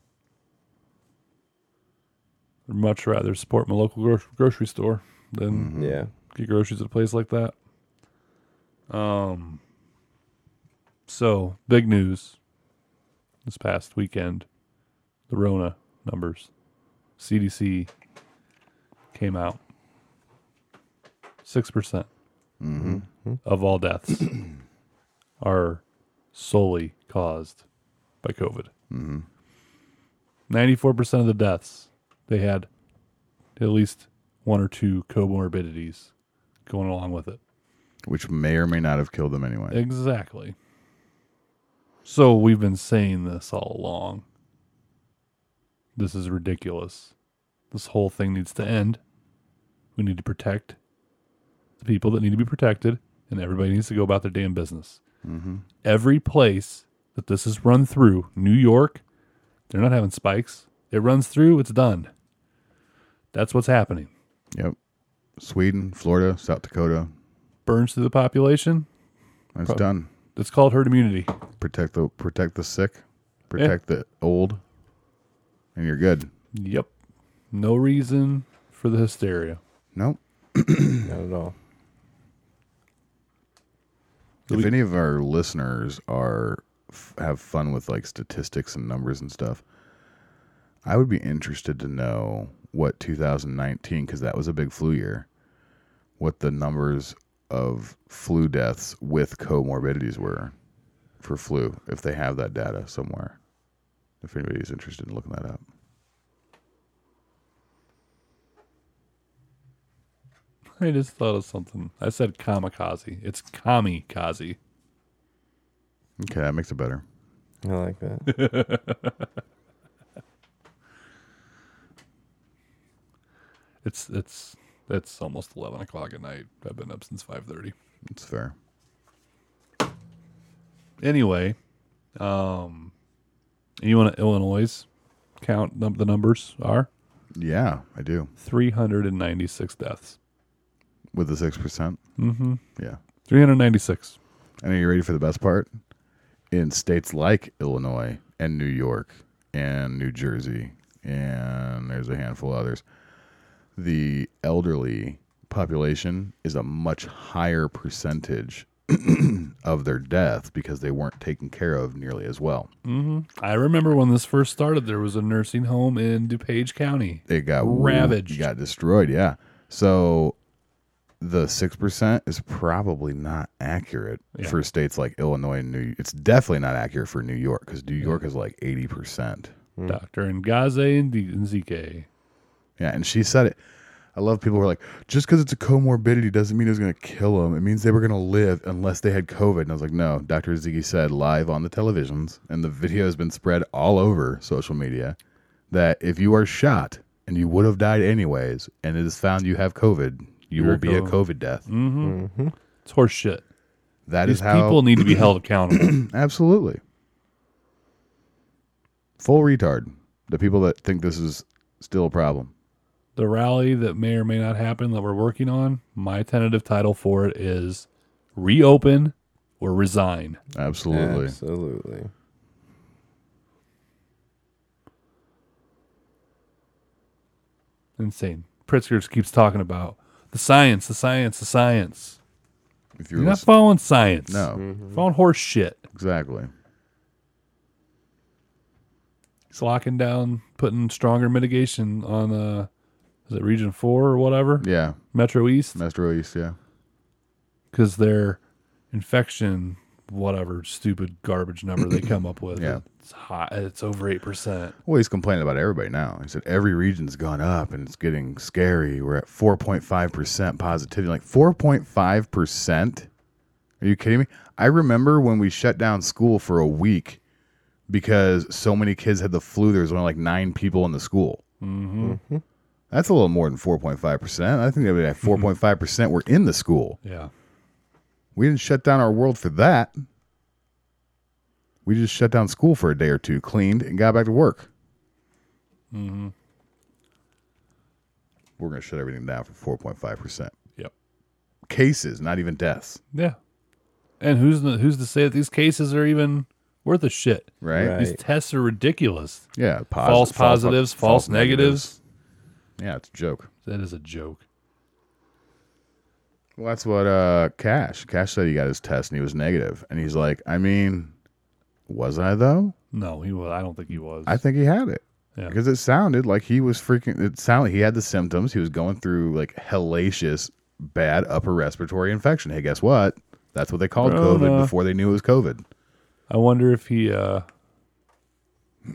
Speaker 2: I'd much rather support my local gro- grocery store than
Speaker 3: Hmm.
Speaker 4: Yeah.
Speaker 2: get groceries at a place like that. Um. So big news this past weekend: the Rona numbers. CDC came out six percent of all deaths are solely caused by COVID. 94 percent of the deaths they had at least one or two comorbidities going along with it.
Speaker 3: Which may or may not have killed them anyway.
Speaker 2: Exactly. So we've been saying this all along. This is ridiculous. This whole thing needs to end. We need to protect the people that need to be protected, and everybody needs to go about their damn business. Every place that this is run through, New York, they're not having spikes. It runs through, it's done. That's what's happening.
Speaker 3: Yep. Sweden, Florida, South Dakota.
Speaker 2: Burns through the population,
Speaker 3: It's done.
Speaker 2: It's called herd immunity.
Speaker 3: Protect the protect the sick, protect the old, and you're good.
Speaker 2: Yep. No reason for the hysteria.
Speaker 3: Nope.
Speaker 4: Not at all.
Speaker 3: if any of our listeners are f- have fun with like statistics and numbers and stuff, I would be interested to know what 2019 because that was a big flu year. What the numbers of flu deaths with comorbidities were for flu, if they have that data somewhere. If anybody's interested in looking that up,
Speaker 2: I just thought of something. I said kamikaze. It's kamikaze.
Speaker 3: okay, that makes it better.
Speaker 4: I like that.
Speaker 2: It's it's it's almost eleven o'clock at night. I've been up since five thirty.
Speaker 3: It's fair.
Speaker 2: Anyway, um, you want to Illinois count num- the numbers are
Speaker 3: Yeah, I do
Speaker 2: three hundred and ninety six deaths.
Speaker 3: with the six percent. Mm-hmm. Yeah.
Speaker 2: Three hundred ninety six.
Speaker 3: And are you ready for the best part? in states like Illinois and New York and New Jersey, and there's a handful of others, the elderly population is a much higher percentage [clears throat] of their death because they weren't taken care of nearly as well.
Speaker 2: Mm-hmm. I remember when this first started, there was a nursing home in DuPage County.
Speaker 3: It got
Speaker 2: Ravaged.
Speaker 3: got destroyed. Yeah. So the six percent is probably not accurate
Speaker 2: Yeah.
Speaker 3: for states like Illinois and New. It's definitely not accurate for New York because New York is like eighty percent.
Speaker 2: Doctor and Gaze and, D- and ZK.
Speaker 3: Yeah, and she said it. I love people who are like, just because it's a comorbidity doesn't mean it's going to kill them. It means they were going to live unless they had COVID. And I was like, no, Dr. Ziggy said live on the televisions, and the video has been spread all over social media that if you are shot and you would have died anyways, and it is found you have COVID, you
Speaker 2: You're
Speaker 3: will be a
Speaker 2: COVID.
Speaker 3: COVID death.
Speaker 2: It's horse shit.
Speaker 3: That is
Speaker 2: These
Speaker 3: how
Speaker 2: people
Speaker 3: [clears throat]
Speaker 2: need to be held accountable.
Speaker 3: Absolutely. Full retard. The people that think this is still a problem.
Speaker 2: the rally that may or may not happen that we're working on, my tentative title for it is Reopen or Resign.
Speaker 3: Absolutely.
Speaker 4: Absolutely.
Speaker 2: Insane. Pritzker just keeps talking about the science, the science, the science.
Speaker 3: If
Speaker 2: You're
Speaker 3: you're
Speaker 2: not
Speaker 3: listening.
Speaker 2: following science.
Speaker 3: No.
Speaker 2: Following horse shit.
Speaker 3: Exactly.
Speaker 2: He's locking down, putting stronger mitigation on uh is it region four or whatever?
Speaker 3: Yeah.
Speaker 2: Metro East.
Speaker 3: Metro East, yeah.
Speaker 2: Because their infection whatever stupid garbage number they come up with.
Speaker 3: Yeah.
Speaker 2: It's hot it's over eight percent.
Speaker 3: Well, he's complaining about everybody now. He said every region's gone up and it's getting scary. We're at 4.5% positivity. Like 4.5%? Are you kidding me? I remember when we shut down school for a week because so many kids had the flu. There was only like nine people in the school. Mm-hmm. That's a little more than 4.5%. I think they would [laughs] have 4.5% were in the school.
Speaker 2: Yeah.
Speaker 3: We didn't shut down our world for that. We just shut down school for a day or two, cleaned, and got back to work.
Speaker 2: Mm-hmm.
Speaker 3: We're going to shut everything down for 4.5%.
Speaker 2: Yep.
Speaker 3: Cases, not even deaths,
Speaker 2: Yeah. And who's the, who's to say that these cases are even worth a shit?
Speaker 3: right?
Speaker 4: Right.
Speaker 2: These tests are ridiculous.
Speaker 3: Yeah. posi-
Speaker 2: false positives, false, negatives.
Speaker 3: Yeah, it's a joke.
Speaker 2: That is a joke.
Speaker 3: Well, that's what uh, Cash. Cash said he got his test and he was negative. And he's like, I mean, was I though?
Speaker 2: No, he was. I don't think he was.
Speaker 3: I think he had it.
Speaker 2: Yeah.
Speaker 3: Because it sounded like he was freaking it sounded he had the symptoms. He was going through like hellacious bad upper respiratory infection. Hey, guess what? That's what they called COVID
Speaker 2: Corona.
Speaker 3: before they knew it was COVID.
Speaker 2: I wonder if he. uh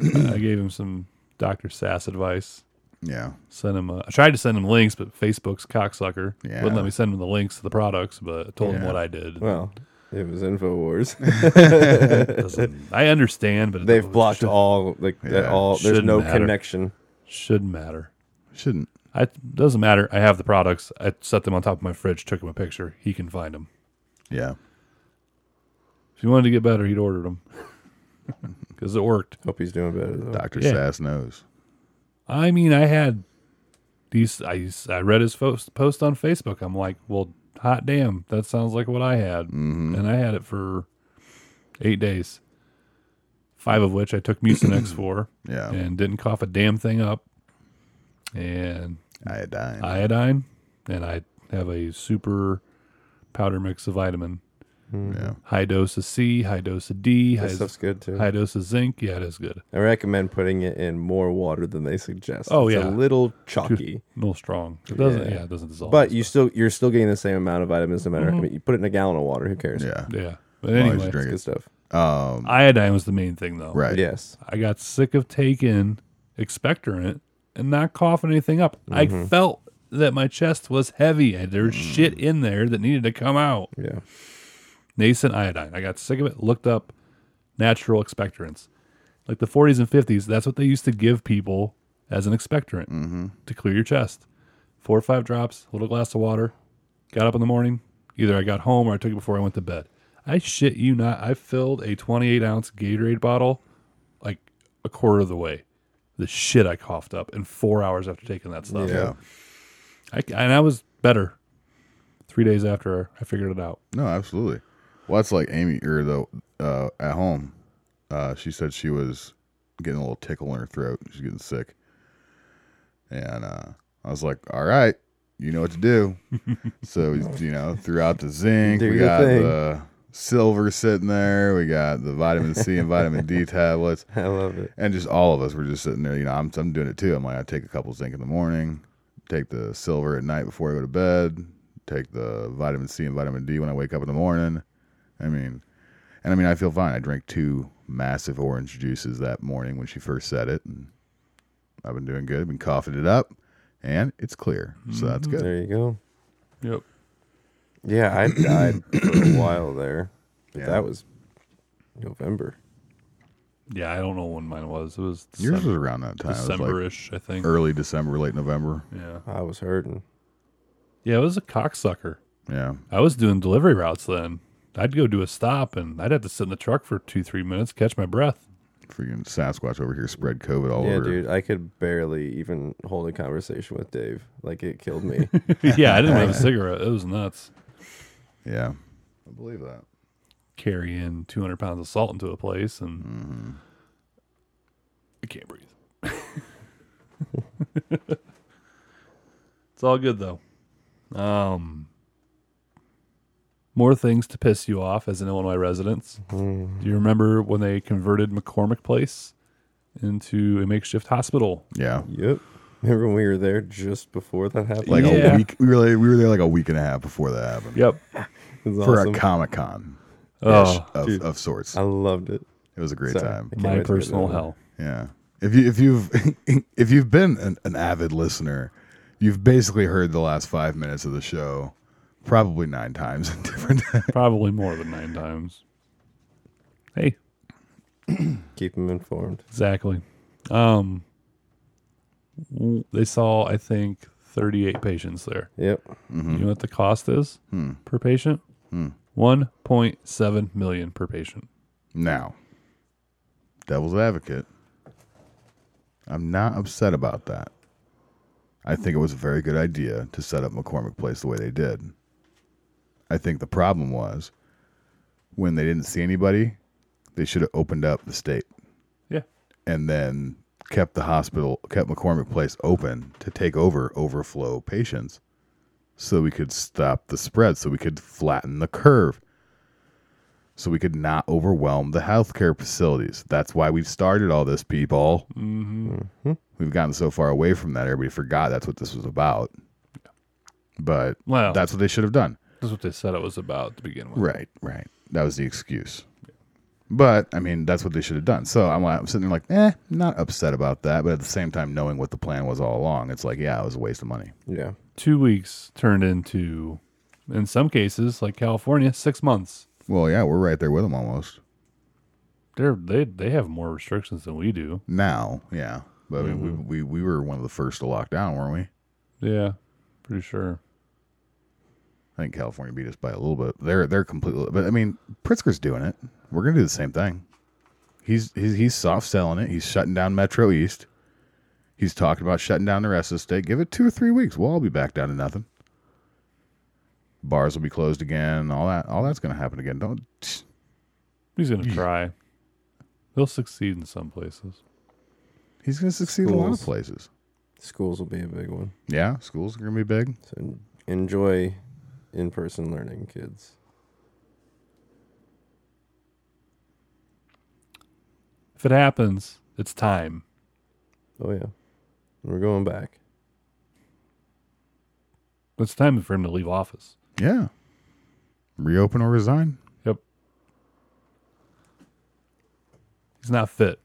Speaker 2: I gave him some Dr. Sass advice.
Speaker 3: Yeah.
Speaker 2: Sent him. uh, I tried to send him links, but Facebook's cocksucker
Speaker 3: Yeah.
Speaker 2: wouldn't let me send him the links to the products. But I told him what I did.
Speaker 4: Well, it was Infowars. [laughs]
Speaker 2: It doesn't- I understand, but it
Speaker 4: They've
Speaker 2: doesn't-
Speaker 4: blocked
Speaker 2: should-
Speaker 4: all like that
Speaker 3: Yeah.
Speaker 4: all. There's
Speaker 2: Shouldn't
Speaker 4: no
Speaker 2: matter.
Speaker 4: connection.
Speaker 2: Shouldn't matter.
Speaker 3: Shouldn't.
Speaker 2: I doesn't matter. I have the products. I set them on top of my fridge. Took him a picture. He can find them.
Speaker 3: Yeah.
Speaker 2: If he wanted to get better, he'd ordered [laughs] them because it worked.
Speaker 4: Hope he's doing better though.
Speaker 3: Dr.
Speaker 2: Yeah.
Speaker 3: Sass knows.
Speaker 2: I mean, I had these. I s- I read his fo- post on Facebook. I'm like, well, hot damn, that sounds like what I had, and I had it for eight days, five of which I took Mucinex [coughs] for,
Speaker 3: Yeah.
Speaker 2: and didn't cough a damn thing up, and
Speaker 3: Iodine.
Speaker 2: iodine, and I have a super powder mix of vitamin.
Speaker 3: Yeah.
Speaker 2: High dose of C, high dose of D, high,
Speaker 4: Hmm. That stuff's good too.
Speaker 2: high dose of zinc. Yeah, it is good.
Speaker 4: I recommend putting it in more water than they suggest.
Speaker 2: Oh,
Speaker 4: It's
Speaker 2: yeah.
Speaker 4: a little chalky,
Speaker 2: A little strong. It doesn't. Yeah,
Speaker 4: Yeah.
Speaker 2: it doesn't dissolve.
Speaker 4: but you still you're still getting the same amount of vitamins no matter. I mean, you put it in a gallon of water. Who cares?
Speaker 3: Yeah.
Speaker 2: yeah. But
Speaker 3: As long as
Speaker 2: anyway,
Speaker 3: you drink
Speaker 4: It's good
Speaker 3: it.
Speaker 4: stuff.
Speaker 3: Um
Speaker 2: iodine was the main thing though.
Speaker 3: right.
Speaker 4: Yes,
Speaker 2: I got sick of taking expectorant and not coughing anything up.
Speaker 4: Mm-hmm.
Speaker 2: I felt that my chest was heavy and there was
Speaker 4: Mm.
Speaker 2: shit in there that needed to come out.
Speaker 4: yeah. [laughs]
Speaker 2: Nascent iodine. I got sick of it. Looked up natural expectorants. Like the 40s and 50s, that's what they used to give people as an expectorant to clear your chest. Four or five drops, a little glass of water. Got up in the morning. Either I got home or I took it before I went to bed. I shit you not. I filled a 28 ounce Gatorade bottle like a quarter of the way. The shit I coughed up in four hours after taking that stuff.
Speaker 3: Yeah.
Speaker 2: I, and I was better three days after I figured it out.
Speaker 3: No, absolutely. Well, that's like Amy or the uh, at home. Uh, she said she was getting a little tickle in her throat. She's getting sick, and uh, I was like, "All right, you know what
Speaker 4: [laughs]
Speaker 3: to do." so you know, throughout the zinc,
Speaker 4: Do
Speaker 3: we
Speaker 4: your
Speaker 3: got
Speaker 4: thing.
Speaker 3: the silver sitting there. We got the vitamin C and
Speaker 4: [laughs]
Speaker 3: vitamin D tablets,
Speaker 4: I love it.
Speaker 3: and just all of us were just sitting there. You know, I'm I'm doing it too. I'm like, I take a couple zinc in the morning, take the silver at night before I go to bed, take the vitamin C and vitamin D when I wake up in the morning. I mean, and I mean, I feel fine. I drank two massive orange juices that morning when she first said it, and I've been doing good. I've been coughing it up, and it's clear, so that's good.
Speaker 4: There you go.
Speaker 2: Yep.
Speaker 4: Yeah, I died for a while there, but
Speaker 3: Yeah.
Speaker 4: that was November.
Speaker 2: Yeah, I don't know when mine was. It was
Speaker 3: Yours was
Speaker 2: Decem-
Speaker 3: around that time. It was like
Speaker 2: December-ish, I think.
Speaker 3: early December, late November.
Speaker 2: Yeah.
Speaker 4: I was hurting.
Speaker 2: Yeah, it was a cocksucker.
Speaker 3: Yeah,
Speaker 2: I was doing delivery routes then. I'd go do a stop and I'd have to sit in the truck for two, three minutes, catch my breath. [laughs]
Speaker 3: freaking Sasquatch over here spread COVID all
Speaker 4: yeah,
Speaker 3: over.
Speaker 4: dude, I could barely even hold a conversation with Dave. Like it killed me.
Speaker 2: yeah, I didn't
Speaker 3: [laughs]
Speaker 2: have a cigarette. It was nuts.
Speaker 3: Yeah, I believe that.
Speaker 2: Carry in 200 pounds of salt into a place and I can't breathe. it's all good though. Um, more things to piss you off as an Illinois residence. Do you remember when they converted McCormick Place into a makeshift hospital?
Speaker 3: Yeah.
Speaker 4: yep. Remember when we were there just before that happened?
Speaker 3: Like
Speaker 2: Yeah.
Speaker 3: a week, we were like, we were there like a week and a half before that happened
Speaker 2: Yep.
Speaker 4: it was
Speaker 3: for
Speaker 4: awesome.
Speaker 3: a Comic Con
Speaker 2: Oh,
Speaker 3: of,
Speaker 4: dude.
Speaker 3: of sorts.
Speaker 4: I loved it.
Speaker 3: It was a great
Speaker 4: Sorry.
Speaker 3: time.
Speaker 4: Can't wait
Speaker 2: my
Speaker 4: to get
Speaker 2: personal
Speaker 4: there.
Speaker 2: hell.
Speaker 3: Yeah. If you if you've [laughs] if you've been an, an avid listener, you've basically heard the last five minutes of the show probably nine times [laughs] in different.
Speaker 2: Probably more than nine times. Hey,
Speaker 4: Keep him informed.
Speaker 2: exactly. Um, w- they saw, I think, 38 patients there.
Speaker 4: Yep.
Speaker 2: You know what the cost is per patient? 1.7 million per patient.
Speaker 3: now, devil's advocate. I'm not upset about that. I think it was a very good idea to set up McCormick Place the way they did. I think the problem was when they didn't see anybody, they should have opened up the state.
Speaker 2: Yeah.
Speaker 3: and then kept the hospital, kept McCormick Place open to take over overflow patients so we could stop the spread, so we could flatten the curve, so we could not overwhelm the healthcare facilities. That's why we've started all this, people. Mm-hmm. We've gotten so far away from that, everybody forgot that's what this was about. But
Speaker 2: Well-
Speaker 3: that's what they should have done.
Speaker 2: That's what they said it was about to begin with.
Speaker 3: Right, right. That was the excuse. But I mean, that's what they should have done. So I'm, like- I'm sitting there like, eh, not upset about that. But at the same time, knowing what the plan was all along, it's like, yeah, it was a waste of money.
Speaker 4: Yeah.
Speaker 2: Two weeks turned into, in some cases, like California, six months.
Speaker 3: Well, yeah, we're right there with them almost
Speaker 2: They're, they they have more restrictions than we do.
Speaker 3: now. Yeah, but I mean, we, we we were one of the first to lock down, weren't we?
Speaker 2: Yeah, pretty sure.
Speaker 3: I think California beat us by a little bit. They're they're completely. But I mean, Pritzker's doing it. We're gonna do the same thing. He's he's, he's soft selling it. He's shutting down Metro East. He's talking about shutting down the rest of the state. Give it two or three weeks. We'll all be back down to nothing. Bars will be closed again. All that all that's gonna happen again. Don't.
Speaker 2: He's gonna try. He'll succeed in some places.
Speaker 3: He's gonna succeed in a lot of
Speaker 4: Schools.
Speaker 3: places.
Speaker 4: Schools will be a big one.
Speaker 3: Yeah, schools are gonna be big.
Speaker 4: So en- enjoy in person learning, kids.
Speaker 2: If it happens, it's time.
Speaker 4: Oh yeah. We're going back.
Speaker 2: It's time for him to leave office.
Speaker 3: Yeah. Reopen or resign.
Speaker 2: Yep. He's not fit.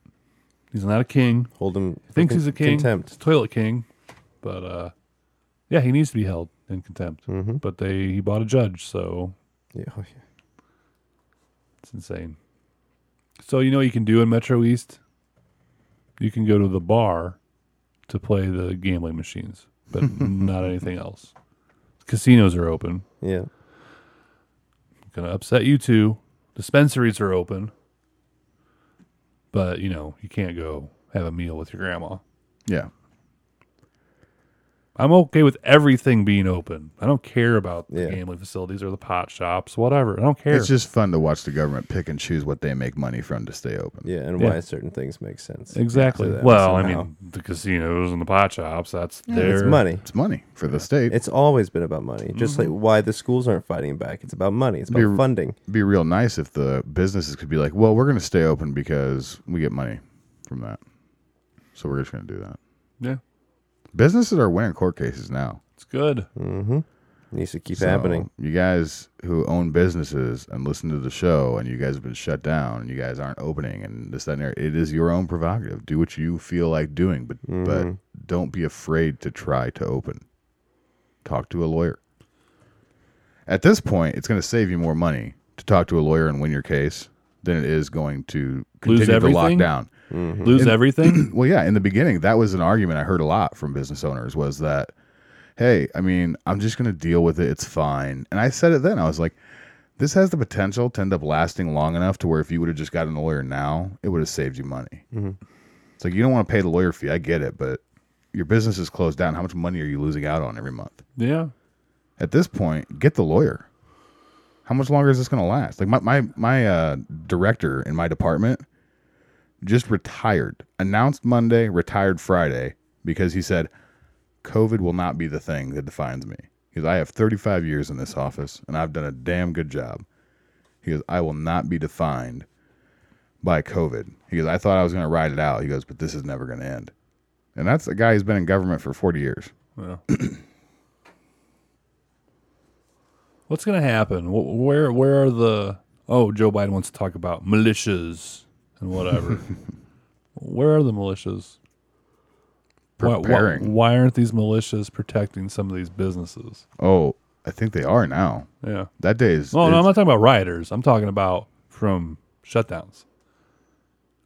Speaker 2: He's not a king.
Speaker 4: Hold him.
Speaker 2: Thinks he's a king. He's
Speaker 4: Contempt.
Speaker 2: a toilet king. But uh yeah, he needs to be held in contempt. But they he bought a judge, so
Speaker 4: Yeah. Oh, yeah.
Speaker 2: it's insane. So you know what you can do in Metro East? You can go to the bar to play the gambling machines, but not anything else. Casinos are open.
Speaker 4: Yeah.
Speaker 2: gonna upset you too. Dispensaries are open, but you know you can't go have a meal with your grandma.
Speaker 3: Yeah.
Speaker 2: I'm okay with everything being open. I don't care about the
Speaker 4: Yeah.
Speaker 2: gambling facilities or the pot shops, whatever. I don't care.
Speaker 3: It's just fun to watch the government pick and choose what they make money from to stay open.
Speaker 4: Yeah, and
Speaker 2: Yeah.
Speaker 4: why certain things make sense.
Speaker 2: exactly.
Speaker 4: So that-
Speaker 2: well, I
Speaker 4: somehow.
Speaker 2: mean, the casinos and the pot shops. That's their
Speaker 4: It's money.
Speaker 3: It's money for the state.
Speaker 4: It's always been about money. Just
Speaker 2: Mm-hmm.
Speaker 4: like why the schools aren't fighting back. It's about money. It's about
Speaker 3: You're-
Speaker 4: funding.
Speaker 3: It'd be real nice if the businesses could be like, well, we're going to stay open because we get money from that. So we're just going to do that.
Speaker 2: Yeah,
Speaker 3: Businesses are winning court cases now.
Speaker 2: it's good.
Speaker 4: It needs to keep
Speaker 3: So,
Speaker 4: happening.
Speaker 3: You guys who own businesses and listen to the show, and you guys have been shut down, and you guys aren't opening, and this, that, and the other, it is your own prerogative. Do what you feel like doing, but but don't be afraid to try to open. Talk to a lawyer. At this point, it's going to save you more money to talk to a lawyer and win your case than it is going to
Speaker 2: Lose
Speaker 3: continue to lock
Speaker 2: everything?
Speaker 3: down.
Speaker 4: Mm-hmm.
Speaker 2: Lose everything.
Speaker 3: [clears throat] Well, yeah, in the beginning, that was an argument I heard a lot from business owners was that, hey, I mean, I'm just going to deal with it. It's fine. And I said it then. I was like, this has the potential to end up lasting long enough to where if you would have just gotten a lawyer now, it would have saved you money. It's like, you don't want to pay the lawyer fee. I get it, but your business is closed down. How much money are you losing out on every month?
Speaker 2: yeah,
Speaker 3: At this point, get the lawyer. How much longer is this going to last? Like my my my uh, director in my department just retired, announced Monday, retired Friday because he said COVID will not be the thing that defines me. Because I have 35 years in this office and I've done a damn good job. He goes, I will not be defined by COVID. He goes, I thought I was going to ride it out. He goes, but this is never going to end. And that's a guy who's been in government for 40 years.
Speaker 2: Well, what's going to happen? Wh- Where where are the oh Joe Biden wants to talk about militias and
Speaker 3: [laughs]
Speaker 2: whatever. where are the militias? Why, why,
Speaker 3: Preparing.
Speaker 2: why aren't these militias protecting some of these businesses?
Speaker 3: Oh, I think they are now.
Speaker 2: Yeah.
Speaker 3: That day is.
Speaker 2: Well, no, I'm
Speaker 3: it's-
Speaker 2: not talking about rioters. I'm talking about from shutdowns.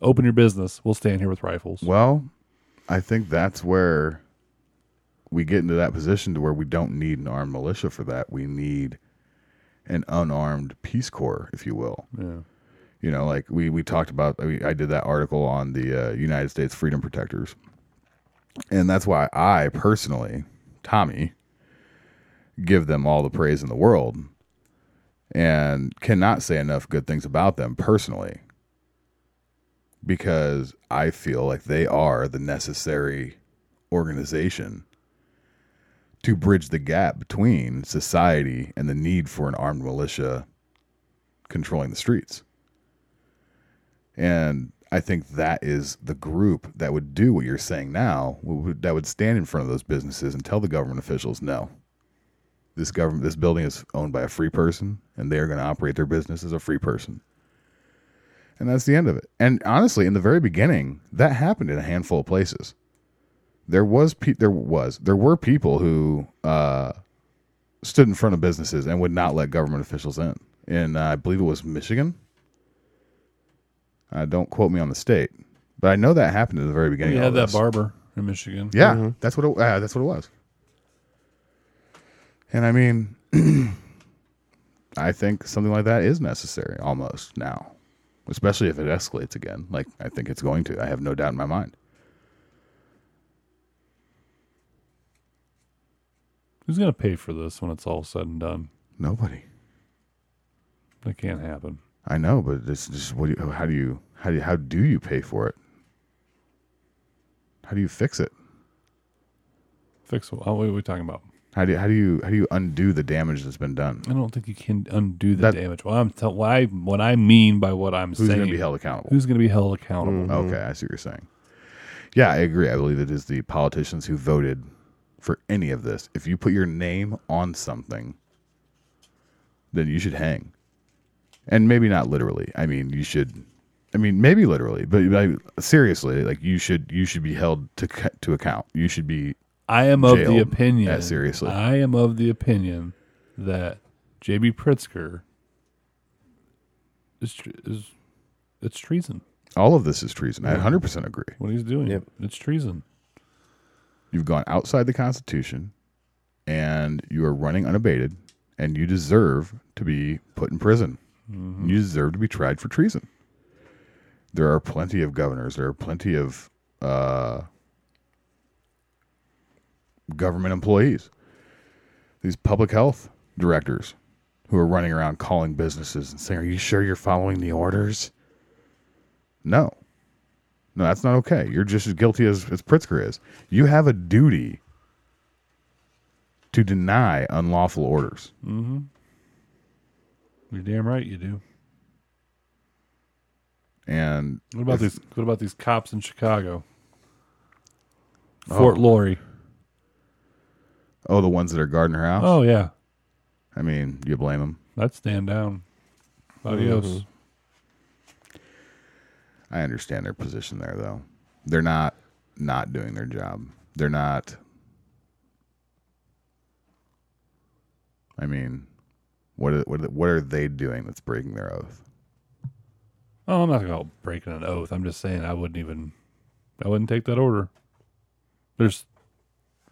Speaker 2: Open your business. We'll stand here with rifles.
Speaker 3: well, I think that's where we get into that position to where we don't need an armed militia for that. We need an unarmed Peace Corps, if you will.
Speaker 2: Yeah.
Speaker 3: You know, like we we talked about. I, mean, I did that article on the uh, United States Freedom Protectors, and that's why I personally, Tommy, give them all the praise in the world, and cannot say enough good things about them personally. Because I feel like they are the necessary organization to bridge the gap between society and the need for an armed militia controlling the streets. And I think that is the group that would do what you're saying now, would- that would stand in front of those businesses and tell the government officials, no, this government, this building is owned by a free person, and they are going to operate their business as a free person. And that's the end of it. And honestly, in the very beginning, that happened in a handful of places. There was pe- there was there were people who uh, stood in front of businesses and would not let government officials in. In uh, I believe it was Michigan. Uh, don't quote me on the state, but I know that happened in the very beginning.
Speaker 2: We
Speaker 3: of
Speaker 2: had
Speaker 3: all
Speaker 2: that
Speaker 3: this.
Speaker 2: barber in Michigan.
Speaker 3: Yeah, that's what it, uh, that's what it was. And I mean, [clears throat] I think something like that is necessary almost now, especially if it escalates again. Like I think it's going to. I have no doubt in my mind.
Speaker 2: Who's going to pay for this when it's all said and done?
Speaker 3: Nobody.
Speaker 2: That can't happen.
Speaker 3: I know, but it's just what? Do you, how do you how do you, how do you pay for it? How do you fix it?
Speaker 2: Fix what? What are we talking about?
Speaker 3: How do you, how do you how do you undo the damage that's been done?
Speaker 2: I don't think you can undo the
Speaker 3: That-
Speaker 2: damage. Well, I'm tell what I what I mean by what I'm
Speaker 3: Who's
Speaker 2: saying.
Speaker 3: going to be held Hmm. accountable?
Speaker 2: Who's going to be held accountable?
Speaker 3: Okay, I see what you're saying. Yeah, I agree. I believe it is the politicians who voted for any of this. If you put your name on something, then you should hang. And maybe not literally. I mean, you should. I mean, maybe literally, but like, seriously, like you should you should be held to c- to account. You should be
Speaker 2: I am of the
Speaker 3: Jailed.
Speaker 2: opinion.
Speaker 3: Yeah, seriously.
Speaker 2: I am of the opinion that JB Pritzker is, tr- is it's treason.
Speaker 3: all of this is treason. I 100% agree.
Speaker 2: What he's doing,
Speaker 4: Yep.
Speaker 2: it's treason.
Speaker 3: You've gone outside the Constitution, and you are running unabated, and you deserve to be put in prison. You deserve to be tried for treason. There are plenty of governors. There are plenty of uh, government employees, these public health directors who are running around calling businesses and saying, Are you sure you're following the orders? No. No, that's not okay. You're just as guilty as, as Pritzker is. You have a duty to deny unlawful orders.
Speaker 2: You're damn right you do.
Speaker 3: And
Speaker 2: What about these? What about these cops in Chicago? Fort Lorry.
Speaker 3: oh, the ones that are guarding her house.
Speaker 2: Oh yeah,
Speaker 3: I mean, you blame them.
Speaker 2: that's stand down. Adios.
Speaker 3: Mm-hmm. I understand their position there, though. They're not not doing their job. They're not. I mean, what are, what are, what are they doing that's breaking their oath?
Speaker 2: Oh, I'm not gonna break an oath. I'm just saying I wouldn't even. I wouldn't take that order. There's,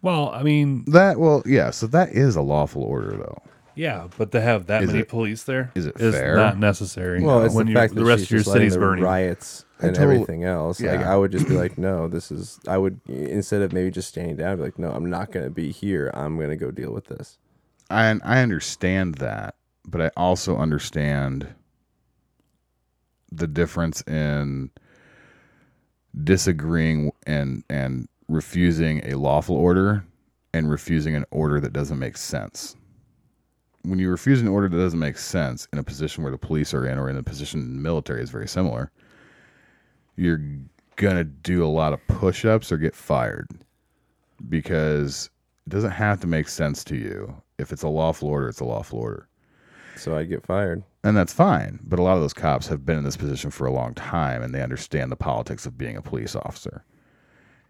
Speaker 2: well, I mean,
Speaker 3: That well, yeah. So that is a lawful order, though.
Speaker 2: yeah, but to have that
Speaker 3: Is
Speaker 2: many
Speaker 3: it-
Speaker 2: police there
Speaker 3: is it
Speaker 2: is
Speaker 3: fair?
Speaker 2: not necessary.
Speaker 4: Well, it's
Speaker 2: when
Speaker 4: the
Speaker 2: you-
Speaker 4: fact that
Speaker 2: the rest
Speaker 4: she's
Speaker 2: of your
Speaker 4: just letting
Speaker 2: city's
Speaker 4: the
Speaker 2: burning.
Speaker 4: riots and
Speaker 3: total-
Speaker 4: everything else. Like
Speaker 3: Yeah.
Speaker 4: I would just be
Speaker 2: [clears throat]
Speaker 4: like, no, this is. I would instead of maybe just standing down, I'd be like, no, I'm not going to be here. I'm going to go deal with this.
Speaker 3: I I understand that, but I also understand the difference in disagreeing and and refusing a lawful order and refusing an order that doesn't make sense. When you refuse an order that doesn't make sense in a position where the police are in or in a position the military is very similar, you're gonna do a lot of push-ups or get fired because it doesn't have to make sense to you. If it's a lawful order, it's a lawful order.
Speaker 4: So I get fired.
Speaker 3: And that's fine. But a lot of those cops have been in this position for a long time and they understand the politics of being a police officer.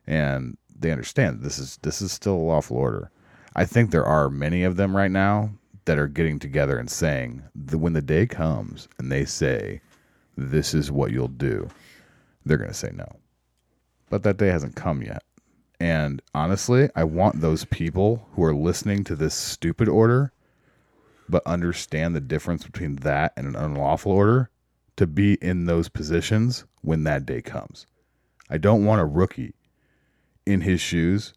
Speaker 3: And they understand this is this is still a lawful order. I think there are many of them right now that are getting together and saying that when the day comes and they say this is what you'll do, they're going to say no. But that day hasn't come yet. And honestly, I want those people who are listening to this stupid order, but understand the difference between that and an unlawful order, to be in those positions when that day comes. I don't want a rookie in his shoes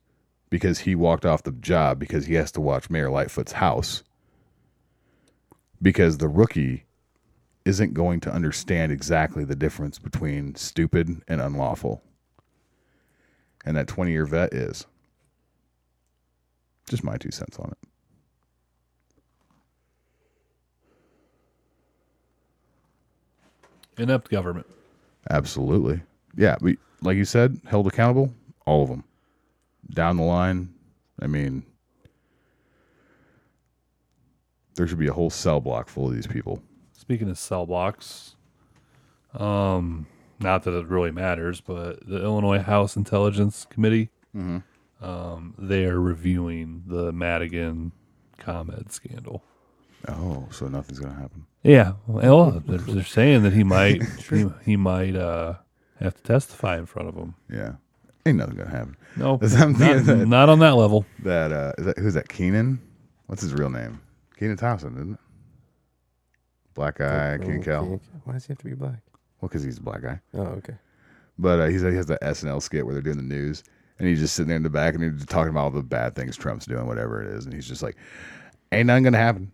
Speaker 3: because he walked off the job because he has to watch Mayor Lightfoot's house. Because the rookie isn't going to understand exactly the difference between stupid and unlawful and that 20 year vet is. Just my two cents on it.
Speaker 2: Inept government.
Speaker 3: Absolutely. Yeah. We, like you said, held accountable, all of them. Down the line, I mean, there should be a whole cell block full of these people.
Speaker 2: Speaking of cell blocks, um, not that it really matters, but the Illinois House Intelligence Committee,
Speaker 3: Mm-hmm.
Speaker 2: um, they are reviewing the Madigan Comed scandal.
Speaker 3: Oh, so nothing's going to happen.
Speaker 2: Yeah, well, oh, they're, they're saying that he might he, he might uh, have to testify in front of them.
Speaker 3: Yeah. Ain't nothing going to happen.
Speaker 2: No,
Speaker 3: That's what I'm
Speaker 2: not,
Speaker 3: thinking.
Speaker 2: not on that level.
Speaker 3: That, uh, is that, who's that? Keenan? What's his real name? Keenan Thompson, isn't it? Black guy, Keenan
Speaker 4: Oh,
Speaker 3: Cal. Well,
Speaker 4: Keenan Kel. Why does he have to be black?
Speaker 3: because he's a black guy.
Speaker 4: Oh, okay.
Speaker 3: But uh, he's, he has that SNL skit where they're doing the news, and he's just sitting there in the back, and he's just talking about all the bad things Trump's doing, whatever it is, and he's just like, "Ain't nothing gonna happen.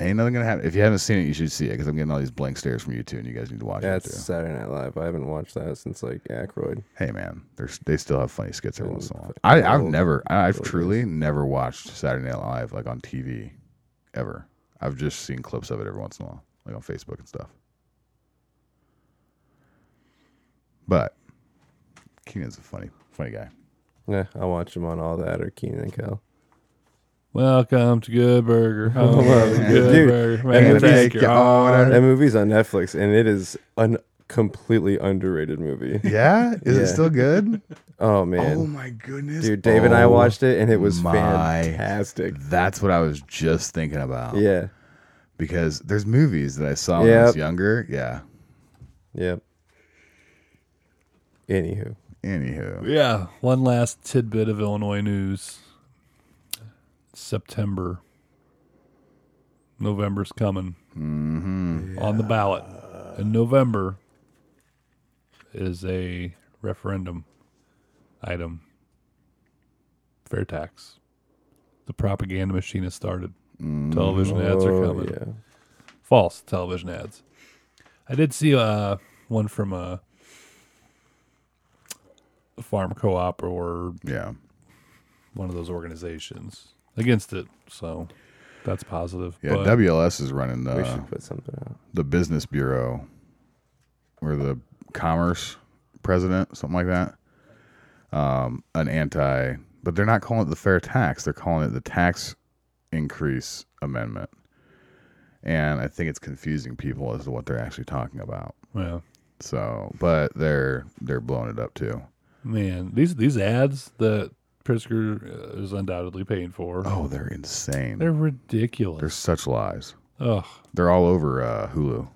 Speaker 3: Ain't nothing gonna happen. If you haven't seen it, you should see it because I'm getting all these blank stares from you two, and you guys need to watch
Speaker 4: That's
Speaker 3: it too.
Speaker 4: Saturday Night Live. I haven't watched that since like Aykroyd.
Speaker 3: Hey man, they they still have funny skits every once in a while. I, I've never, I, I've truly never watched Saturday Night Live like on TV, ever. I've just seen clips of it every once in a while, like on Facebook and stuff. But Keenan's a funny, funny guy.
Speaker 4: Yeah, I watch him on all that or Keenan and Kel.
Speaker 2: Welcome to Good Burger. Home of the Good
Speaker 4: Dude,
Speaker 2: Burger.
Speaker 4: I'm
Speaker 2: Man,
Speaker 4: gonna
Speaker 2: thank
Speaker 3: take
Speaker 2: you. Oh,
Speaker 3: you on
Speaker 2: all.
Speaker 3: a-
Speaker 4: That movie's on Netflix and it is an completely underrated movie.
Speaker 3: Yeah, is
Speaker 4: Yeah.
Speaker 3: it still good?
Speaker 4: Oh [laughs] man.
Speaker 3: oh my goodness,
Speaker 4: Dude, Dave and I
Speaker 3: Oh,
Speaker 4: watched it and it was
Speaker 3: my-
Speaker 4: fantastic.
Speaker 3: That's what I was just thinking about.
Speaker 4: Yeah.
Speaker 3: because there's movies that I saw when I was
Speaker 4: Yep.
Speaker 3: younger. Yeah.
Speaker 4: Yep. Anywho.
Speaker 3: Anywho,
Speaker 2: Yeah, one last tidbit of Illinois news. September. November's coming on the ballot. In November is a referendum item welfare tax. The propaganda machine has started. Television ads are coming.
Speaker 4: Oh, yeah.
Speaker 2: False television ads. I did see uh, one from a, a farm co-op or
Speaker 3: Yeah.
Speaker 2: one of those organizations against it. So that's positive.
Speaker 3: Yeah.
Speaker 2: but
Speaker 3: WLS is running
Speaker 4: We
Speaker 3: the,
Speaker 4: should put something out.
Speaker 3: the Business Bureau or the Commerce President, something like that. Um, an anti, but they're not calling it the fair tax. They're calling it the tax increase amendment. And I think it's confusing people as to what they're actually talking about.
Speaker 2: yeah.
Speaker 3: So, but they're they're blowing it up too.
Speaker 2: man, these these ads that Pritzker uh, is undoubtedly paying for,
Speaker 3: Oh, they're insane.
Speaker 2: they're
Speaker 3: They're,
Speaker 2: ridiculous.
Speaker 3: such lies.
Speaker 2: Ugh,
Speaker 3: They're all over uh, Hulu.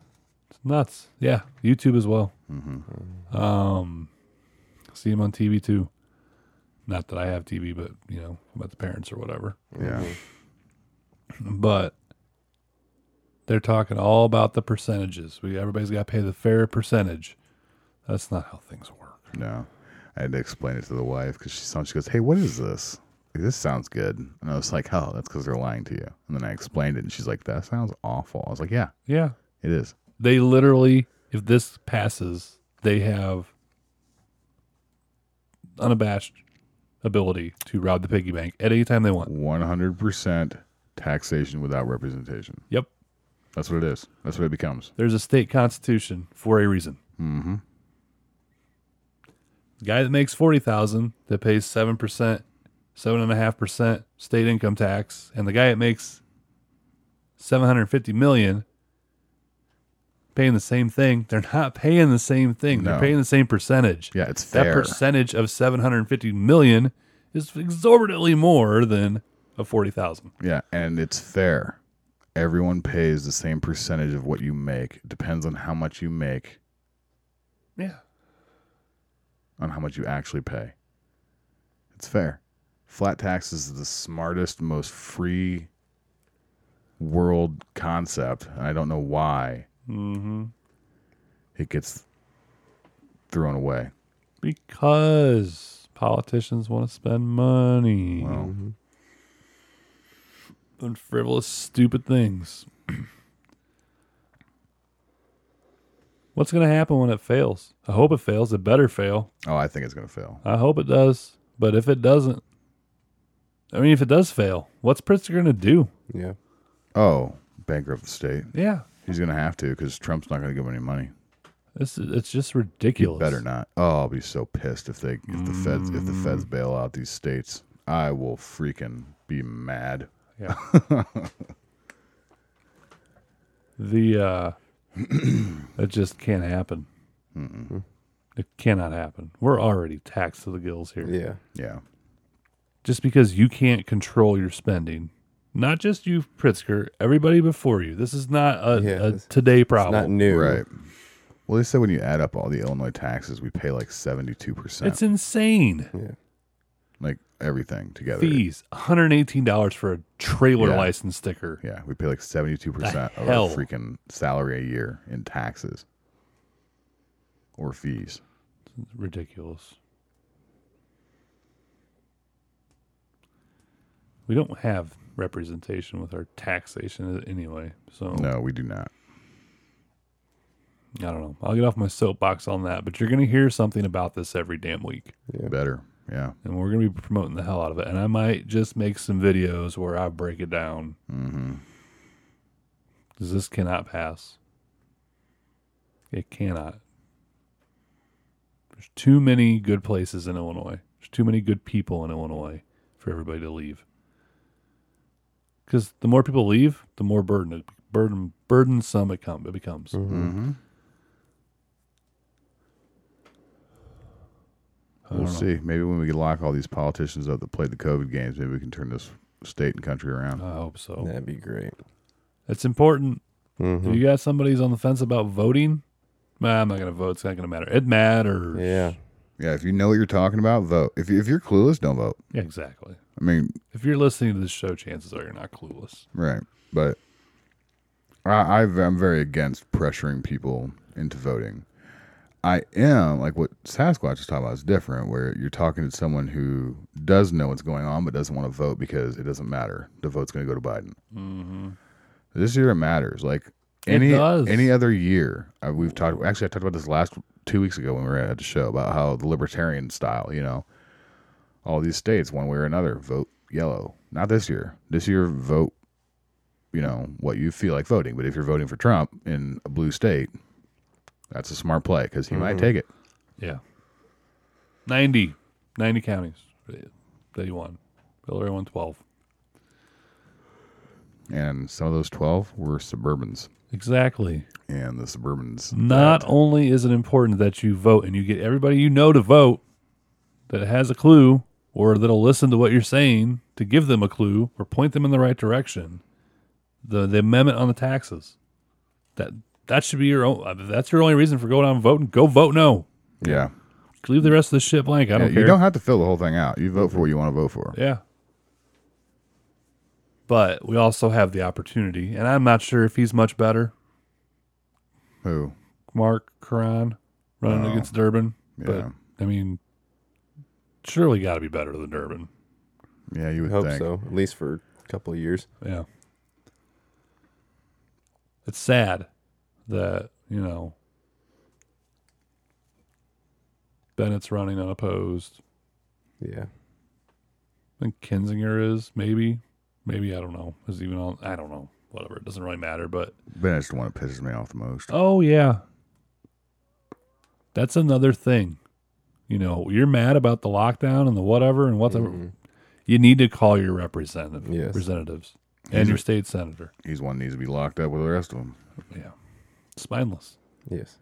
Speaker 2: it's nuts. Yeah, YouTube as well.
Speaker 3: Mm-hmm.
Speaker 2: Um, see them on TV too. Not that I have TV, but you know, about the parents or whatever.
Speaker 3: Yeah.
Speaker 2: But they're talking all about the percentages. We everybody's got to pay the fair percentage. That's not how things work.
Speaker 3: No, I had to explain it to the wife because she saw. She goes, "Hey, what is this? Like, this sounds good." And I was like, "Oh, that's because they're lying to you." And then I explained it, and she's like, "That sounds awful." I was like, "Yeah,
Speaker 2: Yeah,
Speaker 3: it is."
Speaker 2: they literally, if this passes, they have unabashed ability to rob the piggy bank at any time they want.
Speaker 3: One hundred percent taxation without representation.
Speaker 2: Yep.
Speaker 3: That's what it is. That's what it becomes.
Speaker 2: There's a state constitution for a reason.
Speaker 3: Mm-hmm.
Speaker 2: The guy that makes forty thousand that pays seven percent, seven and a half percent state income tax, and the guy that makes seven hundred fifty million paying the same thing. They're not paying the same thing.
Speaker 3: No.
Speaker 2: They're paying the same percentage.
Speaker 3: Yeah, it's fair.
Speaker 2: that percentage of 750 million is exorbitantly more than a 40,000.
Speaker 3: Yeah, and it's fair. Everyone pays the same percentage of what you make. It depends on how much you make,
Speaker 2: Yeah.
Speaker 3: on how much you actually pay. It's fair. Flat tax is the smartest, most free world concept. And I don't know why
Speaker 2: Mm-hmm.
Speaker 3: it gets thrown away.
Speaker 2: Because politicians want to spend money Mm-hmm.
Speaker 3: Well,
Speaker 2: on frivolous, stupid things. [clears throat] What's going to happen when it fails? I hope it fails. It better fail.
Speaker 3: oh, I think it's going to fail.
Speaker 2: I hope it does. But if it doesn't, I mean, if it does fail, what's Pritzker going to do?
Speaker 4: Yeah.
Speaker 3: Oh, bankrupt the state.
Speaker 2: Yeah.
Speaker 3: He's going to have to because Trump's not going to give him any money.
Speaker 2: It's, it's just
Speaker 3: He
Speaker 2: ridiculous.
Speaker 3: better not. Oh, I'll be so pissed if they if the feds if the feds bail out these states. I will freaking be mad.
Speaker 2: Yeah. the uh [clears throat] that just can't happen. It cannot happen. We're already taxed to the gills here.
Speaker 4: Yeah.
Speaker 3: Yeah.
Speaker 2: Just because you can't control your spending, not just you, Pritzker, everybody before you. This is not a,
Speaker 4: Yeah,
Speaker 2: a
Speaker 4: this-
Speaker 2: today
Speaker 4: It's not
Speaker 2: problem.
Speaker 4: new.
Speaker 3: Oh, Right. Well, they said when you add up all the Illinois taxes, we pay like seventy two
Speaker 2: It's
Speaker 3: percent,
Speaker 2: insane.
Speaker 3: like everything together.
Speaker 2: Fees, one hundred eighteen dollars for a trailer
Speaker 3: Yeah.
Speaker 2: license sticker.
Speaker 3: Yeah, we pay like seventy two percent
Speaker 2: The
Speaker 3: of
Speaker 2: hell?
Speaker 3: our freaking salary a year in taxes or fees.
Speaker 2: ridiculous. We don't have representation with our taxation anyway, so
Speaker 3: No, we do not.
Speaker 2: I don't know. I'll get off my soapbox on that, but you're going to hear something about this every damn week,
Speaker 3: Better. Yeah.
Speaker 2: and we're going to be promoting the hell out of it. And I might just make some videos where I break it down
Speaker 3: Mm-hmm.
Speaker 2: 'cause this cannot pass. It cannot. There's too many good places in Illinois. There's too many good people in Illinois for everybody to leave. Because the more people leave, the more burden it burden burdensome it come it becomes.
Speaker 3: Mm-hmm.
Speaker 2: I don't
Speaker 3: We'll
Speaker 2: know.
Speaker 3: see. Maybe when we can lock all these politicians up that played the COVID games, maybe we can turn this state and country around.
Speaker 2: I hope so.
Speaker 4: That'd be great.
Speaker 2: It's important.
Speaker 4: Mhm.
Speaker 2: If you got somebody who's on the fence about voting, nah, I'm not gonna vote. It's not gonna matter. It matters.
Speaker 4: Yeah.
Speaker 3: Yeah, if you know what you're talking about, vote. If you, if you're clueless, don't vote.
Speaker 2: Yeah, exactly.
Speaker 3: I mean,
Speaker 2: If you're listening to this show, chances are you're not clueless.
Speaker 3: right? But I, I I'm very against pressuring people into voting. I am like what Sasquatch is talking about is different, where you're talking to someone who does know what's going on but doesn't want to vote because it doesn't matter. The vote's going to go to Biden. This year it matters. Like
Speaker 2: Mm-hmm. It
Speaker 3: any
Speaker 2: does.
Speaker 3: any other year, I, we've talked. Actually, I talked about this last two weeks ago when we were at the show about how the libertarian style. You know, all these states, one way or another, vote yellow. Not this year. This year, vote. You know what you feel like voting, but if you're voting for Trump in a blue state, that's a smart play because he
Speaker 2: Mm-hmm.
Speaker 3: might take it.
Speaker 2: Yeah. 90. 90 counties that he won. Hillary won 12.
Speaker 3: And some of those 12 were suburbans.
Speaker 2: Exactly.
Speaker 3: And the suburbans.
Speaker 2: Not only is it important that you vote and you get everybody you know to vote that has a clue or that'll listen to what you're saying to give them a clue or point them in the right direction. The the amendment on the taxes. That that should be your own if that's your only reason for going out and voting. Go vote no.
Speaker 3: Yeah.
Speaker 2: Leave the rest of the shit blank. I don't
Speaker 3: Yeah,
Speaker 2: care.
Speaker 3: you don't have to fill the whole thing out. You vote for what you want to vote for.
Speaker 2: Yeah. But we also have the opportunity, and I'm not sure if he's much better.
Speaker 3: Who?
Speaker 2: Mark Caron running against Durbin.
Speaker 3: Yeah.
Speaker 2: But I mean surely gotta be better than Durbin.
Speaker 3: Yeah, you would
Speaker 4: hope
Speaker 3: think.
Speaker 4: so, at least for a couple of years.
Speaker 2: Yeah. It's sad that, you know, Bennett's running unopposed.
Speaker 4: Yeah.
Speaker 2: I think Kinzinger is, maybe. Maybe I don't know. Is even on I don't know. Whatever. It doesn't really matter, but
Speaker 3: Bennett's the one that pisses me off the most.
Speaker 2: Oh yeah. That's another thing. You know, you're mad about the lockdown and the whatever and whatever. You need to call your representative,
Speaker 4: Yes.
Speaker 2: representatives and your state senator.
Speaker 3: He's one that needs to be locked up with the rest of them.
Speaker 2: Yeah. Spineless.
Speaker 4: Yes.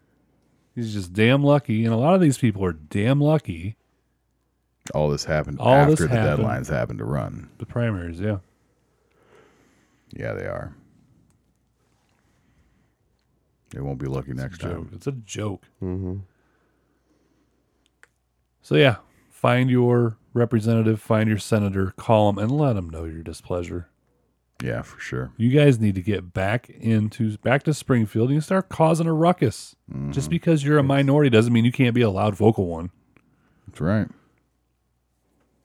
Speaker 2: He's just damn lucky. And a lot of these people are damn lucky.
Speaker 3: All this happened
Speaker 2: All
Speaker 3: after
Speaker 2: this
Speaker 3: the
Speaker 2: happened.
Speaker 3: deadlines happened to run.
Speaker 2: The primaries, yeah.
Speaker 3: Yeah, they are. They won't be lucky next
Speaker 2: Joke.
Speaker 3: time.
Speaker 2: It's a joke. Mm-hmm. So yeah, find your representative, find your senator, call them, and let them know your displeasure.
Speaker 3: Yeah, for sure.
Speaker 2: You guys need to get back into back to Springfield and you start causing a ruckus. Just because you're a minority doesn't mean you can't be a loud vocal one.
Speaker 3: That's right.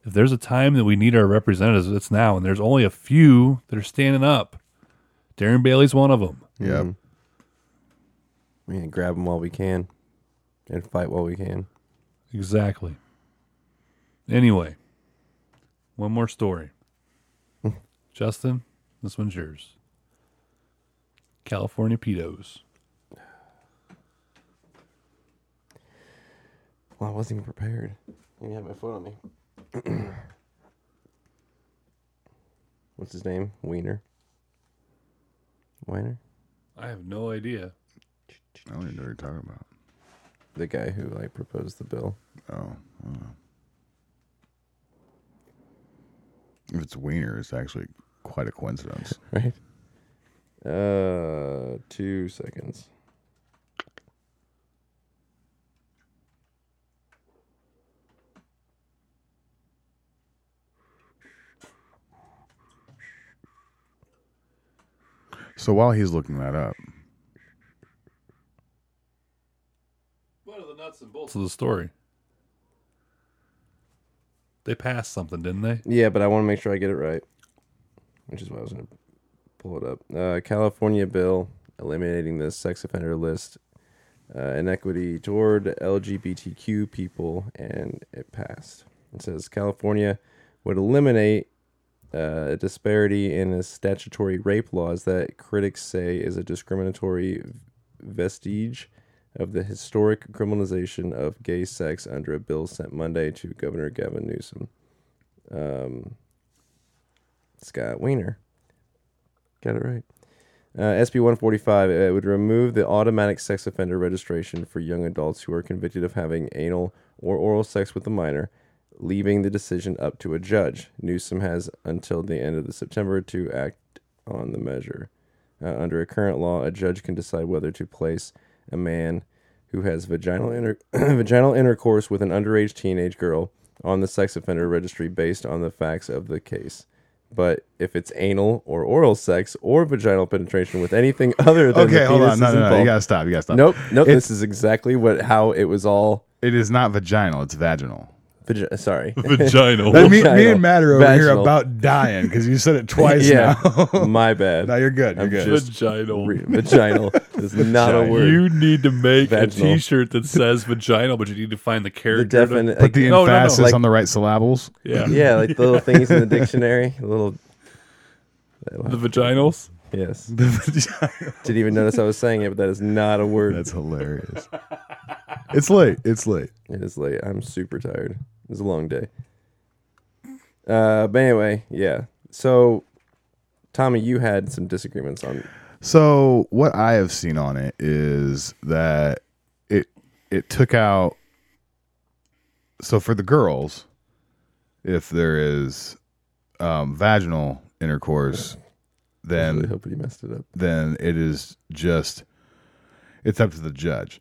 Speaker 2: If there's a time that we need our representatives, it's now, and there's only a few that are standing up. Darren Bailey's one of them.
Speaker 3: Yeah.
Speaker 4: Man, grab them while Mm-hmm. we can and fight while we can.
Speaker 2: Exactly. Anyway, one more story. Justin, this one's yours. California pedos.
Speaker 4: Well, I wasn't even prepared. I didn't have my foot on me. [clears throat] What's his name? Wiener. Weiner?
Speaker 2: I have no idea.
Speaker 3: I don't even know what you're talking about.
Speaker 4: The guy who like proposed the bill. [laughs]
Speaker 3: Oh. I don't know. If it's wiener, it's actually quite a coincidence.
Speaker 4: Right? Uh two seconds.
Speaker 3: So while he's looking that up,
Speaker 2: What are the nuts and bolts of the story? They passed something, didn't they?
Speaker 4: Yeah, but I want to make sure I get it right, which is why I was going to pull it up. Uh, California bill eliminating the sex offender list, uh, inequity toward LGBTQ people, and it passed. It says California would eliminate uh, a disparity in the statutory rape laws that critics say is a discriminatory vestige of the historic criminalization of gay sex under a bill sent Monday to Governor Gavin Newsom. Scott Weiner. Got it right. Uh, SB 145 it would remove the automatic sex offender registration for young adults who are convicted of having anal or oral sex with a minor, leaving the decision up to a judge. Newsom has until the end of the September to act on the measure. Uh, under a current law, a judge can decide whether to place a man who has vaginal inter- [clears throat] vaginal intercourse with an underage teenage girl on the sex offender registry based on the facts of the case. But if it's anal or oral sex or vaginal penetration with anything other than
Speaker 3: Okay,
Speaker 4: the
Speaker 3: hold
Speaker 4: penis
Speaker 3: on. No,
Speaker 4: is
Speaker 3: no, no. You
Speaker 4: involved-
Speaker 3: gotta stop. You gotta stop.
Speaker 4: nope, nope.
Speaker 3: It's-
Speaker 4: this is exactly what how it was all.
Speaker 3: It is not vaginal. It's vaginal.
Speaker 4: Vagi-
Speaker 3: [laughs]
Speaker 4: sorry,
Speaker 2: Vaginal.
Speaker 3: That me, me
Speaker 4: Vaginal.
Speaker 3: and Matt are over here
Speaker 4: Vaginal.
Speaker 3: about dying because you [laughs] said it twice
Speaker 4: yeah,
Speaker 3: now.
Speaker 4: my bad.
Speaker 3: now you're good. You're
Speaker 4: I'm
Speaker 3: good.
Speaker 4: just-
Speaker 2: vaginal.
Speaker 4: Re- vaginal is not a
Speaker 3: Vaginal.
Speaker 4: word.
Speaker 2: You need to make
Speaker 4: Vaginal.
Speaker 2: a T-shirt that says vaginal, but you need to find the
Speaker 4: the
Speaker 2: character. to-
Speaker 4: definite,
Speaker 3: Put the
Speaker 2: No, no, no.
Speaker 3: emphasis
Speaker 4: Like-
Speaker 3: on the right [laughs] syllables.
Speaker 2: [laughs] yeah.
Speaker 4: [laughs] yeah, like the little things in the dictionary. The little
Speaker 2: the vaginals.
Speaker 4: yes.
Speaker 3: The vagina.
Speaker 4: Didn't even notice I was saying it, but that is not a word.
Speaker 3: That's hilarious. it's late. It's late.
Speaker 4: It is late. I'm super tired. It was a long day. Uh, but anyway, yeah. So, Tommy, you had some disagreements on.
Speaker 3: So what I have seen on it is that it it took out so for the girls, if there is um, vaginal intercourse,
Speaker 4: I was
Speaker 3: then
Speaker 4: really hoping you messed it up.
Speaker 3: then it is just it's up to the judge.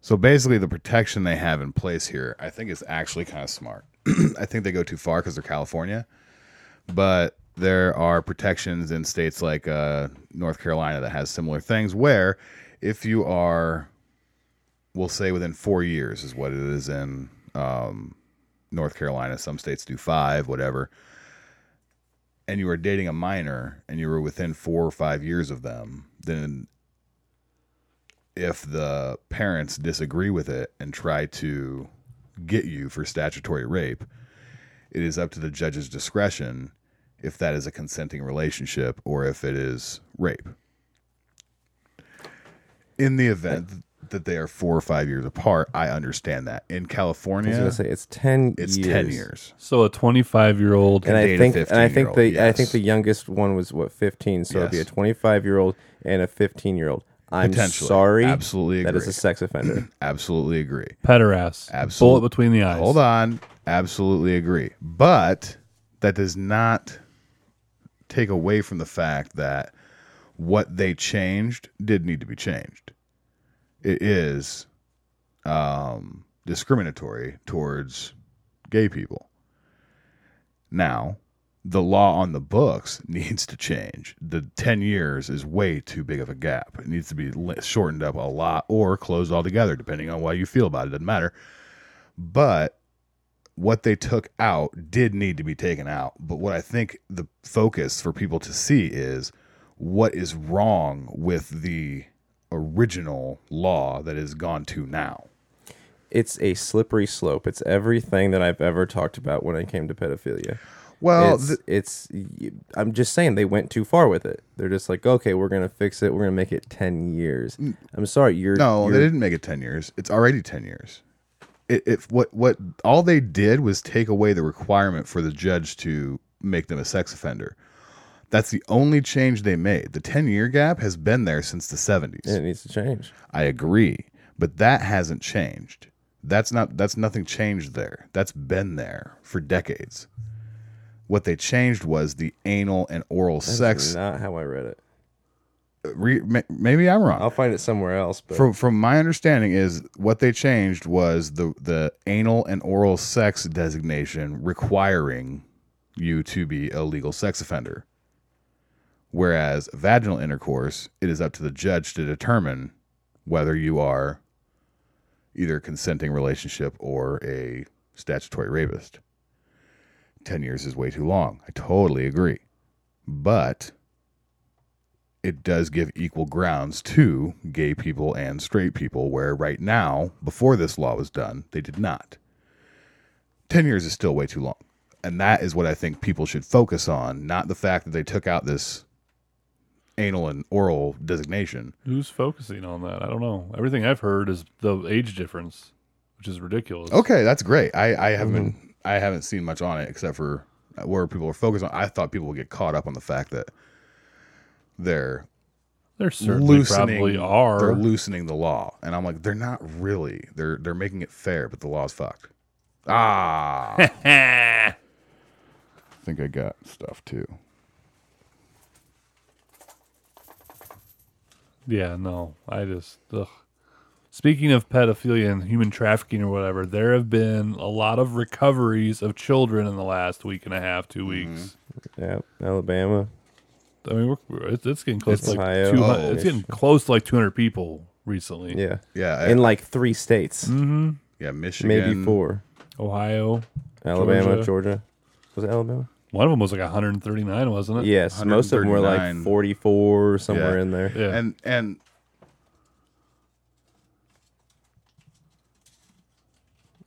Speaker 3: So basically, the protection they have in place here, I think, is actually kind of smart. [clears throat] I think they go too far because they're California, but there are protections in states like uh, North Carolina that has similar things. Where if you are, we'll say within four years is what it is in um, North Carolina. Some states do five, whatever and you were dating a minor and you were within four or five years of them, then if the parents disagree with it and try to get you for statutory rape, it is up to the judge's discretion if that is a consenting relationship or if it is rape. In the event that they are four or five years apart, I understand that. In
Speaker 4: I was
Speaker 3: California,
Speaker 4: gonna say it's ten.
Speaker 3: it's
Speaker 4: years.
Speaker 3: 10 years.
Speaker 2: So a 25 year old.
Speaker 4: And
Speaker 3: Date
Speaker 4: I
Speaker 3: a
Speaker 4: think, and I think
Speaker 3: 15-year-old,
Speaker 4: the I think
Speaker 3: yes.
Speaker 4: the youngest one was what fifteen. So it'd be a
Speaker 3: Yes.
Speaker 4: twenty-five year old and a fifteen-year-old. I'm
Speaker 3: Potentially.
Speaker 4: sorry,
Speaker 3: Absolutely
Speaker 4: that is
Speaker 3: agree.
Speaker 4: a sex
Speaker 3: [clears throat]
Speaker 4: offender.
Speaker 3: Absolutely agree.
Speaker 2: Pederast.
Speaker 3: Absolute-
Speaker 2: Bullet between the eyes.
Speaker 3: Hold on. Absolutely agree. But that does not take away from the fact that what they changed did need to be changed. It is um, discriminatory towards gay people. Now, the law on the books [laughs] needs to change. The 10 years is way too big of a gap. It needs to be li- shortened up a lot or closed altogether, depending on why you feel about it. Doesn't matter but what they took out did need to be taken out. But what I think the focus for people to see is what is wrong with the original law that is gone to now.
Speaker 4: It's a slippery slope. It's everything that I've ever talked about when I came to pedophilia.
Speaker 3: Well,
Speaker 4: it's,
Speaker 3: th-
Speaker 4: it's y- I'm just saying they went too far with it. They're just like, okay, we're gonna fix it. We're gonna make it ten years. I'm sorry, you're
Speaker 3: no, they
Speaker 4: you're-
Speaker 3: didn't make it 10 years. It's already 10 years. It, if what what all they did was take away the requirement for the judge to make them a sex offender. That's the only change they made. The 10 year gap has been there since the 70s.
Speaker 4: it needs to change.
Speaker 3: I agree, but that hasn't changed. That's not that's nothing changed there. That's been there for decades. What they changed was the anal and oral
Speaker 4: That's
Speaker 3: sex.
Speaker 4: not how I read it.
Speaker 3: Re, ma- maybe I'm wrong.
Speaker 4: I'll find it somewhere else. But
Speaker 3: From from my understanding is what they changed was the the anal and oral sex designation requiring you to be a legal sex offender. Whereas vaginal intercourse, it is up to the judge to determine whether you are either a consenting relationship or a statutory rapist. 10 years is way too long. I totally agree. But it does give equal grounds to gay people and straight people, where right now, before this law was done, they did not. 10 years is still way too long. And that is what I think people should focus on, not the fact that they took out this anal and oral designation.
Speaker 2: Who's focusing on that? I don't know. Everything I've heard is the age difference, which is ridiculous.
Speaker 3: Okay, that's great. I, I haven't I haven't seen much on it except for where people are focused on. I thought people would get caught up on the fact that they're
Speaker 2: There certainly
Speaker 3: loosening-
Speaker 2: probably are. [laughs]
Speaker 3: They're loosening the law, and I'm like, they're not really. They're they're making it fair, but the law's fucked. [laughs] Ah, I think I got stuff too.
Speaker 2: Yeah, no. I just ugh. Speaking of pedophilia and human trafficking or whatever, there have been a lot of recoveries of children in the last week and a half, two weeks.
Speaker 4: Yeah, Alabama.
Speaker 2: I mean, we're- we're, it's, it's getting close
Speaker 4: It's
Speaker 2: to
Speaker 4: Ohio.
Speaker 2: like 200.
Speaker 3: Oh.
Speaker 2: it's getting close to like 200 people recently.
Speaker 4: Yeah,
Speaker 3: Yeah, I-
Speaker 4: in like three states,
Speaker 2: hmm
Speaker 3: yeah, Michigan.
Speaker 4: maybe four.
Speaker 2: Ohio.
Speaker 4: Alabama,
Speaker 2: Georgia.
Speaker 4: Georgia. Was it Alabama?
Speaker 2: One of them was like 139, wasn't it?
Speaker 4: Yes, most of them were like
Speaker 3: 139.
Speaker 4: 44 or somewhere
Speaker 3: Yeah.
Speaker 4: in there.
Speaker 2: Yeah.
Speaker 3: And and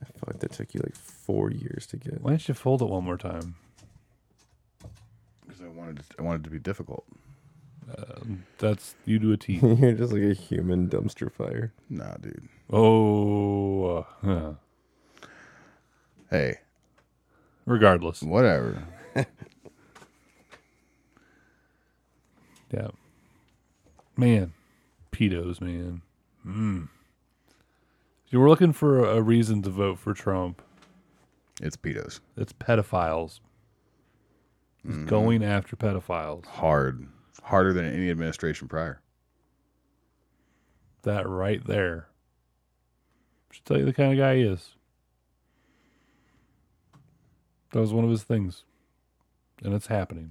Speaker 4: I feel like that took you like four years to get.
Speaker 2: Why don't you fold it one more time?
Speaker 3: 'cause I wanted it- I wanted it to be difficult.
Speaker 2: That's you do a
Speaker 4: [laughs]
Speaker 2: T.
Speaker 4: [laughs] You're just like a human dumpster fire.
Speaker 3: Nah, dude.
Speaker 2: oh, huh.
Speaker 3: Hey,
Speaker 2: regardless.
Speaker 3: whatever.
Speaker 2: Yeah. Man, pedos, man. Mm. You were looking for a reason to vote for Trump.
Speaker 3: It's pedos.
Speaker 2: It's pedophiles. He's going after pedophiles.
Speaker 3: Hard, harder than any administration prior.
Speaker 2: That right there. Should tell you the kind of guy he is. That was one of his things. And it's happening.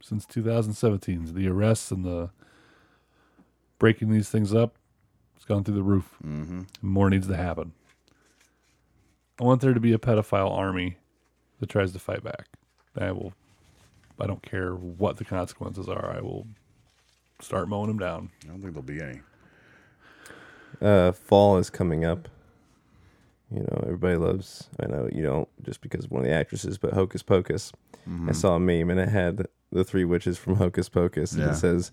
Speaker 2: Since 2017, the arrests and the breaking these things up, it's gone through the roof.
Speaker 3: Mm-hmm.
Speaker 2: More needs to happen. I want there to be a pedophile army that tries to fight back. I will. I don't care what the consequences are. I will start mowing them
Speaker 4: [laughs]
Speaker 2: down. [laughs]
Speaker 3: I don't think there'll be any.
Speaker 4: Uh, fall is coming up. You know, everybody loves. I know you don't just because of one of the actresses, but Hocus Pocus. I saw a meme and it had the three witches from Hocus Pocus, and
Speaker 3: Yeah.
Speaker 4: it says,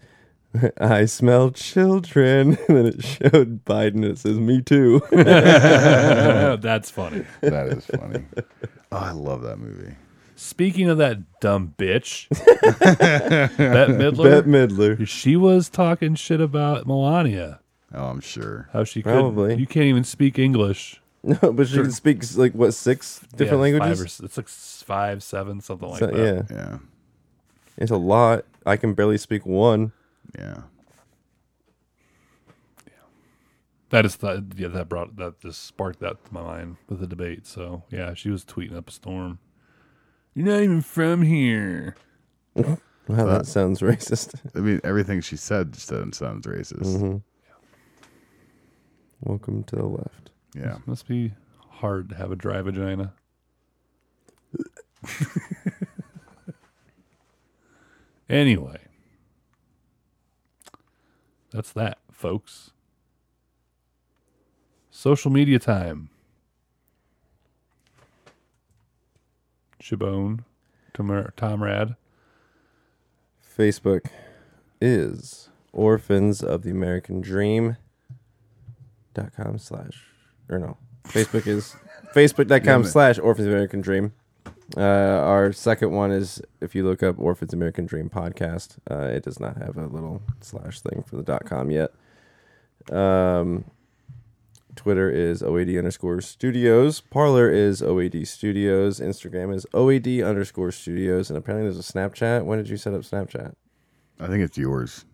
Speaker 4: [laughs] "I smell children," [laughs] and then it showed Biden. And it says, "Me too." [laughs]
Speaker 2: That's funny.
Speaker 3: That is [laughs] funny. oh, I love that movie.
Speaker 2: Speaking of that dumb
Speaker 4: [laughs]
Speaker 2: bitch, Bette Midler, [laughs]
Speaker 4: Bette Midler.
Speaker 2: she was talking shit about Melania.
Speaker 3: Oh, I'm sure.
Speaker 2: How she could,
Speaker 4: Probably.
Speaker 2: you can't even speak English.
Speaker 4: No, but she speaks like what six different
Speaker 2: Yeah,
Speaker 4: languages?
Speaker 2: Five or, s- it's like s- five, seven, something like
Speaker 4: So,
Speaker 2: that.
Speaker 4: yeah,
Speaker 3: Yeah,
Speaker 4: it's a lot. I can barely speak one.
Speaker 3: yeah.
Speaker 2: That is the yeah that brought that just sparked that to my mind with the debate. So yeah, she was tweeting up a storm. You're not even from here.
Speaker 4: Wow, that sounds [laughs] racist.
Speaker 3: I mean, everything she said just sounds sounds racist.
Speaker 4: Mm-hmm. Welcome to the left.
Speaker 3: Yeah.
Speaker 2: Must be hard to have a dry vagina. [laughs] anyway, that's that, folks. Social media time. Shabone, Tom, Tomrad.
Speaker 4: Facebook is orphans of the American Dream. dot com slash or no Facebook is facebook.com slash orphans of American Dream. Uh, our second one is if you look up Orphans American Dream podcast, uh, it does not have a little slash thing for the dot com yet. Um, Twitter is OAD underscore studios. Parlor is OAD studios. Instagram is OAD underscore studios. And apparently there's a Snapchat. When did you set up Snapchat?
Speaker 3: I think it's yours.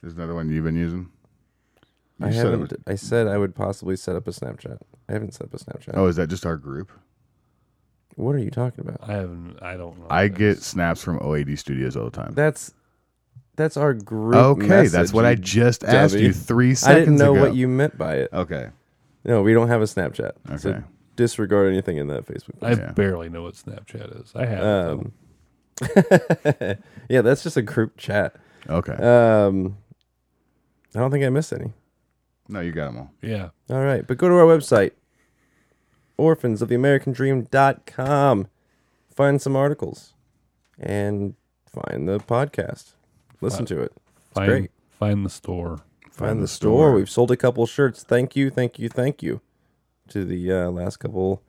Speaker 3: There's another one you've been using. You
Speaker 4: I
Speaker 3: said it
Speaker 4: haven't.
Speaker 3: was-
Speaker 4: I said I would possibly set up a Snapchat. I haven't set up a Snapchat.
Speaker 3: oh, is that just our group?
Speaker 4: What are you talking about?
Speaker 2: I haven't. I don't know.
Speaker 3: I get snaps from OAD Studios all the time.
Speaker 4: That's that's our group.
Speaker 3: Okay, that's
Speaker 4: message,
Speaker 3: what I
Speaker 4: you
Speaker 3: just asked
Speaker 4: dummy.
Speaker 3: you three
Speaker 4: I
Speaker 3: seconds
Speaker 4: didn't know
Speaker 3: ago.
Speaker 4: what you meant by it.
Speaker 3: Okay.
Speaker 4: No, we don't have a Snapchat. So
Speaker 3: Okay.
Speaker 4: disregard anything in that Facebook.
Speaker 2: I
Speaker 3: Yeah.
Speaker 2: barely know what Snapchat is. I have.
Speaker 4: Um, yeah, that's just a group chat.
Speaker 3: Okay.
Speaker 4: Um, I don't think I missed any.
Speaker 3: no, you got them all.
Speaker 2: yeah.
Speaker 4: All right, but go to our website, orphansoftheamericandream.com. Find some articles and find the podcast. Listen to it. It's
Speaker 2: Find,
Speaker 4: great.
Speaker 2: find the store.
Speaker 4: Find the, store. We've sold a couple shirts. Thank you, thank you, thank you to the uh, last couple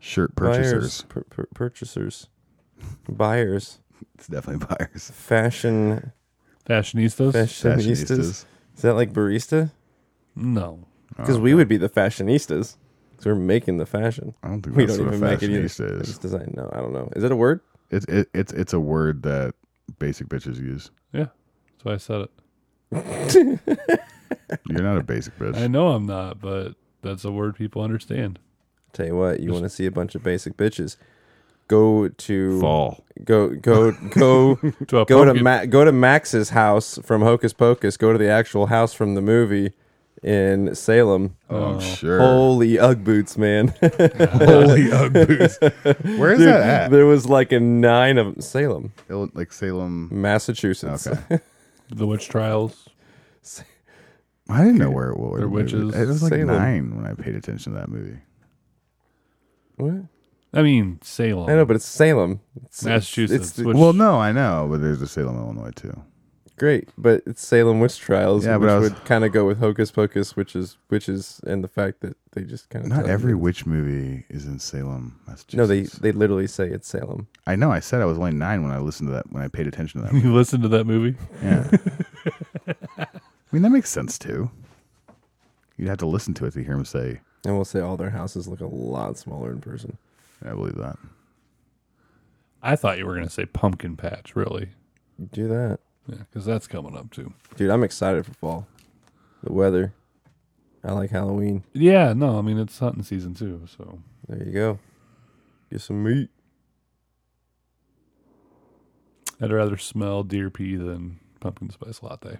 Speaker 3: Shirt
Speaker 4: buyers,
Speaker 3: purchasers.
Speaker 4: pur- pur- purchasers, buyers,
Speaker 3: It's definitely buyers.
Speaker 4: fashion
Speaker 2: Fashionistas?
Speaker 4: fashionistas. Is that like barista?
Speaker 2: no.
Speaker 4: Because we would be the fashionistas. Because we're making the fashion.
Speaker 3: I don't think
Speaker 4: We
Speaker 3: that's
Speaker 4: don't
Speaker 3: what a
Speaker 4: even make it either.
Speaker 3: fashionista
Speaker 4: I
Speaker 3: is.
Speaker 4: just design. No, I don't know. Is it a word?
Speaker 3: It's it, it's it's a word that basic bitches use.
Speaker 2: Yeah. That's why I said it.
Speaker 3: You're not
Speaker 4: [laughs]
Speaker 3: a basic bitch.
Speaker 2: I know I'm not, but that's a word people understand.
Speaker 4: Tell you what, you want to see a bunch of basic bitches. go to
Speaker 3: Fall.
Speaker 4: go go go [laughs]
Speaker 2: To a
Speaker 4: go to
Speaker 2: pumpkin.
Speaker 4: Ma- go to Max's house from Hocus Pocus. Go to the actual house from the movie in Salem.
Speaker 3: Oh, sure.
Speaker 4: Holy UGG boots, man! [laughs]
Speaker 3: Holy [laughs] Ugg boots. Where is that at?
Speaker 4: there was like a nine of Salem,
Speaker 3: Ill- Like Salem.
Speaker 4: Massachusetts.
Speaker 3: Okay.
Speaker 2: the witch trials.
Speaker 3: [laughs] I didn't know where it was.
Speaker 2: They're witches.
Speaker 3: It was like
Speaker 4: Salem.
Speaker 3: nine when I paid attention to that movie.
Speaker 4: What?
Speaker 2: I mean Salem.
Speaker 4: I know, but it's Salem, It's-
Speaker 2: Massachusetts.
Speaker 4: It's, it's
Speaker 2: which-
Speaker 3: well, no, I know, but there's a Salem, Illinois too.
Speaker 4: great, but it's Salem witch trials,
Speaker 3: Yeah, but
Speaker 4: which
Speaker 3: I was-
Speaker 4: would kind of go with Hocus Pocus, which is witches, and the fact that they just kind of
Speaker 3: Not every witch movie is in Salem, Massachusetts.
Speaker 4: No, they they literally say it's Salem.
Speaker 3: I know. I said I was only nine when I listened to that. When I paid attention [laughs] to that.
Speaker 2: [laughs]
Speaker 3: movie.
Speaker 2: you listen to that movie.
Speaker 3: Yeah. I mean, that makes sense too. You'd have to listen to it to hear him say,
Speaker 4: And we'll say all their houses look a lot smaller in person.
Speaker 3: "I believe that."
Speaker 2: I thought you were going to say pumpkin patch, really,
Speaker 4: Do that,
Speaker 2: because that's coming up too.
Speaker 4: dude. I'm excited for fall. The weather. I like Halloween.
Speaker 2: Yeah, no, I mean it's hunting season too. So
Speaker 4: There you go. Get some meat.
Speaker 2: I'd rather smell deer pee than pumpkin spice latte.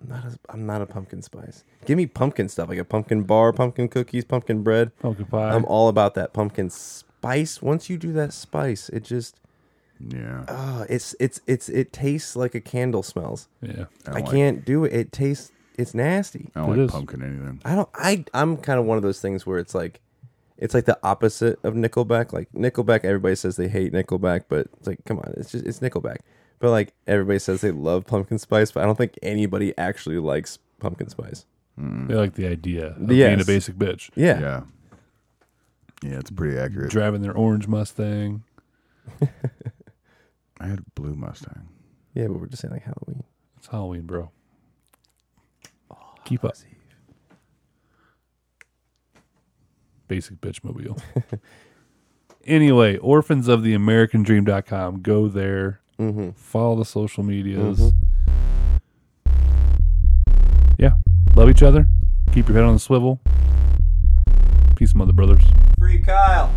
Speaker 4: I'm not a, I'm not a pumpkin spice. Give me pumpkin stuff like a pumpkin bar, pumpkin cookies, pumpkin bread.
Speaker 2: Pumpkin pie.
Speaker 4: I'm all about that pumpkin spice. Once you do that spice, it just
Speaker 3: Yeah.
Speaker 4: oh, it's it's it's it tastes like a candle smells.
Speaker 2: yeah,
Speaker 3: don't
Speaker 4: I,
Speaker 3: like-
Speaker 4: can't do it. It tastes it's nasty.
Speaker 3: I don't
Speaker 2: It
Speaker 3: like
Speaker 2: is.
Speaker 3: pumpkin anything.
Speaker 4: I don't. I I'm kind of one of those things where it's like, it's like the opposite of Nickelback. Like Nickelback, everybody says they hate Nickelback, but it's like, come on, it's just it's Nickelback. But like everybody says they love pumpkin spice, but I don't think anybody actually likes pumpkin spice.
Speaker 2: they like the idea of being a
Speaker 4: Yes.
Speaker 2: basic bitch,
Speaker 4: Yeah,
Speaker 3: Yeah. Yeah, it's pretty accurate.
Speaker 2: driving their orange Mustang.
Speaker 3: I had a blue Mustang.
Speaker 4: yeah, but we're just saying like Halloween.
Speaker 2: It's Halloween, bro. Keep up. Basic bitch mobile. anyway, orphans of the American dream.com. Go there. Follow the social medias. Yeah. Love each other. Keep your head on the swivel. Peace, mother brothers.
Speaker 5: Free Kyle.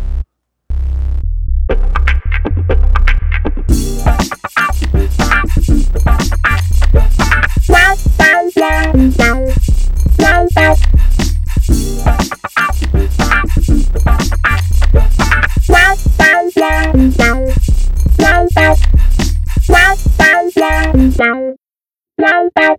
Speaker 6: Wow.